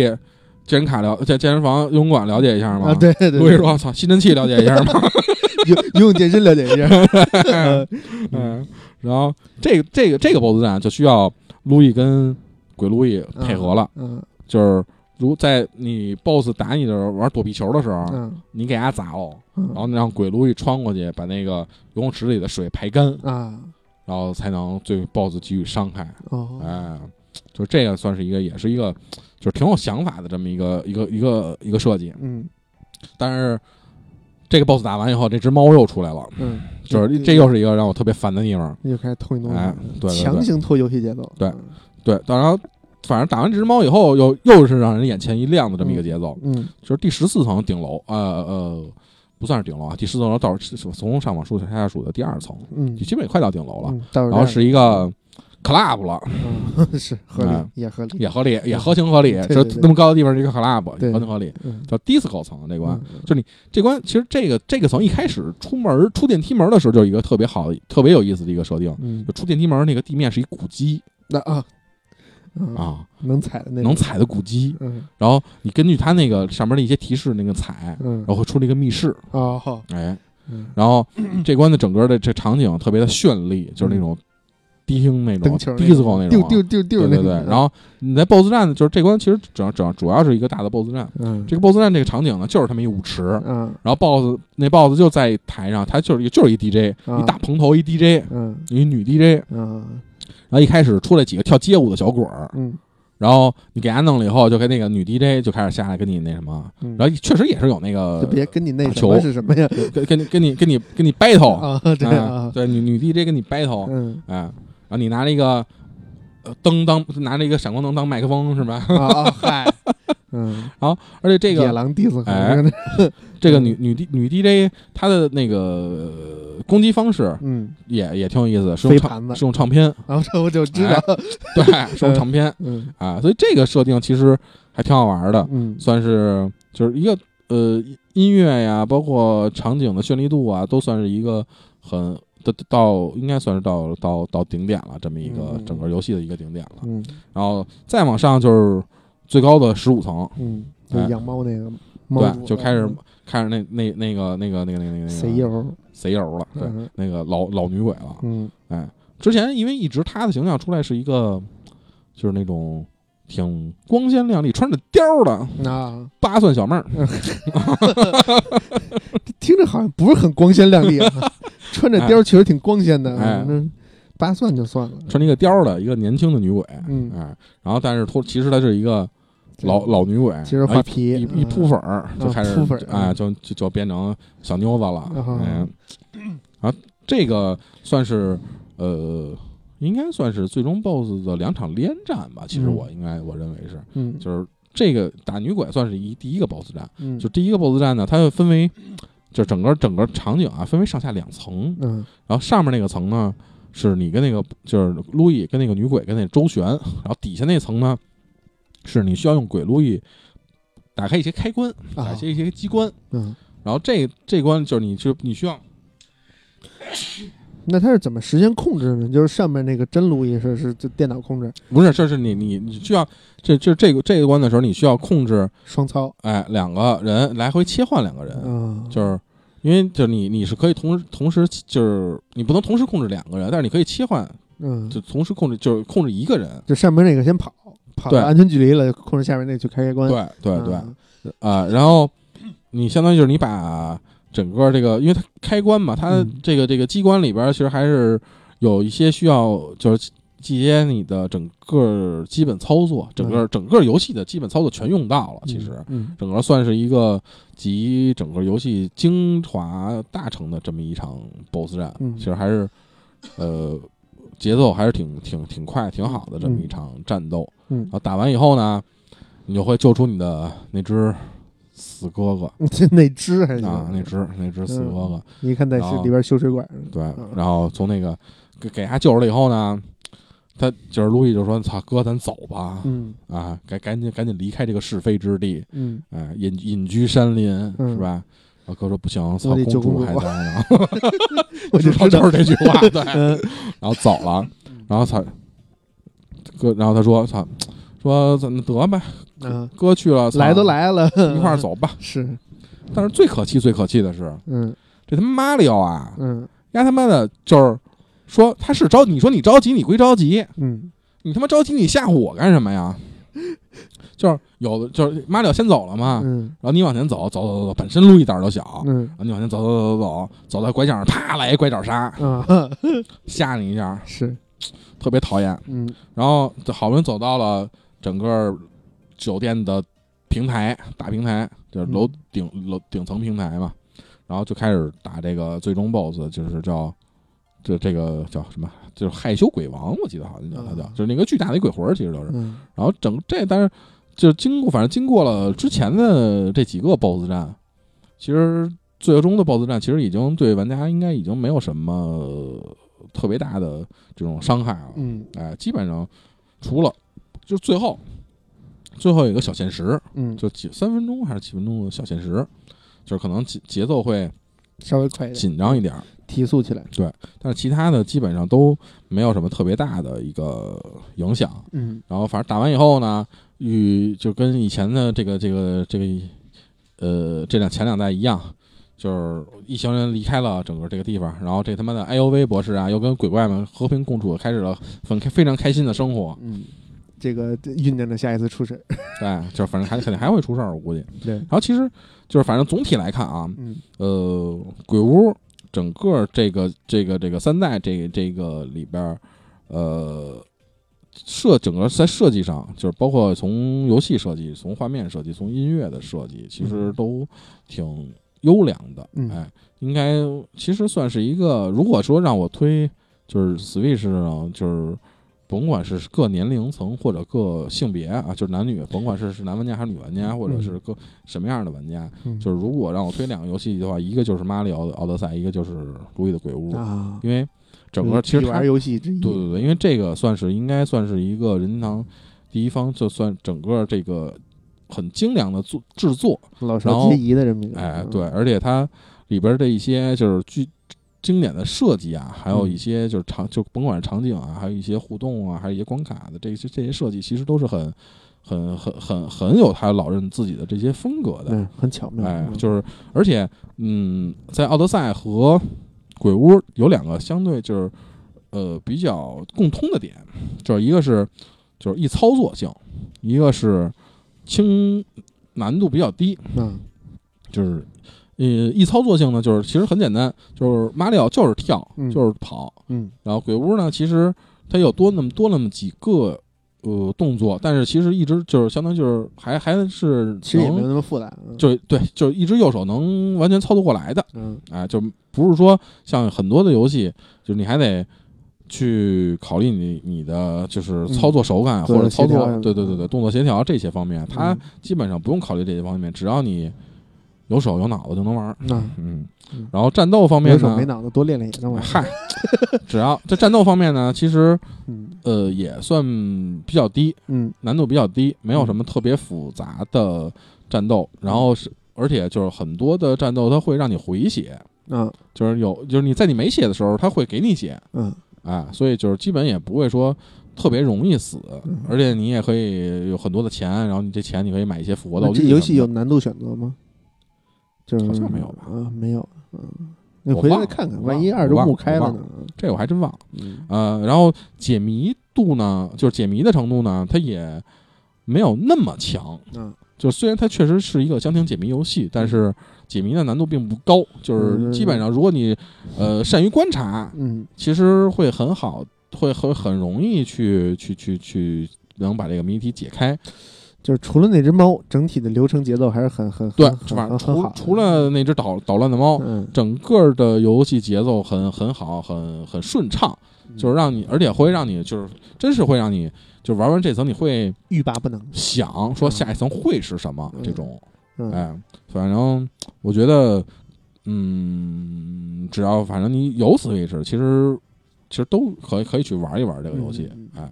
Speaker 2: 健身卡了健健身房游泳馆了解一下吗？
Speaker 1: 啊，对对，对
Speaker 2: 路易说操吸尘器了解一下吗？
Speaker 1: 游游泳健身了解 一下，嗯
Speaker 2: 嗯，然后这个这个这个 BOSS 战就需要路易跟鬼路易配合了，
Speaker 1: 嗯
Speaker 2: 就是如在你 BOSS 打你的时候玩躲避球的时候，
Speaker 1: 嗯
Speaker 2: 你给他砸了。
Speaker 1: 嗯
Speaker 2: 然后让鬼路易穿过去，把那个游泳池里的水排干，
Speaker 1: 啊
Speaker 2: 然后才能对 BOSS 给予伤害。
Speaker 1: 哦，
Speaker 2: 哎，就这个算是一个，也是一个，就是挺有想法的这么一个一个一个一个设计。
Speaker 1: 嗯
Speaker 2: 但是这个 BOSS 打完以后，这只猫又出来了，
Speaker 1: 嗯，
Speaker 2: 就是这又是一个让我特别烦的地方。
Speaker 1: 又开始偷你东西
Speaker 2: 哎
Speaker 1: 了，，
Speaker 2: 对对
Speaker 1: 强
Speaker 2: 对
Speaker 1: 行拖游戏节奏，
Speaker 2: 对对，当然。反正打完这只猫以后，又又是让人眼前一亮的这么一个节奏，
Speaker 1: 嗯
Speaker 2: 就是第十四层顶楼，呃呃，不算是顶楼啊，第十层楼到是从上往数向下数的第二层，
Speaker 1: 嗯
Speaker 2: 就基本也快到顶楼了。
Speaker 1: 嗯，到时候
Speaker 2: 然后是一个 club 了，
Speaker 1: 嗯 是合
Speaker 2: 哎
Speaker 1: 理也合理，
Speaker 2: 也合理，也合情合理。
Speaker 1: 对
Speaker 2: 就
Speaker 1: 对对
Speaker 2: 那么高的地方是一个 club，
Speaker 1: 对
Speaker 2: 合情合理。
Speaker 1: 嗯
Speaker 2: 叫 disco 层这关，
Speaker 1: 嗯
Speaker 2: 就你这关其实这个这个层一开始出门出电梯门的时候，就是一个特别好、特别有意思的一个设定。
Speaker 1: 嗯
Speaker 2: 就，出电梯门那个地面是一古迹
Speaker 1: 那啊嗯
Speaker 2: 啊，
Speaker 1: 能踩的那
Speaker 2: 能
Speaker 1: 种，
Speaker 2: 踩的古迹。
Speaker 1: 嗯
Speaker 2: 然后你根据它那个上面的一些提示那个踩，
Speaker 1: 嗯
Speaker 2: 然后会出了一个密室，
Speaker 1: 哦好
Speaker 2: 哎，
Speaker 1: 嗯嗯
Speaker 2: 然后这关的整个的这场景特别的绚丽，就是那种迪厅那种
Speaker 1: 灯球
Speaker 2: disco 那种
Speaker 1: 丢
Speaker 2: 啊
Speaker 1: 丢丢丢
Speaker 2: 对
Speaker 1: 那
Speaker 2: 对对
Speaker 1: 种，
Speaker 2: 然后你在 BOSS 战呢，就是这关其实主要主要主要是一个大的 BOSS 战。
Speaker 1: 嗯
Speaker 2: 这个 BOSS 战这个场景呢，就是他们一舞池，
Speaker 1: 嗯
Speaker 2: 然后 BOSS 那 BOSS 就在台上，他就是一就是一 DJ，
Speaker 1: 啊
Speaker 2: 一大蓬头一 DJ，
Speaker 1: 嗯
Speaker 2: 一女 DJ。
Speaker 1: 嗯
Speaker 2: 然后一开始出来几个跳街舞的小鬼儿，
Speaker 1: 嗯
Speaker 2: 然后你给他弄了以后，就跟那个女 DJ 就开始下来跟你那什么，
Speaker 1: 嗯，
Speaker 2: 然后确实也是有那个
Speaker 1: 就别跟你那
Speaker 2: 打
Speaker 1: 什
Speaker 2: 球
Speaker 1: 么是什么 呀
Speaker 2: 跟跟你跟你跟你跟你 battle，
Speaker 1: 啊这样
Speaker 2: 哎
Speaker 1: 啊
Speaker 2: 对女女 DJ 跟你 battle，
Speaker 1: 嗯
Speaker 2: 哎，然后你拿了一个呃灯当拿了一个闪光灯当麦克风是吧？
Speaker 1: 啊啊嗨嗯
Speaker 2: 而且这个
Speaker 1: 野狼 disco
Speaker 2: 哎这个女女 D 女 DJ 她的那个呃攻击方式
Speaker 1: 嗯
Speaker 2: 也也挺有意思，是用
Speaker 1: 飞
Speaker 2: 唱
Speaker 1: 盘子
Speaker 2: 是用唱片，
Speaker 1: 然后这我就知
Speaker 2: 哎
Speaker 1: 道
Speaker 2: 对，是用唱片
Speaker 1: 嗯
Speaker 2: 啊，所以这个设定其实还挺好玩的，
Speaker 1: 嗯
Speaker 2: 啊算是就是一个呃音乐呀，包括场景的绚丽度啊，都算是一个很。到到应该算是到到到顶点了，这么一个
Speaker 1: 嗯
Speaker 2: 整个游戏的一个顶点了。
Speaker 1: 嗯
Speaker 2: 然后再往上就是最高的十五层，
Speaker 1: 嗯，就
Speaker 2: 哎
Speaker 1: 养猫那个猫主
Speaker 2: 对，就开始
Speaker 1: 嗯
Speaker 2: 开始那那那个那个那个那个那个
Speaker 1: CEO
Speaker 2: 贼油了，对，
Speaker 1: 嗯
Speaker 2: 那个老老女鬼了。
Speaker 1: 嗯
Speaker 2: 哎，之前因为一直她的形象出来是一个，就是那种挺光鲜亮丽、穿着貂的
Speaker 1: 啊，
Speaker 2: 八蒜小妹儿，
Speaker 1: 听着好像不是很光鲜亮丽啊， 穿着貂确实挺光鲜的，
Speaker 2: 哎
Speaker 1: 嗯，扒蒜就算了，
Speaker 2: 穿着一个貂的一个年轻的女鬼，
Speaker 1: 嗯
Speaker 2: 哎，然后但是她其实她是一个老老女鬼，
Speaker 1: 其实
Speaker 2: 然后
Speaker 1: 画
Speaker 2: 一
Speaker 1: 皮嗯
Speaker 2: 一一扑粉儿就开始
Speaker 1: 扑粉儿
Speaker 2: 哎，
Speaker 1: 嗯
Speaker 2: 就就就变成小妞子了，
Speaker 1: 啊
Speaker 2: 嗯，然后这个算是呃。应该算是最终 BOSS 的两场连战吧，其实
Speaker 1: 嗯
Speaker 2: 我应该我认为是，
Speaker 1: 嗯
Speaker 2: 就是这个打女鬼算是一第一个 BOSS 战，
Speaker 1: 嗯
Speaker 2: 就第一个 BOSS 战呢，它又分为，就整个整个场景啊，分为上下两层，
Speaker 1: 嗯
Speaker 2: 然后上面那个层呢，是你跟那个就是路易跟那个女鬼跟那周旋，然后底下那层呢，是你需要用鬼路易打开一些开关，
Speaker 1: 啊
Speaker 2: 打开一些机关，
Speaker 1: 嗯，
Speaker 2: 然后这这关就是你去你需要
Speaker 1: 那它是怎么实现控制呢？就是上面那个真路易是是就电脑控制
Speaker 2: 不是，这是你你你需要这这这个这个关的时候，你需要控制
Speaker 1: 双操，
Speaker 2: 哎两个人来回切换两个人，
Speaker 1: 嗯，
Speaker 2: 就是因为就是你你是可以同时同时就是你不能同时控制两个人，但是你可以切换，
Speaker 1: 嗯，
Speaker 2: 就同时控制就是控制一个人。
Speaker 1: 就上面那个先跑，跑
Speaker 2: 对
Speaker 1: 到安全距离了，控制下面那个去开开关。
Speaker 2: 对对对，啊、
Speaker 1: 嗯
Speaker 2: 然后你相当于就是你把整个这个，因为它开关嘛，它
Speaker 1: 嗯
Speaker 2: 这个这个机关里边其实还是有一些需要就是这些你的整个基本操作，整个整个游戏的基本操作全用到了，其实。
Speaker 1: 嗯，
Speaker 2: 整个算是一个集整个游戏精华大成的这么一场 BOSS 战，
Speaker 1: 嗯
Speaker 2: 其实还是呃节奏还是挺挺挺快挺好的这么一场战斗。
Speaker 1: 嗯
Speaker 2: 然后打完以后呢，你就会救出你的那只死哥哥
Speaker 1: 嗯这那只还行
Speaker 2: 啊，那只那只死哥哥，
Speaker 1: 你看在
Speaker 2: 然后
Speaker 1: 里边修水管，
Speaker 2: 对
Speaker 1: 嗯，
Speaker 2: 然后从那个给给他救出来以后呢。他就是路易就说：“操哥，咱走吧，
Speaker 1: 嗯
Speaker 2: 啊，赶赶紧赶紧离开这个是非之地。
Speaker 1: 嗯，
Speaker 2: 哎，隐隐居山林、
Speaker 1: 嗯
Speaker 2: 是吧？然后哥说不行，操，
Speaker 1: 我得救
Speaker 2: 主
Speaker 1: 公
Speaker 2: 还
Speaker 1: 主
Speaker 2: 在呢，
Speaker 1: 我就知
Speaker 2: 知道就
Speaker 1: 道，
Speaker 2: 是这句话，对。
Speaker 1: 嗯
Speaker 2: 然后走了，然后操，哥，然后他说操，说怎么得呗，
Speaker 1: 嗯，
Speaker 2: 哥去了，操
Speaker 1: 来都，来了，
Speaker 2: 一块儿走吧。
Speaker 1: 是，
Speaker 2: 但是最可气、最可气的是，
Speaker 1: 嗯
Speaker 2: 这他妈马里奥啊，
Speaker 1: 嗯
Speaker 2: 丫他妈的就是说他是着，你说你着急，你归着急，
Speaker 1: 嗯
Speaker 2: 你他妈着急，你吓唬我干什么呀？ 就是有的，就是马里奥先走了嘛，
Speaker 1: 嗯
Speaker 2: 然后你往前走，走走走走，本身路一点儿都小，
Speaker 1: 嗯
Speaker 2: 然后你往前走走走走走，走到拐角上，啪来一拐角杀，
Speaker 1: 啊，
Speaker 2: 吓你一下，
Speaker 1: 是，
Speaker 2: 特别讨厌。
Speaker 1: 嗯
Speaker 2: 然后好不容易走到了整个酒店的平台，大平台就是
Speaker 1: 嗯
Speaker 2: 楼顶、楼顶层平台嘛，然后就开始打这个最终 BOSS，就是叫这这个叫什么？就是害羞鬼王，我记得好像叫他叫，
Speaker 1: 嗯
Speaker 2: 就是那个巨大的一鬼魂儿，其实都是。
Speaker 1: 嗯
Speaker 2: 然后整这，但是就经过，反正经过了之前的这几个 BOSS 战，其实最终的 BOSS 战其实已经对玩家应该已经没有什么特别大的这种伤害了。
Speaker 1: 嗯
Speaker 2: 哎，基本上除了就最后最后有一个小限时，
Speaker 1: 嗯，
Speaker 2: 就几三分钟还是几分钟的小限时，就是可能节节奏会
Speaker 1: 稍微快一点，
Speaker 2: 紧张一点儿，
Speaker 1: 提速起来，
Speaker 2: 但是其他的基本上都没有什么特别大的一个影响。
Speaker 1: 嗯
Speaker 2: 然后反正打完以后呢，与就跟以前的这个这个这个呃这两前两代一样，就是一行人离开了整个这个地方，然后这他妈的 I O V 博士啊，又跟鬼怪们和平共处，开始了很开非常开心的生活。
Speaker 1: 嗯，这个酝酿着下一次出 事，
Speaker 2: 对，哎就反正还肯定还会出事儿，我估计。
Speaker 1: 对，
Speaker 2: 然后其实就是反正总体来看啊，
Speaker 1: 嗯
Speaker 2: 呃，鬼屋整个这个这个这个三代这个这个里边儿，呃，设整个在设计上，就是包括从游戏设计、从画面设计、从音乐的设计，其实都挺优良的。
Speaker 1: 嗯
Speaker 2: 哎，应该其实算是一个，如果说让我推，就是 Switch 上就是。甭管是各年龄层或者各性别啊，就是男女，甭管是是男玩家还是女玩家，或者是各什么样的玩家，
Speaker 1: 嗯，
Speaker 2: 就是如果让我推两个游戏的话，一个就是《马里奥的奥德赛》，一个就是《路易的鬼屋》
Speaker 1: 啊，
Speaker 2: 因为整个其实它
Speaker 1: 玩
Speaker 2: 对
Speaker 1: 游戏之一，
Speaker 2: 对对，因为这个算是应该算是一个任天堂第一方，就算整个这个很精良的做制作，
Speaker 1: 老
Speaker 2: 然
Speaker 1: 少
Speaker 2: 后
Speaker 1: 皆宜的这么一个，
Speaker 2: 哎，
Speaker 1: 嗯
Speaker 2: 对，，而且它里边的一些就是剧。经典的设计啊，
Speaker 1: 嗯
Speaker 2: 还有一些就是场，就甭管是场景啊，还有一些互动啊，还有一些关卡的这些这些设计，其实都是很、很、很、很、很有他老任自己的这些风格的。
Speaker 1: 嗯，很巧妙，
Speaker 2: 哎，
Speaker 1: 嗯
Speaker 2: 就是而且，嗯，在奥德赛和鬼屋有两个相对就是呃比较共通的点，就是一个是就是易操作性，一个是轻难度比较低，
Speaker 1: 嗯
Speaker 2: 就是。呃，易操作性呢，就是其实很简单，就是马里奥就是跳，
Speaker 1: 嗯
Speaker 2: 就是跑。
Speaker 1: 嗯
Speaker 2: 然后鬼屋呢，其实它有多那么多那么几个呃动作，但是其实一直就是相当于就是还还是
Speaker 1: 其实也
Speaker 2: 能
Speaker 1: 没有那么复杂，嗯
Speaker 2: 就对，就是一只右手能完全操作过来的，
Speaker 1: 嗯
Speaker 2: 啊，就不是说像很多的游戏，就是你还得去考虑你你的就是操作手感、
Speaker 1: 嗯
Speaker 2: 或者操
Speaker 1: 对协
Speaker 2: 作
Speaker 1: 调，
Speaker 2: 对对对对，动作协调这些方面，它
Speaker 1: 嗯
Speaker 2: 基本上不用考虑这些方面，只要你有手有脑子就能玩儿。
Speaker 1: 那
Speaker 2: 嗯
Speaker 1: 嗯，
Speaker 2: 然后战斗方面
Speaker 1: 没手没
Speaker 2: 呢，
Speaker 1: 脑的多练练也能玩。
Speaker 2: 嗨， 只要在战斗方面呢，其实
Speaker 1: 嗯
Speaker 2: 呃也算比较低，
Speaker 1: 嗯
Speaker 2: 难度比较低，没有什么特别复杂的战斗。然后是，而且就是很多的战斗它会让你回血，
Speaker 1: 啊
Speaker 2: 就是有就是你在你没血的时候，它会给你血，
Speaker 1: 嗯
Speaker 2: 啊，所以就是基本也不会说特别容易死
Speaker 1: 嗯，
Speaker 2: 而且你也可以有很多的钱，然后你这钱你可以买一些复活道
Speaker 1: 那
Speaker 2: 具
Speaker 1: 这
Speaker 2: 什么的。
Speaker 1: 游戏有难度选择吗？就是
Speaker 2: 好像没有吧
Speaker 1: 啊，没有。嗯，你
Speaker 2: 我
Speaker 1: 回
Speaker 2: 忘
Speaker 1: 来
Speaker 2: 了
Speaker 1: 看看，
Speaker 2: 我
Speaker 1: 万一
Speaker 2: 忘了
Speaker 1: 二周
Speaker 2: 我忘
Speaker 1: 目
Speaker 2: 了
Speaker 1: 开
Speaker 2: 我
Speaker 1: 了
Speaker 2: 忘
Speaker 1: 呢？
Speaker 2: 这我还真忘了。
Speaker 1: 嗯
Speaker 2: 呃，然后解谜度呢，就是解谜的程度呢，它也没有那么强。
Speaker 1: 嗯，
Speaker 2: 就虽然它确实是一个家庭解谜游戏，但是解谜的难度并不高，就是
Speaker 1: 嗯
Speaker 2: 基本上如果你呃善于观察，
Speaker 1: 嗯
Speaker 2: 其实会很好，会会很容易去去去去能把这个谜题解开。
Speaker 1: 就是除了那只猫，整体的流程节奏还是很很
Speaker 2: 对，
Speaker 1: 很
Speaker 2: 反正
Speaker 1: 很很
Speaker 2: 除
Speaker 1: 好的。
Speaker 2: 除了那只捣捣乱的猫，
Speaker 1: 嗯，
Speaker 2: 整个的游戏节奏很很好，很很顺畅，
Speaker 1: 嗯
Speaker 2: 就是让你，而且会让你就是真是会让你，就玩完这层你会
Speaker 1: 欲罢不能。
Speaker 2: 想说下一层会是什么
Speaker 1: 嗯
Speaker 2: 这种，
Speaker 1: 嗯
Speaker 2: 哎，反正我觉得，嗯，只要反正你有 Switch，其实其实都可以可以去玩一玩这个游戏
Speaker 1: 嗯，
Speaker 2: 哎，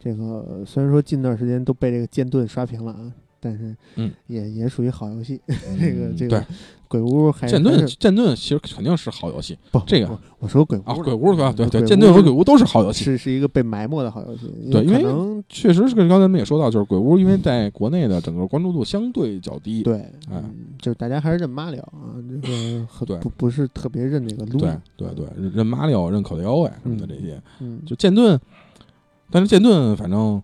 Speaker 1: 这个虽然说近段时间都被这个剑盾刷屏了啊，但是
Speaker 2: 嗯
Speaker 1: 也也属于好游戏。 这个
Speaker 2: 嗯
Speaker 1: 这
Speaker 2: 对
Speaker 1: 个鬼屋还
Speaker 2: 剑
Speaker 1: 还
Speaker 2: 盾
Speaker 1: 是
Speaker 2: 剑盾其实肯定是好游戏
Speaker 1: 不
Speaker 2: 这个
Speaker 1: 我我说鬼屋
Speaker 2: 啊，
Speaker 1: 了
Speaker 2: 鬼屋对吧？对对，
Speaker 1: 鬼
Speaker 2: 剑盾
Speaker 1: 屋
Speaker 2: 和鬼屋都是好游戏，
Speaker 1: 是是一个被埋没的好游戏，
Speaker 2: 对因
Speaker 1: 可
Speaker 2: 为
Speaker 1: 能
Speaker 2: 确实是跟刚才我们也说到，就是鬼屋，因为在国内的整个关注度相对较低。
Speaker 1: 对，
Speaker 2: 哎
Speaker 1: 嗯就是大家还是认妈聊啊，这个很
Speaker 2: 对
Speaker 1: 不不是特别认这个路，
Speaker 2: 对对对，认马里奥、认口袋妖怪什么的
Speaker 1: 嗯
Speaker 2: 这些，
Speaker 1: 嗯，
Speaker 2: 就剑盾，但是剑盾反正，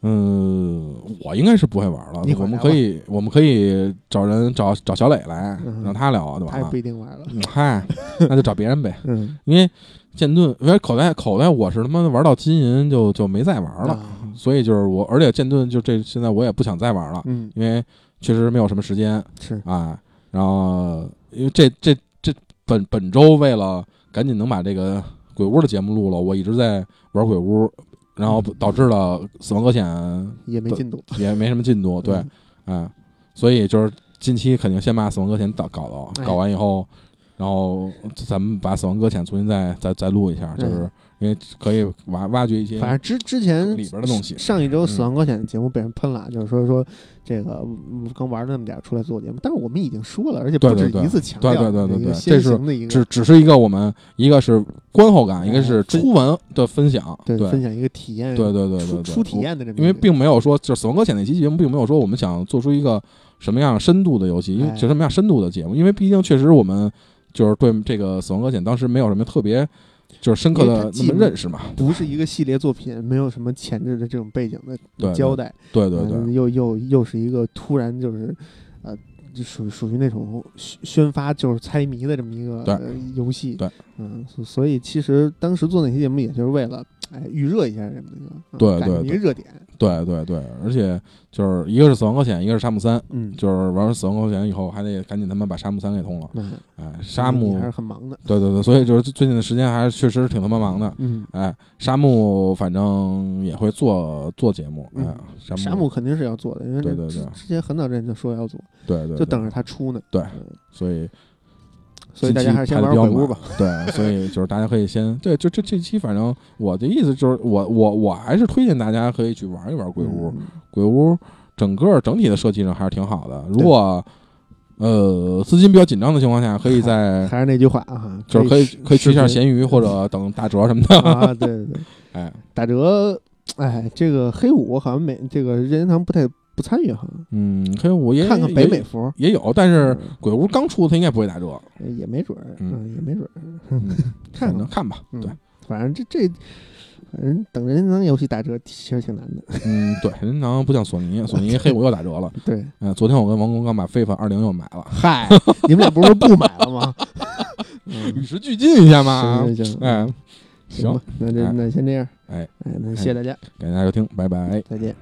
Speaker 2: 嗯、我应该是不会玩了
Speaker 1: 你。会
Speaker 2: 我们
Speaker 1: 玩
Speaker 2: 可以，我们可以找人找找小磊来，
Speaker 1: 嗯
Speaker 2: 让他聊就
Speaker 1: 他
Speaker 2: 完
Speaker 1: 也
Speaker 2: 了
Speaker 1: 不。一定玩了，
Speaker 2: 嗯嗨，那就找别人呗，
Speaker 1: 嗯，
Speaker 2: 因为剑盾，因为口袋口袋，我是他妈玩到金银就就没再玩了，
Speaker 1: 啊，
Speaker 2: 所以就是我，而且剑盾就这现在我也不想再玩了，
Speaker 1: 嗯，
Speaker 2: 因为确实没有什么时间。
Speaker 1: 是，
Speaker 2: 啊，然后因为这这这本本周为了赶紧能把这个鬼屋的节目录了，我一直在玩鬼屋，然后
Speaker 1: 嗯
Speaker 2: 导致了死亡搁浅
Speaker 1: 也没进度，
Speaker 2: 也没什么进度，对，
Speaker 1: 嗯
Speaker 2: 啊，所以就是近期肯定先把死亡搁浅搞搞了，
Speaker 1: 哎
Speaker 2: 搞完以后，然后咱们把死亡搁浅重新再再再录一下，就是因为可以挖挖掘一些
Speaker 1: 嗯反正之之前
Speaker 2: 里边的东西
Speaker 1: 上一周《
Speaker 2: 嗯
Speaker 1: 死亡搁浅》的节目被人喷了，就是说说这个嗯刚玩了那么点儿出来做节目，但是我们已经说了，而且不
Speaker 2: 对对
Speaker 1: 止
Speaker 2: 对
Speaker 1: 一次强调，
Speaker 2: 对对对对对
Speaker 1: 一个
Speaker 2: 这
Speaker 1: 先
Speaker 2: 是
Speaker 1: 行的一
Speaker 2: 只
Speaker 1: 个
Speaker 2: 只是一个我们一个是观后感，一个是
Speaker 1: 分
Speaker 2: 初闻的分享，对对
Speaker 1: 哎分享一个体验，
Speaker 2: 对对对
Speaker 1: 初
Speaker 2: 对，
Speaker 1: 初体验的这么一个，
Speaker 2: 因为并没有说，就是《死亡搁浅》那期节目并没有说我们想做出一个什么样深度的游戏，因为
Speaker 1: 哎
Speaker 2: 就什么样深度的节目，因为毕竟确实我们就是对这个《死亡搁浅》当时没有什么特别就是深刻
Speaker 1: 因为
Speaker 2: 的
Speaker 1: 它既
Speaker 2: 那么认识嘛，
Speaker 1: 不是一个系列作品，没有什么前置的这种背景
Speaker 2: 对
Speaker 1: 的交代，
Speaker 2: 对对对，
Speaker 1: 嗯又又又是一个突然就是，呃，就属属于那种宣宣发就是猜谜的这么一个
Speaker 2: 对
Speaker 1: 呃游戏，
Speaker 2: 对，
Speaker 1: 嗯，所所以其实当时做那期节目也就是为了哎预热一下这么一个，嗯
Speaker 2: 对
Speaker 1: 赶上
Speaker 2: 对
Speaker 1: 一个热点，
Speaker 2: 对对对，而且就是一个是《死亡搁浅》，一个是《沙漠三》，
Speaker 1: 嗯，
Speaker 2: 就是玩完《死亡搁浅》以后，还得赶紧他妈把《沙漠三》给通了，
Speaker 1: 那
Speaker 2: 哎，沙漠
Speaker 1: 嗯你还是很忙的，
Speaker 2: 对对对，所以就是最近的时间还是确实挺他妈忙的。
Speaker 1: 嗯，
Speaker 2: 哎，沙漠反正也会做做节目，哎
Speaker 1: 嗯，
Speaker 2: 沙
Speaker 1: 沙
Speaker 2: 漠
Speaker 1: 漠嗯肯定是要做的，因为
Speaker 2: 对
Speaker 1: 这
Speaker 2: 对
Speaker 1: 之
Speaker 2: 对
Speaker 1: 之前很早之前就说要做，
Speaker 2: 对对，对
Speaker 1: 就等着它出呢，
Speaker 2: 对
Speaker 1: 嗯，
Speaker 2: 所以
Speaker 1: 所以大家还是先玩
Speaker 2: 近期
Speaker 1: 鬼屋
Speaker 2: 排得比较
Speaker 1: 吧，
Speaker 2: 对，所以就是大家可 以先对，就这这期，反正我的意思就是我，我我还是推荐大家可以去玩一玩鬼屋。
Speaker 1: 嗯，
Speaker 2: 鬼屋整个整体的设计上还是挺好的。如果呃资金比较紧张的情况下，可以在
Speaker 1: 还是那句话啊，
Speaker 2: 哎就是可以可以去一下
Speaker 1: 视频嗯
Speaker 2: 闲鱼或者等打折什么的。
Speaker 1: 啊，对对对。
Speaker 2: 哎，
Speaker 1: 打折，哎，这个黑五好像没这个任天堂不太不参与哈，
Speaker 2: 嗯，可以，我也
Speaker 1: 看看北美嗯
Speaker 2: 也
Speaker 1: 服
Speaker 2: 也有，但是鬼屋刚出它应该不会打折。
Speaker 1: 嗯也没准儿，
Speaker 2: 嗯
Speaker 1: 嗯，也没准儿，
Speaker 2: 嗯，
Speaker 1: 看
Speaker 2: 反正
Speaker 1: 看，
Speaker 2: 看吧，对，
Speaker 1: 反正这这。反正等任天堂游戏打折其实挺难的，
Speaker 2: 嗯，对，任天堂不像索尼，索尼黑五又打折了。
Speaker 1: 对。
Speaker 2: 嗯，昨天我跟王工刚把 FIFA 二零又买了，
Speaker 1: 嗨，你们俩不是说不买了吗？
Speaker 2: 与
Speaker 1: 嗯，
Speaker 2: 时俱进一下嘛。
Speaker 1: 行行，
Speaker 2: 哎，
Speaker 1: 行吧，那这
Speaker 2: 哎
Speaker 1: 那先这样，
Speaker 2: 哎
Speaker 1: 哎，那谢谢大家，
Speaker 2: 感谢大家收听，拜拜。
Speaker 1: 再见。